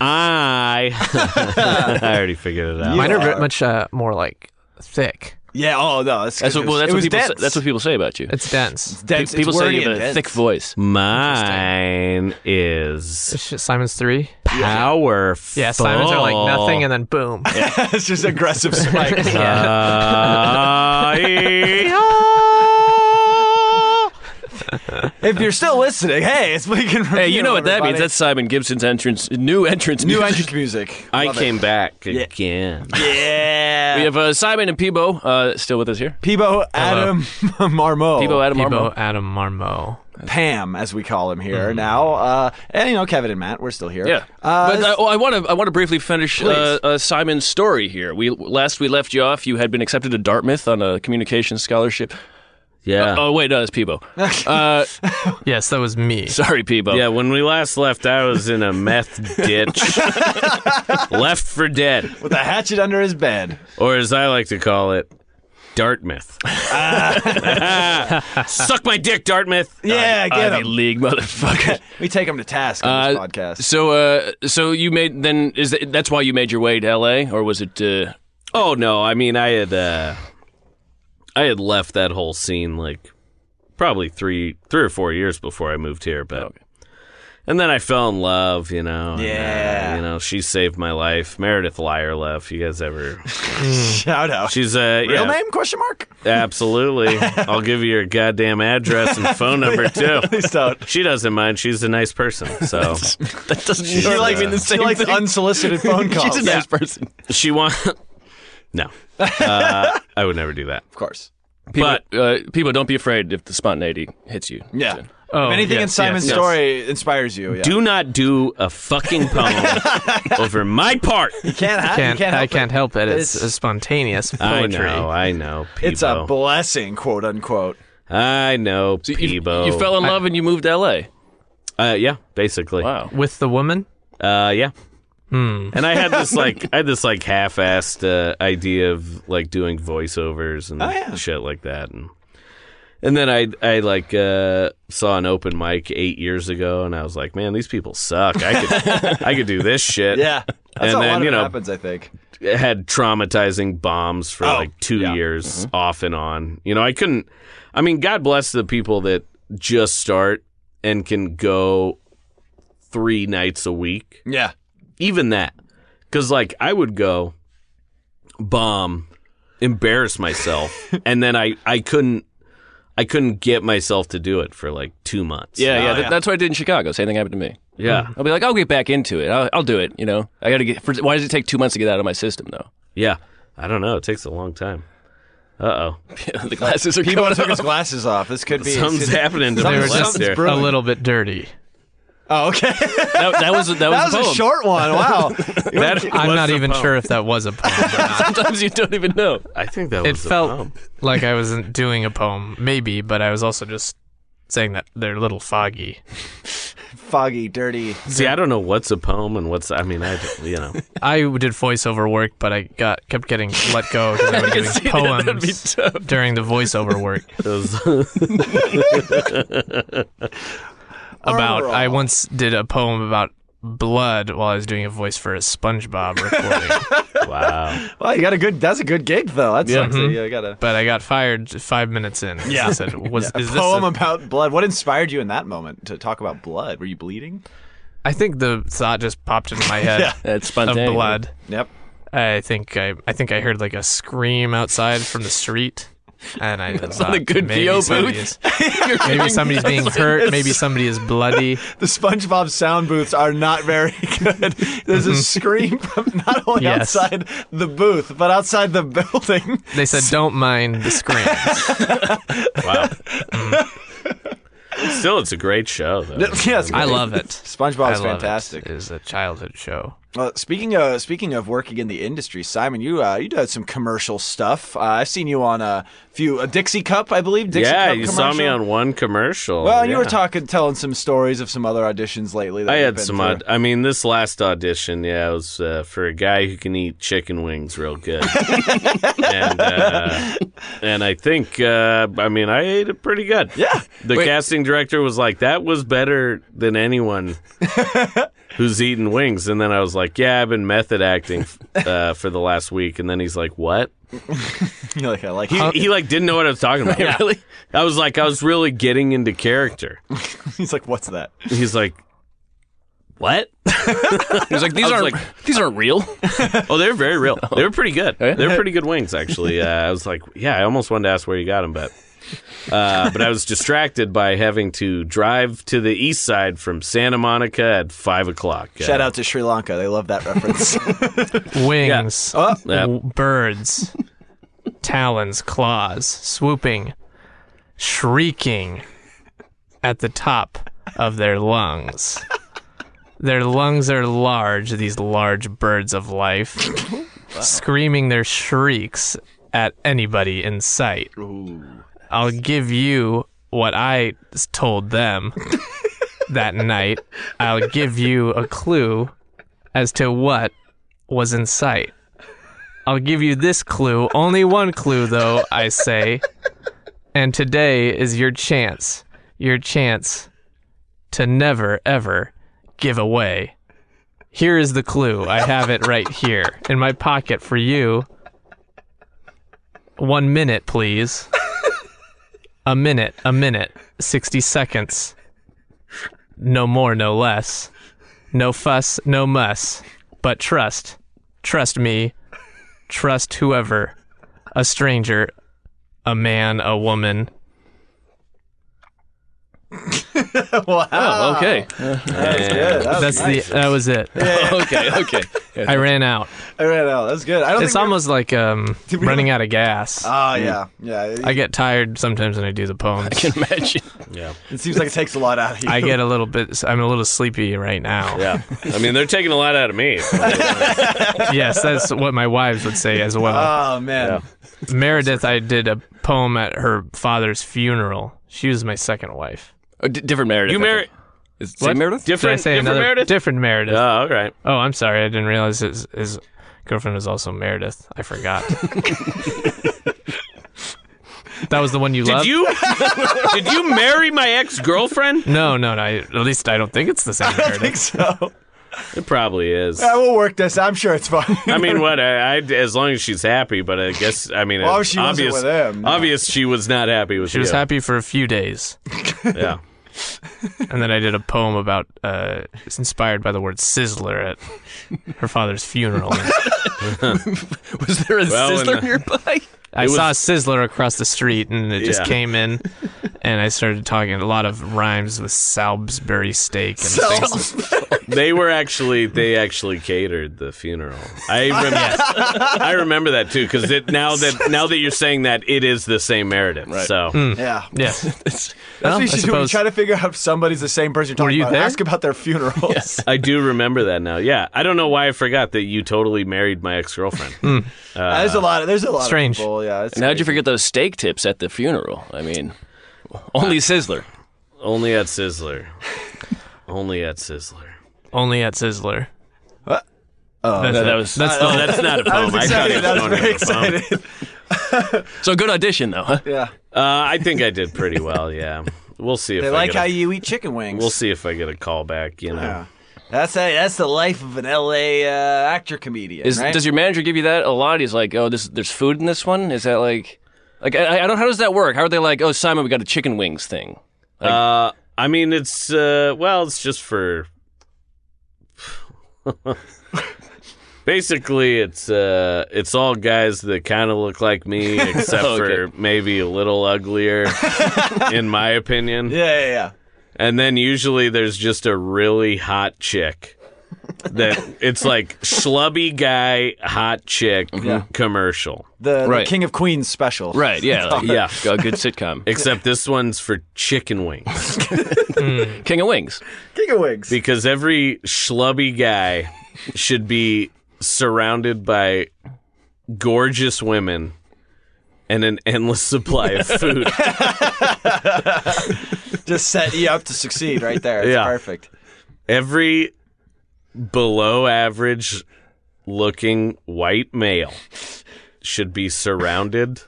[SPEAKER 4] I I already figured it out.
[SPEAKER 5] Mine are
[SPEAKER 2] are.
[SPEAKER 5] very much uh, more like thick.
[SPEAKER 2] Yeah. Oh no, that's
[SPEAKER 3] That's what, well,
[SPEAKER 2] it
[SPEAKER 3] that's
[SPEAKER 2] was
[SPEAKER 3] what people say,
[SPEAKER 2] dense.
[SPEAKER 3] that's what people say about you.
[SPEAKER 5] It's dense.
[SPEAKER 2] dense.
[SPEAKER 3] Pe- people
[SPEAKER 2] it's
[SPEAKER 3] say
[SPEAKER 2] wordy
[SPEAKER 3] you have
[SPEAKER 2] and
[SPEAKER 3] a
[SPEAKER 2] dense.
[SPEAKER 3] thick voice.
[SPEAKER 4] Mine is
[SPEAKER 5] It's just Simon's three.
[SPEAKER 4] powerful.
[SPEAKER 5] Yeah, Simon's are like nothing, and then boom.
[SPEAKER 2] it's just aggressive spikes. if you're still listening, hey, it's Bleakin' Review.
[SPEAKER 3] Hey, you know what that
[SPEAKER 2] everybody.
[SPEAKER 3] means? That's Simon Gibson's entrance, new entrance.
[SPEAKER 2] new
[SPEAKER 3] music.
[SPEAKER 2] entrance music.
[SPEAKER 4] I
[SPEAKER 2] Love it.
[SPEAKER 4] came back again.
[SPEAKER 2] Yeah.
[SPEAKER 3] We have uh, Simon and Peebo uh, still with us here.
[SPEAKER 2] Peebo Adam Marmo.
[SPEAKER 3] Peebo, Adam, Marmo.
[SPEAKER 5] Peebo Adam Marmo.
[SPEAKER 2] Pam, as we call him here now. Uh, and you know, Kevin and Matt, we're still here.
[SPEAKER 3] Mm-hmm. Yeah,
[SPEAKER 2] Uh,
[SPEAKER 3] but uh, oh, I want to I want to briefly finish uh,
[SPEAKER 2] Please.
[SPEAKER 3] uh, Simon's story here. We last we left you off. You had been accepted to Dartmouth on a communications scholarship.
[SPEAKER 4] Yeah.
[SPEAKER 3] Oh wait, no, that's Peebo. uh,
[SPEAKER 5] Yes, that was me.
[SPEAKER 3] sorry, Peebo.
[SPEAKER 4] Yeah, when we last left, I was in a meth ditch. left for dead,
[SPEAKER 2] with a hatchet under his bed.
[SPEAKER 4] or as I like to call it, Dartmouth. Suck my dick, Dartmouth.
[SPEAKER 2] Ah. Yeah, get
[SPEAKER 3] Ivy
[SPEAKER 2] him.
[SPEAKER 3] League motherfucker.
[SPEAKER 2] We take him to task on
[SPEAKER 3] Uh,
[SPEAKER 2] this podcast.
[SPEAKER 3] So, uh, so you made then is that, that's why you made your way to L.A. or was it? Uh,
[SPEAKER 4] Oh no, I mean I had uh I had left that whole scene like probably 3 3 or 4 years before I moved here, but And then I fell in love, you know. and, uh,
[SPEAKER 2] Yeah.
[SPEAKER 4] you know, she saved my life. Meredith Lyerlef, you guys ever
[SPEAKER 2] Shout out.
[SPEAKER 4] She's a
[SPEAKER 2] Real name? Question mark?
[SPEAKER 4] Absolutely. I'll give you your goddamn address and phone number too.
[SPEAKER 2] Please don't.
[SPEAKER 4] She doesn't mind. She's a nice person. So
[SPEAKER 3] that doesn't.
[SPEAKER 2] She likes, she likes unsolicited phone calls.
[SPEAKER 3] She's a nice person.
[SPEAKER 4] she wants. No, uh, I would never do that.
[SPEAKER 2] Of course.
[SPEAKER 3] People, but uh, people, don't be afraid if the spontaneity hits you.
[SPEAKER 2] Yeah.
[SPEAKER 5] Oh,
[SPEAKER 2] if anything
[SPEAKER 5] yes,
[SPEAKER 2] in Simon's
[SPEAKER 5] yes, yes.
[SPEAKER 2] story inspires you, yeah.
[SPEAKER 4] Do not do a fucking poem over my part.
[SPEAKER 2] can't, ha- Uh, you
[SPEAKER 5] Can't,
[SPEAKER 2] can't
[SPEAKER 5] I
[SPEAKER 2] help it.
[SPEAKER 5] can't help it. It's,
[SPEAKER 2] It's-
[SPEAKER 5] a spontaneous
[SPEAKER 4] I
[SPEAKER 5] poetry.
[SPEAKER 4] know. I know. Peebo.
[SPEAKER 2] It's a blessing, quote unquote.
[SPEAKER 4] I know.
[SPEAKER 3] So you,
[SPEAKER 4] Peebo.
[SPEAKER 3] you fell in love and you moved to L.A.
[SPEAKER 4] Uh, yeah. Basically.
[SPEAKER 3] Wow.
[SPEAKER 5] With the woman?
[SPEAKER 4] Uh, yeah.
[SPEAKER 2] Hmm.
[SPEAKER 4] And I had this like I had this like half-assed uh, idea of like doing voiceovers and
[SPEAKER 2] Oh, yeah.
[SPEAKER 4] shit like that, and and then I I like uh, saw an open mic eight years ago, and I was like, man, these people suck. I could I could do this shit.
[SPEAKER 2] Yeah. That's
[SPEAKER 4] And
[SPEAKER 2] how a
[SPEAKER 4] then,
[SPEAKER 2] lot of
[SPEAKER 4] you
[SPEAKER 2] it
[SPEAKER 4] know,
[SPEAKER 2] happens, I think.
[SPEAKER 4] had traumatizing bombs for
[SPEAKER 2] Oh,
[SPEAKER 4] like two
[SPEAKER 2] yeah. Mm-hmm.
[SPEAKER 4] years off and on. You know, I couldn't. I mean, God bless the people that just start and can go three nights a week
[SPEAKER 2] Yeah.
[SPEAKER 4] even that because like i would go bomb embarrass myself and then i i couldn't i couldn't get myself to do it for like two months
[SPEAKER 3] Yeah, yeah,
[SPEAKER 2] Oh,
[SPEAKER 3] that-
[SPEAKER 2] yeah.
[SPEAKER 3] That's what I did in Chicago. Same thing happened to me.
[SPEAKER 4] yeah
[SPEAKER 3] I'll be like, I'll get back into it. I'll, I'll do it. You know, I got to get. For, why does it take two months to get out of my system though?
[SPEAKER 4] yeah i don't know it takes a long time uh-oh
[SPEAKER 3] the glasses are
[SPEAKER 2] People
[SPEAKER 3] going
[SPEAKER 2] took his
[SPEAKER 3] off.
[SPEAKER 2] glasses off. This could be.
[SPEAKER 4] something's happening to
[SPEAKER 5] They
[SPEAKER 4] my
[SPEAKER 5] were
[SPEAKER 4] list
[SPEAKER 5] just
[SPEAKER 4] here
[SPEAKER 5] a little bit dirty.
[SPEAKER 2] Oh, okay.
[SPEAKER 3] That, that was that
[SPEAKER 2] that
[SPEAKER 3] was,
[SPEAKER 2] was
[SPEAKER 3] a
[SPEAKER 2] a
[SPEAKER 3] poem.
[SPEAKER 2] short one. Wow.
[SPEAKER 4] that
[SPEAKER 5] I'm
[SPEAKER 4] was
[SPEAKER 5] not
[SPEAKER 4] a
[SPEAKER 5] even
[SPEAKER 4] poem.
[SPEAKER 5] sure if that was a poem.
[SPEAKER 3] Sometimes you don't even know.
[SPEAKER 4] i think that
[SPEAKER 5] it
[SPEAKER 4] was a
[SPEAKER 5] felt
[SPEAKER 4] poem.
[SPEAKER 5] like I wasn't doing a poem, maybe, but I was also just saying that they're a little foggy.
[SPEAKER 2] foggy, dirty.
[SPEAKER 4] See, I don't know what's a poem and what's. I mean, I don't- you know,
[SPEAKER 5] I did voiceover work, but I got kept getting let go because I was doing poems during the voiceover work.
[SPEAKER 4] those,
[SPEAKER 5] About I once did a poem about blood while I was doing a voice for a SpongeBob recording,
[SPEAKER 4] wow.
[SPEAKER 2] Well, you got a good. That's a good gig though. That sucks. that You got a
[SPEAKER 5] but I got fired five minutes in. 'cause I said, "Was is this?"
[SPEAKER 2] poem
[SPEAKER 5] a-
[SPEAKER 2] about blood. What inspired you in that moment to talk about blood? Were you bleeding?
[SPEAKER 5] I think the thought just popped into my head
[SPEAKER 3] That's
[SPEAKER 5] of
[SPEAKER 3] spontaneous.
[SPEAKER 5] blood.
[SPEAKER 2] Yep.
[SPEAKER 5] I think I I think I heard like a scream outside from the street, and I that's
[SPEAKER 3] not a good VO
[SPEAKER 5] Somebody's, maybe somebody's being hurt. Maybe somebody is bloody.
[SPEAKER 2] The SpongeBob sound booths are not very good. There's a scream from not only
[SPEAKER 5] Mm-hmm. Yes.
[SPEAKER 2] outside the booth but outside the building.
[SPEAKER 5] They said, "Don't mind the scream."
[SPEAKER 4] Still, it's a great show. Though.
[SPEAKER 2] yes,
[SPEAKER 5] I love it.
[SPEAKER 2] SpongeBob is
[SPEAKER 5] I love
[SPEAKER 2] fantastic.
[SPEAKER 5] It. it is a childhood show.
[SPEAKER 2] Well, speaking of speaking of working in the industry, Simon, you uh, you did some commercial stuff. Uh, I've seen you on a few a Dixie Cup, I believe. Dixie
[SPEAKER 4] yeah,
[SPEAKER 2] Cup
[SPEAKER 4] you saw me
[SPEAKER 2] commercial.
[SPEAKER 4] on one commercial.
[SPEAKER 2] Well, and you were
[SPEAKER 4] yeah.
[SPEAKER 2] talking, telling some stories of some other auditions lately. That
[SPEAKER 4] I
[SPEAKER 2] you've
[SPEAKER 4] had
[SPEAKER 2] been
[SPEAKER 4] some
[SPEAKER 2] through.
[SPEAKER 4] odd. I mean, this last audition, yeah, it was uh, for a guy who can eat chicken wings real good, and uh, and I think, uh, I mean, I ate it pretty good.
[SPEAKER 2] Yeah.
[SPEAKER 4] The casting director was like, "That was better than anyone who's eaten wings." And then I was like, "Yeah, I've been method acting uh, for the last week." And then he's like, "What?"
[SPEAKER 2] You're like, I like
[SPEAKER 4] He, he like didn't know what I was talking about.
[SPEAKER 3] Really?
[SPEAKER 4] I was like, I was really getting into character.
[SPEAKER 2] He's like, what's that?
[SPEAKER 4] He's like, "What?"
[SPEAKER 3] He was like, these
[SPEAKER 4] was
[SPEAKER 3] aren't these aren't real.
[SPEAKER 4] Oh, they're very real. They were pretty good.
[SPEAKER 3] yeah?
[SPEAKER 4] They were pretty good wings, actually. Uh, I was like, yeah, I almost wanted to ask where you got them, but uh, but I was distracted by having to drive to the east side from Santa Monica at five o'clock. Uh,
[SPEAKER 2] Shout out to Sri Lanka. They love that reference.
[SPEAKER 5] Wings,
[SPEAKER 2] Oh,
[SPEAKER 4] yeah.
[SPEAKER 5] w- birds, talons, claws, swooping, shrieking at the top of their lungs. Their lungs are large, these large birds of life, screaming their shrieks at anybody in sight. I'll give you what I s- told them that night. I'll give you a clue as to what was in sight. I'll give you this clue, only one clue though, I say. And today is your chance, your chance to never ever give away. Here is the clue. I have it right here in my pocket for you. One minute, please. A minute, a minute, 60 seconds. No more, no less. No fuss, no muss. But trust, trust me, trust whoever, a stranger, a man, a woman.
[SPEAKER 3] Oh, okay.
[SPEAKER 2] yeah, that was
[SPEAKER 5] That's
[SPEAKER 2] nice.
[SPEAKER 5] the that was it.
[SPEAKER 3] okay, okay.
[SPEAKER 5] I ran out.
[SPEAKER 2] I read it out. That's good. I don't
[SPEAKER 5] It's
[SPEAKER 2] think we're-
[SPEAKER 5] almost like um running out of gas.
[SPEAKER 2] Oh, yeah. Yeah. It,
[SPEAKER 5] I get tired sometimes when I do the poems.
[SPEAKER 3] Can imagine.
[SPEAKER 4] Yeah.
[SPEAKER 2] it seems like it takes a lot out of you.
[SPEAKER 5] I get a little bit. I'm a little sleepy right now.
[SPEAKER 4] Yeah. I mean, they're taking a lot out of me.
[SPEAKER 5] Yes, that's what my wives would say as well.
[SPEAKER 2] Oh, man.
[SPEAKER 5] Meredith, I did a poem at her father's funeral. She was my second wife.
[SPEAKER 3] Oh, d- different Meredith.
[SPEAKER 4] You
[SPEAKER 3] I think.
[SPEAKER 4] married
[SPEAKER 3] Is same Meredith?
[SPEAKER 5] Did I
[SPEAKER 4] different,
[SPEAKER 5] say
[SPEAKER 4] different
[SPEAKER 5] another
[SPEAKER 4] Meredith?
[SPEAKER 5] different Meredith?
[SPEAKER 4] oh, all right.
[SPEAKER 5] Oh, I'm sorry. I didn't realize his, his girlfriend was also Meredith. I forgot. that was the one you
[SPEAKER 4] Did
[SPEAKER 5] loved.
[SPEAKER 4] you did you marry my ex girlfriend?
[SPEAKER 5] No, no, no. I, at least I don't think it's the same
[SPEAKER 2] I think
[SPEAKER 5] Meredith.
[SPEAKER 2] so.
[SPEAKER 4] It probably is.
[SPEAKER 2] I will work this. I'm sure it's fine.
[SPEAKER 4] I mean, what? I, I as long as she's happy, but I guess I mean,
[SPEAKER 2] Well,
[SPEAKER 4] it's
[SPEAKER 2] she wasn't
[SPEAKER 4] obvious,
[SPEAKER 2] with him.
[SPEAKER 4] obvious she was not happy with
[SPEAKER 5] She was
[SPEAKER 4] you.
[SPEAKER 5] happy for a few days,
[SPEAKER 4] Yeah.
[SPEAKER 5] and then I did a poem about uh, it's inspired by the word sizzler at her father's funeral.
[SPEAKER 3] Was there a
[SPEAKER 4] Well,
[SPEAKER 3] sizzler
[SPEAKER 4] and-
[SPEAKER 3] nearby?
[SPEAKER 5] I
[SPEAKER 4] was-
[SPEAKER 5] saw a sizzler across the street, and it just
[SPEAKER 4] Yeah.
[SPEAKER 5] came in, and I started talking a lot of rhymes with Salisbury steak and things.
[SPEAKER 4] They were actually they actually catered the funeral. I remember I remember that too because it now that now that you're saying that it is the same Meredith. So
[SPEAKER 2] yeah.
[SPEAKER 5] Yes.
[SPEAKER 3] It's-
[SPEAKER 5] Well,
[SPEAKER 2] That's what
[SPEAKER 5] I
[SPEAKER 2] you should do. when you
[SPEAKER 5] suppose-
[SPEAKER 2] Try to figure out if somebody's the same person you're talking
[SPEAKER 5] Were you
[SPEAKER 2] about.
[SPEAKER 5] there?
[SPEAKER 2] Ask about their funerals.
[SPEAKER 4] I do remember that now. Yeah, I don't know why I forgot that you totally married my ex girlfriend.
[SPEAKER 2] Uh, there's a lot. There's a lot.
[SPEAKER 5] strange.
[SPEAKER 2] Of people. Yeah. It's
[SPEAKER 3] And how'd you
[SPEAKER 2] crazy.
[SPEAKER 3] forget those steak tips at the funeral? I mean, only sizzler.
[SPEAKER 4] Only at Sizzler. Only at Sizzler.
[SPEAKER 5] Only at Sizzler.
[SPEAKER 2] What?
[SPEAKER 5] that's
[SPEAKER 3] No,
[SPEAKER 5] it.
[SPEAKER 3] that was
[SPEAKER 5] that's
[SPEAKER 3] oh,
[SPEAKER 5] the,
[SPEAKER 3] that's not a poem. I thought it
[SPEAKER 2] I was
[SPEAKER 4] going to
[SPEAKER 2] very
[SPEAKER 4] the phone.
[SPEAKER 2] excited.
[SPEAKER 3] So good audition though. Huh?
[SPEAKER 2] yeah.
[SPEAKER 4] Uh, I think I did pretty well. Yeah, we'll see if
[SPEAKER 2] They
[SPEAKER 4] I
[SPEAKER 2] like
[SPEAKER 4] get a-
[SPEAKER 2] how you eat chicken wings.
[SPEAKER 4] we'll see if I get a call back. You know,
[SPEAKER 2] Yeah. That's a, that's the life of an LA uh, actor comedian,
[SPEAKER 3] Is,
[SPEAKER 2] right?
[SPEAKER 3] Does your manager give you that a lot? He's like, oh, this there's food in this one. Is that like, like I, I don't. How does that work? How are they like? Oh, Simon, we got a chicken wings thing.
[SPEAKER 4] uh, I mean, it's uh, well, it's just for. Basically, it's uh, it's all guys that kind of look like me, except
[SPEAKER 3] Okay.
[SPEAKER 4] for maybe a little uglier, in my opinion.
[SPEAKER 2] yeah, yeah, yeah.
[SPEAKER 4] And then usually there's just a really hot chick. That it's like schlubby guy, hot chick commercial.
[SPEAKER 2] The, the
[SPEAKER 3] Right.
[SPEAKER 2] King of Queens special.
[SPEAKER 3] Right. Yeah. Like,
[SPEAKER 4] Yeah.
[SPEAKER 3] A good sitcom.
[SPEAKER 4] Except this one's for chicken wings.
[SPEAKER 3] King of Wings.
[SPEAKER 2] King of Wings.
[SPEAKER 4] Because every schlubby guy should be surrounded by gorgeous women and an endless supply of food.
[SPEAKER 2] Just set you up to succeed right there. It's
[SPEAKER 4] Yeah.
[SPEAKER 2] perfect.
[SPEAKER 4] every below average looking white male should be surrounded.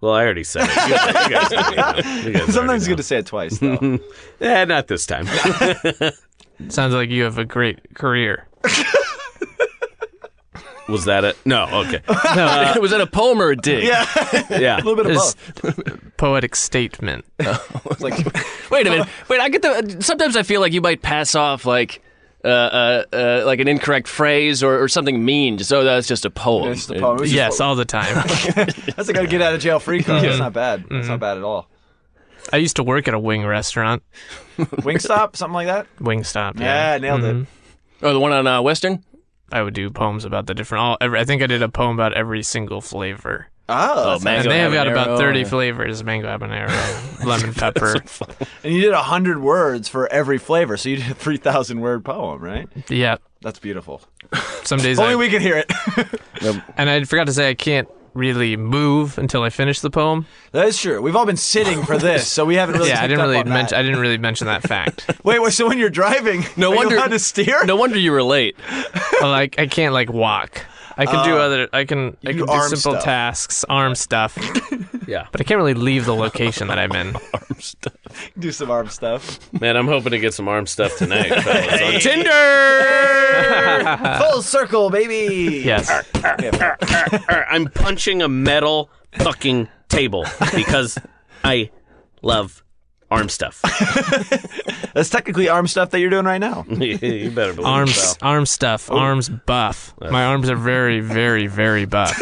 [SPEAKER 4] Well, I already said it. You guys, you guys already know. You guys already
[SPEAKER 2] Sometimes it's
[SPEAKER 4] know.
[SPEAKER 2] good to say it twice, though.
[SPEAKER 4] Eh, not this time.
[SPEAKER 5] sounds like you have a great career.
[SPEAKER 4] Was that it? No. Okay.
[SPEAKER 3] Was that a poem or a dig? Yeah.
[SPEAKER 4] Yeah.
[SPEAKER 2] a little bit of
[SPEAKER 5] It's
[SPEAKER 2] both.
[SPEAKER 5] poetic statement.
[SPEAKER 2] It's like,
[SPEAKER 3] Wait a minute. Wait, I get the. Sometimes I feel like you might pass off like. Uh, uh, uh, like an incorrect phrase or, or something mean. Just oh, that's just a poem.
[SPEAKER 2] it's the poem. It was just-
[SPEAKER 5] yes, all the time.
[SPEAKER 2] That's like a get out of jail free card. That's not bad. That's not bad at all.
[SPEAKER 5] I used to work at a wing restaurant,
[SPEAKER 2] Wingstop, something like that.
[SPEAKER 5] Wingstop.
[SPEAKER 2] Yeah, nailed it.
[SPEAKER 5] Mm-hmm.
[SPEAKER 3] Oh, the one on uh, Western.
[SPEAKER 5] I would do poems about the different. All every, I think I did a poem about every single flavor.
[SPEAKER 2] Oh,
[SPEAKER 3] Oh,
[SPEAKER 2] that's-
[SPEAKER 3] mango
[SPEAKER 5] and they have got
[SPEAKER 3] habanero.
[SPEAKER 5] about 30
[SPEAKER 3] Yeah.
[SPEAKER 5] flavors mango habanero, lemon pepper.
[SPEAKER 2] and you did hundred words for every flavor, so you did a three thousand word poem, right?
[SPEAKER 5] yeah.
[SPEAKER 2] That's beautiful.
[SPEAKER 5] Some days
[SPEAKER 2] Only
[SPEAKER 5] I,
[SPEAKER 2] we could hear it.
[SPEAKER 5] and I forgot to say I can't really move until I finish the poem.
[SPEAKER 2] that is true. We've all been sitting for this, so we haven't really.
[SPEAKER 5] yeah, I
[SPEAKER 2] picked
[SPEAKER 5] didn't
[SPEAKER 2] up
[SPEAKER 5] really
[SPEAKER 2] on that.
[SPEAKER 5] mention I didn't really mention that fact.
[SPEAKER 2] Wait, wait. So when you're driving,
[SPEAKER 3] No
[SPEAKER 2] are
[SPEAKER 3] wonder-
[SPEAKER 2] you allowed to steer.
[SPEAKER 3] No wonder you relate.
[SPEAKER 5] Well, like I can't like walk. I can do other I can I
[SPEAKER 2] Uh, do
[SPEAKER 5] can do
[SPEAKER 2] arm
[SPEAKER 5] simple
[SPEAKER 2] stuff.
[SPEAKER 5] tasks, arm stuff.
[SPEAKER 4] Yeah.
[SPEAKER 5] But I can't really leave the location that I'm in.
[SPEAKER 2] do some arm stuff.
[SPEAKER 4] Man, I'm hoping to get some arm stuff tonight. fellas. On Tinder.
[SPEAKER 2] Full circle, baby.
[SPEAKER 5] Uh, Yes.
[SPEAKER 4] Arr, I'm punching a metal fucking table because I love arm stuff.
[SPEAKER 2] That's technically arm stuff that you're doing right now.
[SPEAKER 4] you better believe
[SPEAKER 5] Arms
[SPEAKER 4] so.
[SPEAKER 5] arm stuff, arms buff. My arms are very very very buff.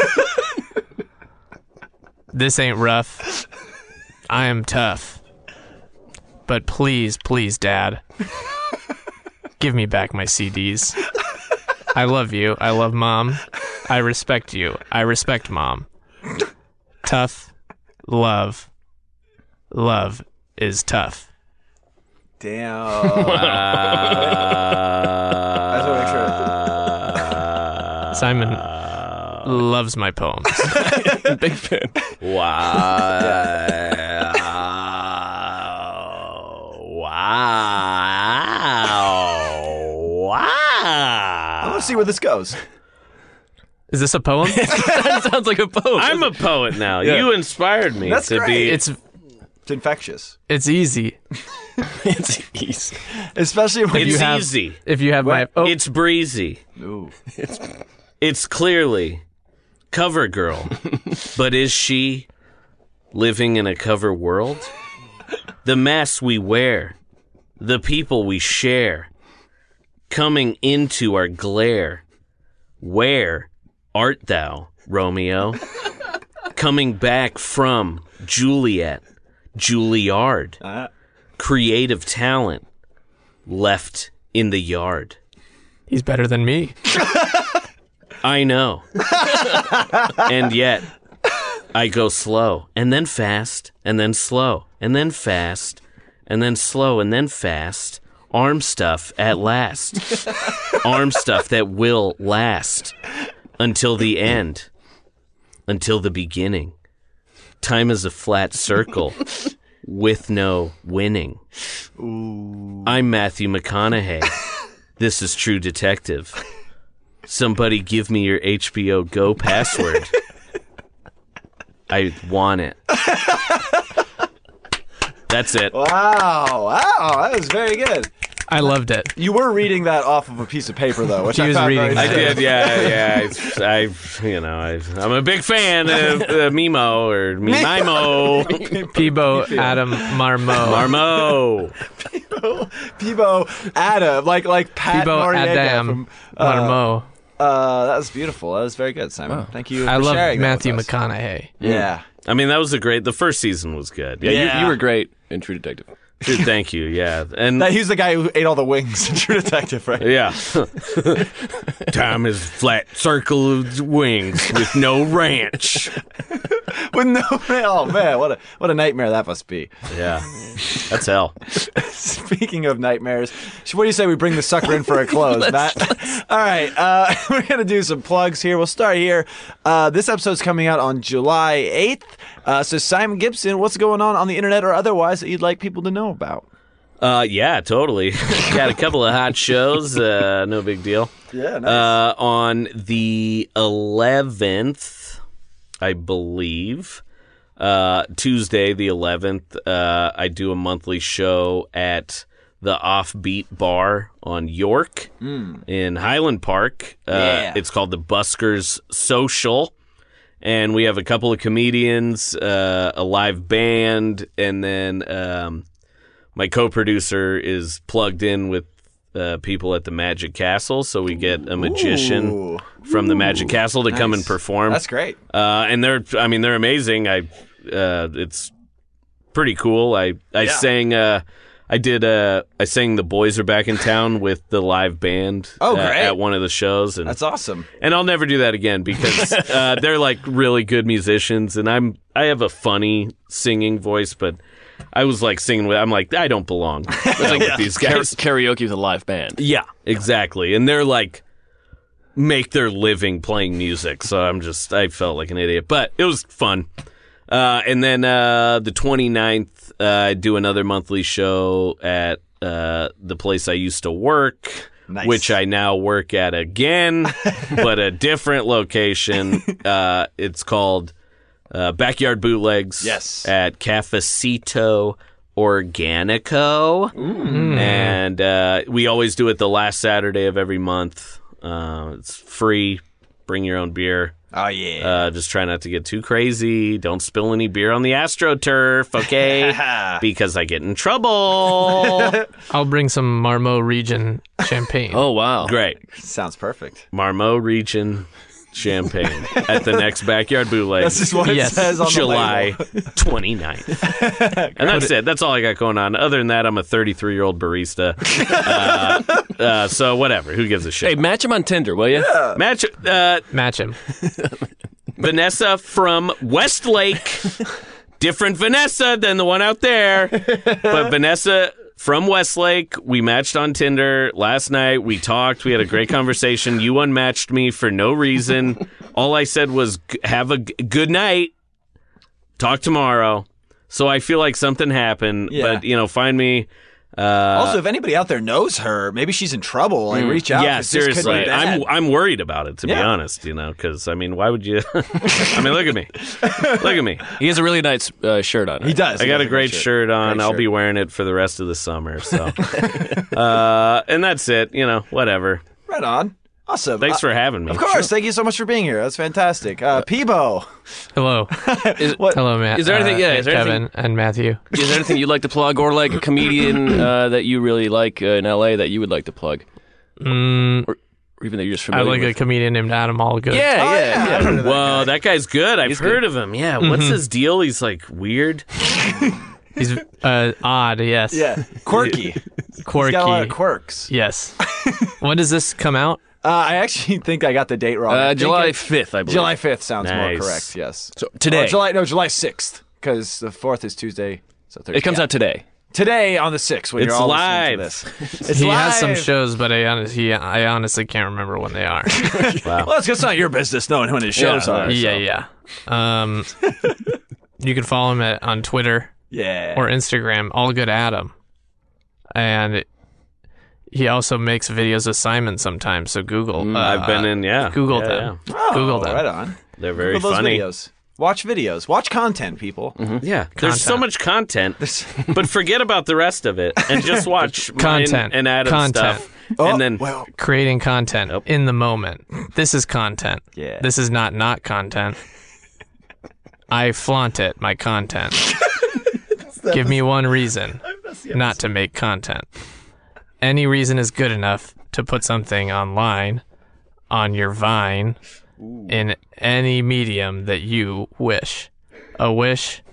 [SPEAKER 5] this ain't rough. I am tough. But please, please dad, give me back my CDs. I love you. I love mom. I respect you. I respect mom. Tough love. Love is tough.
[SPEAKER 2] Damn. I just want to make sure.
[SPEAKER 4] Uh,
[SPEAKER 5] Simon loves my poems.
[SPEAKER 3] Big fan.
[SPEAKER 4] Wow. wow.
[SPEAKER 2] I
[SPEAKER 4] Wow.
[SPEAKER 2] want to see where this goes.
[SPEAKER 5] Is this a poem?
[SPEAKER 3] that sounds like a poem.
[SPEAKER 4] I'm a poet now. You inspired me
[SPEAKER 2] That's
[SPEAKER 4] to
[SPEAKER 2] great.
[SPEAKER 4] be.
[SPEAKER 5] it's
[SPEAKER 2] It's infectious,
[SPEAKER 5] it's easy.
[SPEAKER 3] it's easy.
[SPEAKER 2] especially when
[SPEAKER 4] It's
[SPEAKER 2] you.
[SPEAKER 5] have-
[SPEAKER 4] easy.
[SPEAKER 5] If you have my oh,
[SPEAKER 4] It's breezy.
[SPEAKER 2] Ooh.
[SPEAKER 4] It's clearly cover girl. but is she living in a cover world? The masks we wear, the people we share, coming into our glare. Where art thou, Romeo? coming back from Juliet, Juilliard,
[SPEAKER 2] Ah.
[SPEAKER 4] creative talent left in the yard.
[SPEAKER 5] he's better than me.
[SPEAKER 4] I know. and yet, I go slow, and then fast, and then slow, and then fast, and then slow, and then fast. Arm stuff at last. Arm stuff that will last until the end, until the beginning. Time is a flat circle. with no winning. I'm Matthew McConaughey. this is True Detective. Somebody give me your HBO Go password. I want it. That's it.
[SPEAKER 2] Wow, wow, that was very good.
[SPEAKER 5] I loved it.
[SPEAKER 2] You were reading that off of a piece of paper, though, which
[SPEAKER 5] He
[SPEAKER 2] I
[SPEAKER 5] was
[SPEAKER 2] found
[SPEAKER 5] reading
[SPEAKER 2] very
[SPEAKER 4] I
[SPEAKER 5] that.
[SPEAKER 2] nice.
[SPEAKER 4] did, yeah, yeah. I, I- you know, I, I'm a big fan of uh, Mimo or Mimo,
[SPEAKER 5] Peebo Adam
[SPEAKER 4] Marmo.
[SPEAKER 5] Marmo.
[SPEAKER 2] Peebo Adam, like like Pat
[SPEAKER 5] Peebo
[SPEAKER 2] Noriega
[SPEAKER 5] Adam
[SPEAKER 2] from. Uh,
[SPEAKER 5] Marmo.
[SPEAKER 2] uh, that was beautiful. That was very good, Simon. Thank you.
[SPEAKER 5] I
[SPEAKER 2] for
[SPEAKER 5] love
[SPEAKER 2] sharing that with
[SPEAKER 5] Matthew
[SPEAKER 2] us.
[SPEAKER 5] McConaughey.
[SPEAKER 2] Yeah.
[SPEAKER 4] I mean, that was a great. The first season was good. Yeah,
[SPEAKER 3] Yeah,
[SPEAKER 4] you-
[SPEAKER 3] You, you were great in True Detective.
[SPEAKER 4] Dude, thank you. Yeah, and
[SPEAKER 2] That, he's the guy who ate all the wings in True Detective, right?
[SPEAKER 4] yeah, time is flat circle of wings with no ranch.
[SPEAKER 2] With no, oh man, what a what a nightmare that must be.
[SPEAKER 4] Yeah, that's hell.
[SPEAKER 2] Speaking of nightmares, sh- what do you say we bring the sucker in for a close, Matt? All right, uh, we're gonna do some plugs here. We'll start here. Uh, this episode's coming out on July eighth. Uh, so Simon Gibson, what's going on on the internet or otherwise that you'd like people to know about?
[SPEAKER 4] Uh, yeah, totally. Got a couple of hot shows. Uh, no big deal.
[SPEAKER 2] Yeah,
[SPEAKER 4] Uh, on the 11th, I believe, uh, Tuesday, the 11th, uh, I do a monthly show at the Offbeat Bar on York in Highland Park. Uh,
[SPEAKER 2] Yeah.
[SPEAKER 4] It's called the Buskers Social. And we have a couple of comedians, uh, a live band, and then um, my co-producer is plugged in with uh, people at the Magic Castle, so we get a magician
[SPEAKER 2] Ooh.
[SPEAKER 4] from the Magic Castle to come and perform.
[SPEAKER 2] That's great.
[SPEAKER 4] Uh, and they're, I mean, they're amazing. I, uh, it's pretty cool. I, I sang, uh, I did, uh, I sang "The Boys Are Back in Town" with the live band.
[SPEAKER 2] Oh,
[SPEAKER 4] uh,
[SPEAKER 2] great.
[SPEAKER 4] At one of the shows, and
[SPEAKER 2] That's awesome.
[SPEAKER 4] and I'll never do that again because uh, they're like really good musicians, and I'm I have a funny singing voice, but I was like singing with I'm like I don't belong I was, like, with these
[SPEAKER 3] Kara-
[SPEAKER 4] guys.
[SPEAKER 3] karaoke with a live band.
[SPEAKER 4] Yeah, exactly, and they're like make their living playing music, so I'm just I felt like an idiot, but it was fun. Uh, and then uh, the 29th, uh, I do another monthly show at uh, the place I used to work,
[SPEAKER 2] Nice.
[SPEAKER 4] which I now work at again, but a different location. Uh, it's called uh, Backyard Bootlegs
[SPEAKER 2] Yes.
[SPEAKER 4] at Cafecito Organico. And uh, we always do it the last Saturday of every month. Uh, it's free. Bring your own beer.
[SPEAKER 2] Oh yeah.
[SPEAKER 4] Uh, just try not to get too crazy. Don't spill any beer on the AstroTurf, okay? because I get in trouble.
[SPEAKER 5] I'll bring some Marmo region champagne.
[SPEAKER 3] Oh wow.
[SPEAKER 4] Great.
[SPEAKER 2] Sounds perfect.
[SPEAKER 4] Marmot region champagne at the next backyard bootleg.
[SPEAKER 2] That's just what it
[SPEAKER 5] Yes.
[SPEAKER 2] says on
[SPEAKER 4] July
[SPEAKER 2] the label.
[SPEAKER 4] 29th. and that's it. That's all I got going on. Other than that, I'm a 33 year old barista. Uh, uh, so, whatever. Who gives a
[SPEAKER 3] Hey,
[SPEAKER 4] shit?
[SPEAKER 3] match him on Tinder, will you?
[SPEAKER 4] Match uh,
[SPEAKER 5] Match him.
[SPEAKER 4] Vanessa from Westlake. Different Vanessa than the one out there. But Vanessa from Westlake, we matched on Tinder last night. We talked. We had a great conversation. You unmatched me for no reason. All I said was, "G- have a g- good night. Talk tomorrow. So I feel like something happened.
[SPEAKER 2] Yeah.
[SPEAKER 4] But, you know, find me. Uh,
[SPEAKER 2] Also, if anybody out there knows her, maybe she's in trouble. Like, reach out.
[SPEAKER 4] Mm, yeah,
[SPEAKER 2] 'cause this Oh, could be
[SPEAKER 4] seriously.
[SPEAKER 2] bad.
[SPEAKER 4] I'm I'm worried about it to be
[SPEAKER 2] Yeah.
[SPEAKER 4] honest, you know, cuz I mean, why would you I mean, look at me. Look at me.
[SPEAKER 3] He has a really nice uh, shirt on.
[SPEAKER 2] He does.
[SPEAKER 4] I
[SPEAKER 2] He
[SPEAKER 4] got
[SPEAKER 2] does
[SPEAKER 4] a great shirt on.
[SPEAKER 2] Great
[SPEAKER 4] I'll
[SPEAKER 2] shirt.
[SPEAKER 4] be wearing it for the rest of the summer, so. uh, and that's it, you know, whatever.
[SPEAKER 2] Right on. Awesome.
[SPEAKER 4] Thanks
[SPEAKER 2] Uh,
[SPEAKER 4] for having me.
[SPEAKER 2] Of course. Thank you so much for being here. That's fantastic. Uh, Peebo.
[SPEAKER 5] Hello.
[SPEAKER 3] Is,
[SPEAKER 2] What?
[SPEAKER 5] Hello, Matt.
[SPEAKER 3] Is there anything- yeah,
[SPEAKER 5] and
[SPEAKER 3] is there
[SPEAKER 5] Kevin
[SPEAKER 3] anything-
[SPEAKER 5] and Matthew.
[SPEAKER 3] is there anything you'd like to plug, or like a comedian uh, that you really like uh, in LA that you would like to plug,
[SPEAKER 5] Mm,
[SPEAKER 3] or even that you're just
[SPEAKER 5] I
[SPEAKER 3] familiar
[SPEAKER 5] like a
[SPEAKER 3] with?
[SPEAKER 5] comedian named Adam Allgood.
[SPEAKER 3] yeah,
[SPEAKER 2] Oh,
[SPEAKER 3] yeah, Uh,
[SPEAKER 2] yeah.
[SPEAKER 3] yeah.
[SPEAKER 4] Whoa, that guy's good. I've
[SPEAKER 3] good.
[SPEAKER 4] heard of him. Yeah, what's
[SPEAKER 2] Mm-hmm.
[SPEAKER 4] his deal? He's like weird.
[SPEAKER 2] Uh,
[SPEAKER 5] He's uh, odd, yes.
[SPEAKER 2] Yeah. Quirky.
[SPEAKER 5] Quirky.
[SPEAKER 2] Got a lot of quirks.
[SPEAKER 5] yes. when does this come out?
[SPEAKER 2] Uh, I actually think I got the date wrong. I
[SPEAKER 3] Uh,
[SPEAKER 2] think
[SPEAKER 3] July
[SPEAKER 2] it-
[SPEAKER 3] fifth, I believe. Oh,
[SPEAKER 2] July 5th sounds
[SPEAKER 4] Nice.
[SPEAKER 2] more correct. Yes.
[SPEAKER 3] So, today.
[SPEAKER 2] Or July no July 6th because the 4th is Tuesday. So Thursday.
[SPEAKER 3] It comes
[SPEAKER 2] Yeah.
[SPEAKER 3] out today.
[SPEAKER 2] today on the 6th when
[SPEAKER 4] It's
[SPEAKER 2] you're all
[SPEAKER 4] live.
[SPEAKER 2] listening to this. It's
[SPEAKER 5] he
[SPEAKER 2] live.
[SPEAKER 5] has some shows, but I, honest, he, I honestly can't remember when they are.
[SPEAKER 2] Well, it's, it's not your business knowing when his shows
[SPEAKER 3] Yeah.
[SPEAKER 2] are.
[SPEAKER 5] yeah, yeah. Um, you can follow him at, on Twitter
[SPEAKER 2] Yeah.
[SPEAKER 5] or Instagram, all good Adam. And he also makes videos of Simon sometimes. So Google. uh,
[SPEAKER 4] Mm, I've been in, yeah.
[SPEAKER 5] Google
[SPEAKER 4] yeah,
[SPEAKER 5] them.
[SPEAKER 4] yeah.
[SPEAKER 5] Google
[SPEAKER 2] Oh,
[SPEAKER 5] them.
[SPEAKER 2] Right on.
[SPEAKER 4] They're very
[SPEAKER 2] Google those
[SPEAKER 4] funny. Mm-hmm.
[SPEAKER 2] videos. Watch videos. Watch content, people.
[SPEAKER 4] Yeah, there's so
[SPEAKER 5] Content.
[SPEAKER 4] much content, but forget about the rest of it and just watch mine
[SPEAKER 5] Content.
[SPEAKER 4] and Adam
[SPEAKER 5] Content.
[SPEAKER 4] stuff.
[SPEAKER 2] Oh,
[SPEAKER 4] and then
[SPEAKER 2] well,
[SPEAKER 5] Creating content in the moment. This is content.
[SPEAKER 2] Yeah.
[SPEAKER 5] This is not not content. I flaunt it, my content. Give me one reason not to make content. Any reason is good enough to put something online on your Vine in any medium that you wish. A wish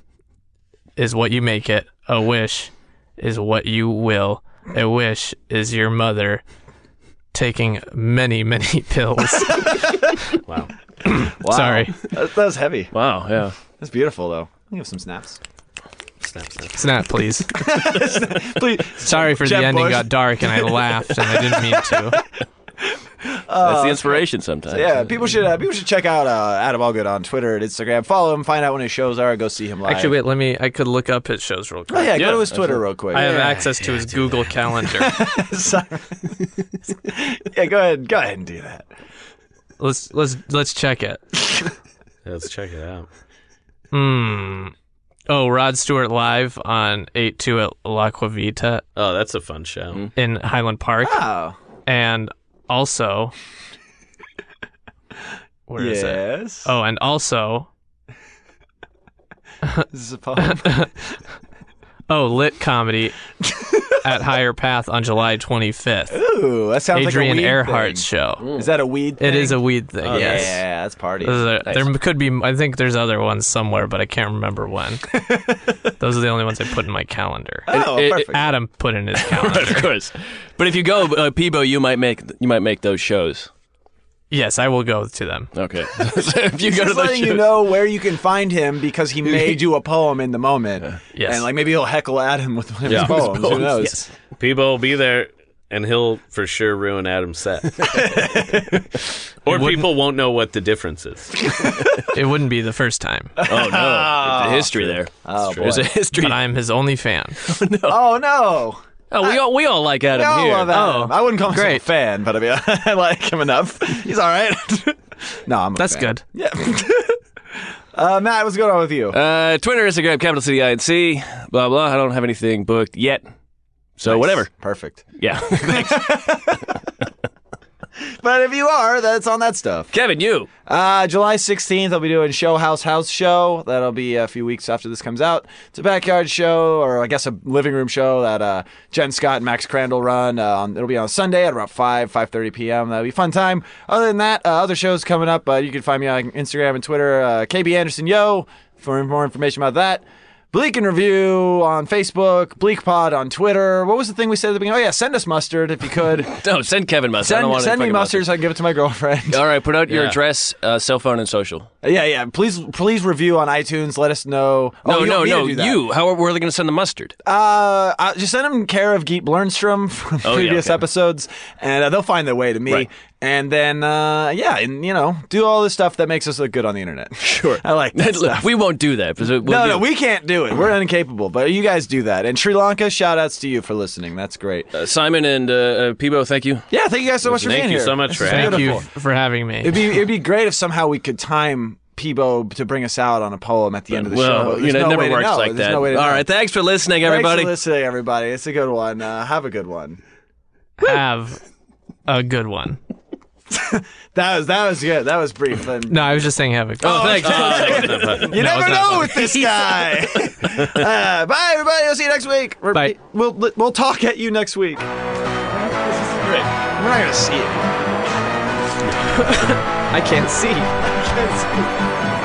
[SPEAKER 5] is what you make it. A wish is what you will. A wish is your mother taking many, many pills.
[SPEAKER 2] wow.
[SPEAKER 5] Sorry.
[SPEAKER 2] That, that was heavy.
[SPEAKER 3] Wow, yeah.
[SPEAKER 2] That's beautiful, though. Let me have some snaps.
[SPEAKER 5] Snap, please.
[SPEAKER 2] Please.
[SPEAKER 5] Sorry for
[SPEAKER 2] Jeb
[SPEAKER 5] the ending
[SPEAKER 2] Bush.
[SPEAKER 5] got dark and I laughed and I didn't mean to.
[SPEAKER 3] That's the inspiration sometimes.
[SPEAKER 2] Yeah, people should uh, people should check out uh, Adam Allgood on Twitter and Instagram. Follow him. Find out when his shows are. Go see him live.
[SPEAKER 5] Actually, wait, let me. I could look up his shows real
[SPEAKER 2] oh,
[SPEAKER 5] quick.
[SPEAKER 2] yeah,
[SPEAKER 3] Yeah,
[SPEAKER 2] go to his Twitter real quick.
[SPEAKER 5] I have access to his Google Calendar.
[SPEAKER 2] Sorry. yeah, go ahead. Go ahead and do that.
[SPEAKER 5] let's let's let's check it.
[SPEAKER 4] let's check it out.
[SPEAKER 5] Oh, Rod Stewart live on eight two at La Quavita
[SPEAKER 4] Oh, that's a fun show.
[SPEAKER 2] Mm-hmm.
[SPEAKER 5] in Highland Park,
[SPEAKER 2] Oh,
[SPEAKER 5] and also where is it?
[SPEAKER 2] yes.
[SPEAKER 5] Oh, and also
[SPEAKER 2] This is a poem.
[SPEAKER 5] oh, lit comedy at Higher Path on July twenty fifth.
[SPEAKER 2] Ooh, that sounds
[SPEAKER 5] Adrian
[SPEAKER 2] like a weed
[SPEAKER 5] Earhart's
[SPEAKER 2] thing.
[SPEAKER 5] show.
[SPEAKER 2] Is that a weed?
[SPEAKER 5] It
[SPEAKER 2] thing?
[SPEAKER 5] is a weed thing.
[SPEAKER 2] Yeah,
[SPEAKER 5] yes.
[SPEAKER 2] that's party.
[SPEAKER 5] Those are- There could be. I think there's other ones somewhere, but I can't remember when. Those are the only ones I put in my calendar.
[SPEAKER 2] oh,
[SPEAKER 3] it- it-
[SPEAKER 2] perfect.
[SPEAKER 5] Adam put in his calendar.
[SPEAKER 3] of course. But if you go, uh, Peebo, you might make you might make those shows.
[SPEAKER 5] yes, I will go to them.
[SPEAKER 3] Okay. so if you go to
[SPEAKER 2] just
[SPEAKER 3] those
[SPEAKER 2] letting
[SPEAKER 3] shows,
[SPEAKER 2] you know where you can find him because he may do a poem in the moment.
[SPEAKER 5] Yes.
[SPEAKER 2] And like maybe he'll heckle Adam with one of
[SPEAKER 4] Yeah.
[SPEAKER 2] his poems. Who knows?
[SPEAKER 5] Yes.
[SPEAKER 4] People will be there, and he'll for sure ruin Adam's set. or people won't know what the difference is.
[SPEAKER 5] It wouldn't be the first time,
[SPEAKER 3] oh no, It's a history there.
[SPEAKER 2] Oh, boy.
[SPEAKER 3] There's a history.
[SPEAKER 5] but I'm his only fan.
[SPEAKER 2] oh no.
[SPEAKER 3] Oh, we all we all like Adam
[SPEAKER 2] I
[SPEAKER 3] here.
[SPEAKER 2] love Adam.
[SPEAKER 5] Oh,
[SPEAKER 2] I wouldn't call myself a
[SPEAKER 5] great.
[SPEAKER 2] fan, but I mean, I like him enough. He's all right. no, I'm a
[SPEAKER 5] That's
[SPEAKER 2] fan.
[SPEAKER 5] good.
[SPEAKER 2] Yeah. uh, Matt, what's going on with you?
[SPEAKER 3] Uh, Twitter, Instagram, Capital City INC, blah blah. I don't have anything booked yet. So whatever.
[SPEAKER 2] Perfect.
[SPEAKER 3] Yeah.
[SPEAKER 2] But if you are, that's on that stuff.
[SPEAKER 3] Kevin, you.
[SPEAKER 2] Uh, July 16th, I'll be doing Show House House Show. That'll be a few weeks after this comes out. It's a backyard show, or I guess a living room show that uh, Jen Scott and Max Crandall run. Um, it'll be on Sunday at about 5, 5.30 p.m. That'll be a fun time. Other than that, uh, other shows coming up. Uh, you can find me on Instagram and Twitter, uh, KB Anderson Yo, for more information about that. Bleak and Review on Facebook, Bleak Pod on Twitter. What was the thing we said at the beginning? Oh, yeah, send us mustard if you could.
[SPEAKER 3] No, send Kevin mustard. I don't
[SPEAKER 2] send
[SPEAKER 3] want
[SPEAKER 2] send me
[SPEAKER 3] fucking
[SPEAKER 2] mustard so I can give it to my girlfriend.
[SPEAKER 3] All right, put out your
[SPEAKER 4] Yeah.
[SPEAKER 3] address, uh, cell phone, and social.
[SPEAKER 2] Yeah, yeah. Please, please review on iTunes. Let us know.
[SPEAKER 3] No,
[SPEAKER 2] oh, you
[SPEAKER 3] no,
[SPEAKER 2] don't
[SPEAKER 3] no.
[SPEAKER 2] need to do that.
[SPEAKER 3] You. How are, where are they going to send the mustard?
[SPEAKER 2] Uh, I, just send them care of Geet Blernstrom from
[SPEAKER 3] Oh, yeah,
[SPEAKER 2] previous
[SPEAKER 3] okay.
[SPEAKER 2] episodes, and uh, they'll find their way to me.
[SPEAKER 3] Right.
[SPEAKER 2] And then, uh, yeah, and you know, do all this stuff that makes us look good on the internet. Sure, I like that stuff.
[SPEAKER 3] we won't do that. because it- we'll
[SPEAKER 2] no,
[SPEAKER 3] do-
[SPEAKER 2] no, we can't do it. We're incapable. But you guys do that. And Sri Lanka, shout outs to you for listening. That's great.
[SPEAKER 3] Uh, Simon and uh, uh, Peebo, thank you.
[SPEAKER 2] Yeah, thank you guys so much for
[SPEAKER 4] Thank
[SPEAKER 2] being
[SPEAKER 4] you
[SPEAKER 2] here.
[SPEAKER 4] so much
[SPEAKER 2] This
[SPEAKER 4] for
[SPEAKER 2] is
[SPEAKER 5] Thank you
[SPEAKER 2] beautiful.
[SPEAKER 5] f- for having me.
[SPEAKER 2] It'd be it'd be great if somehow we could time Peebo to bring us out on a poem at the end of the show.
[SPEAKER 3] Well,
[SPEAKER 2] but
[SPEAKER 3] you
[SPEAKER 2] there's
[SPEAKER 3] know,
[SPEAKER 2] no
[SPEAKER 3] it
[SPEAKER 2] way
[SPEAKER 3] never
[SPEAKER 2] to
[SPEAKER 3] works
[SPEAKER 2] know.
[SPEAKER 3] like
[SPEAKER 2] There's
[SPEAKER 3] that.
[SPEAKER 2] no way to
[SPEAKER 3] All
[SPEAKER 2] know.
[SPEAKER 3] right, thanks for listening,
[SPEAKER 2] Thanks
[SPEAKER 3] everybody.
[SPEAKER 2] for listening, everybody. It's a good one. Uh, have a good one.
[SPEAKER 5] Have a good one.
[SPEAKER 2] That was that was good. That was brief. And
[SPEAKER 5] No, I was just saying have a good
[SPEAKER 3] oh, thanks.
[SPEAKER 2] you
[SPEAKER 5] no,
[SPEAKER 2] never
[SPEAKER 5] it's not
[SPEAKER 2] know with this guy. uh, bye, everybody. I'll see you next week. Or-
[SPEAKER 5] Bye.
[SPEAKER 2] We'll we'll talk at you next week. We're not gonna see it.
[SPEAKER 5] I can't see.
[SPEAKER 2] I can't see it.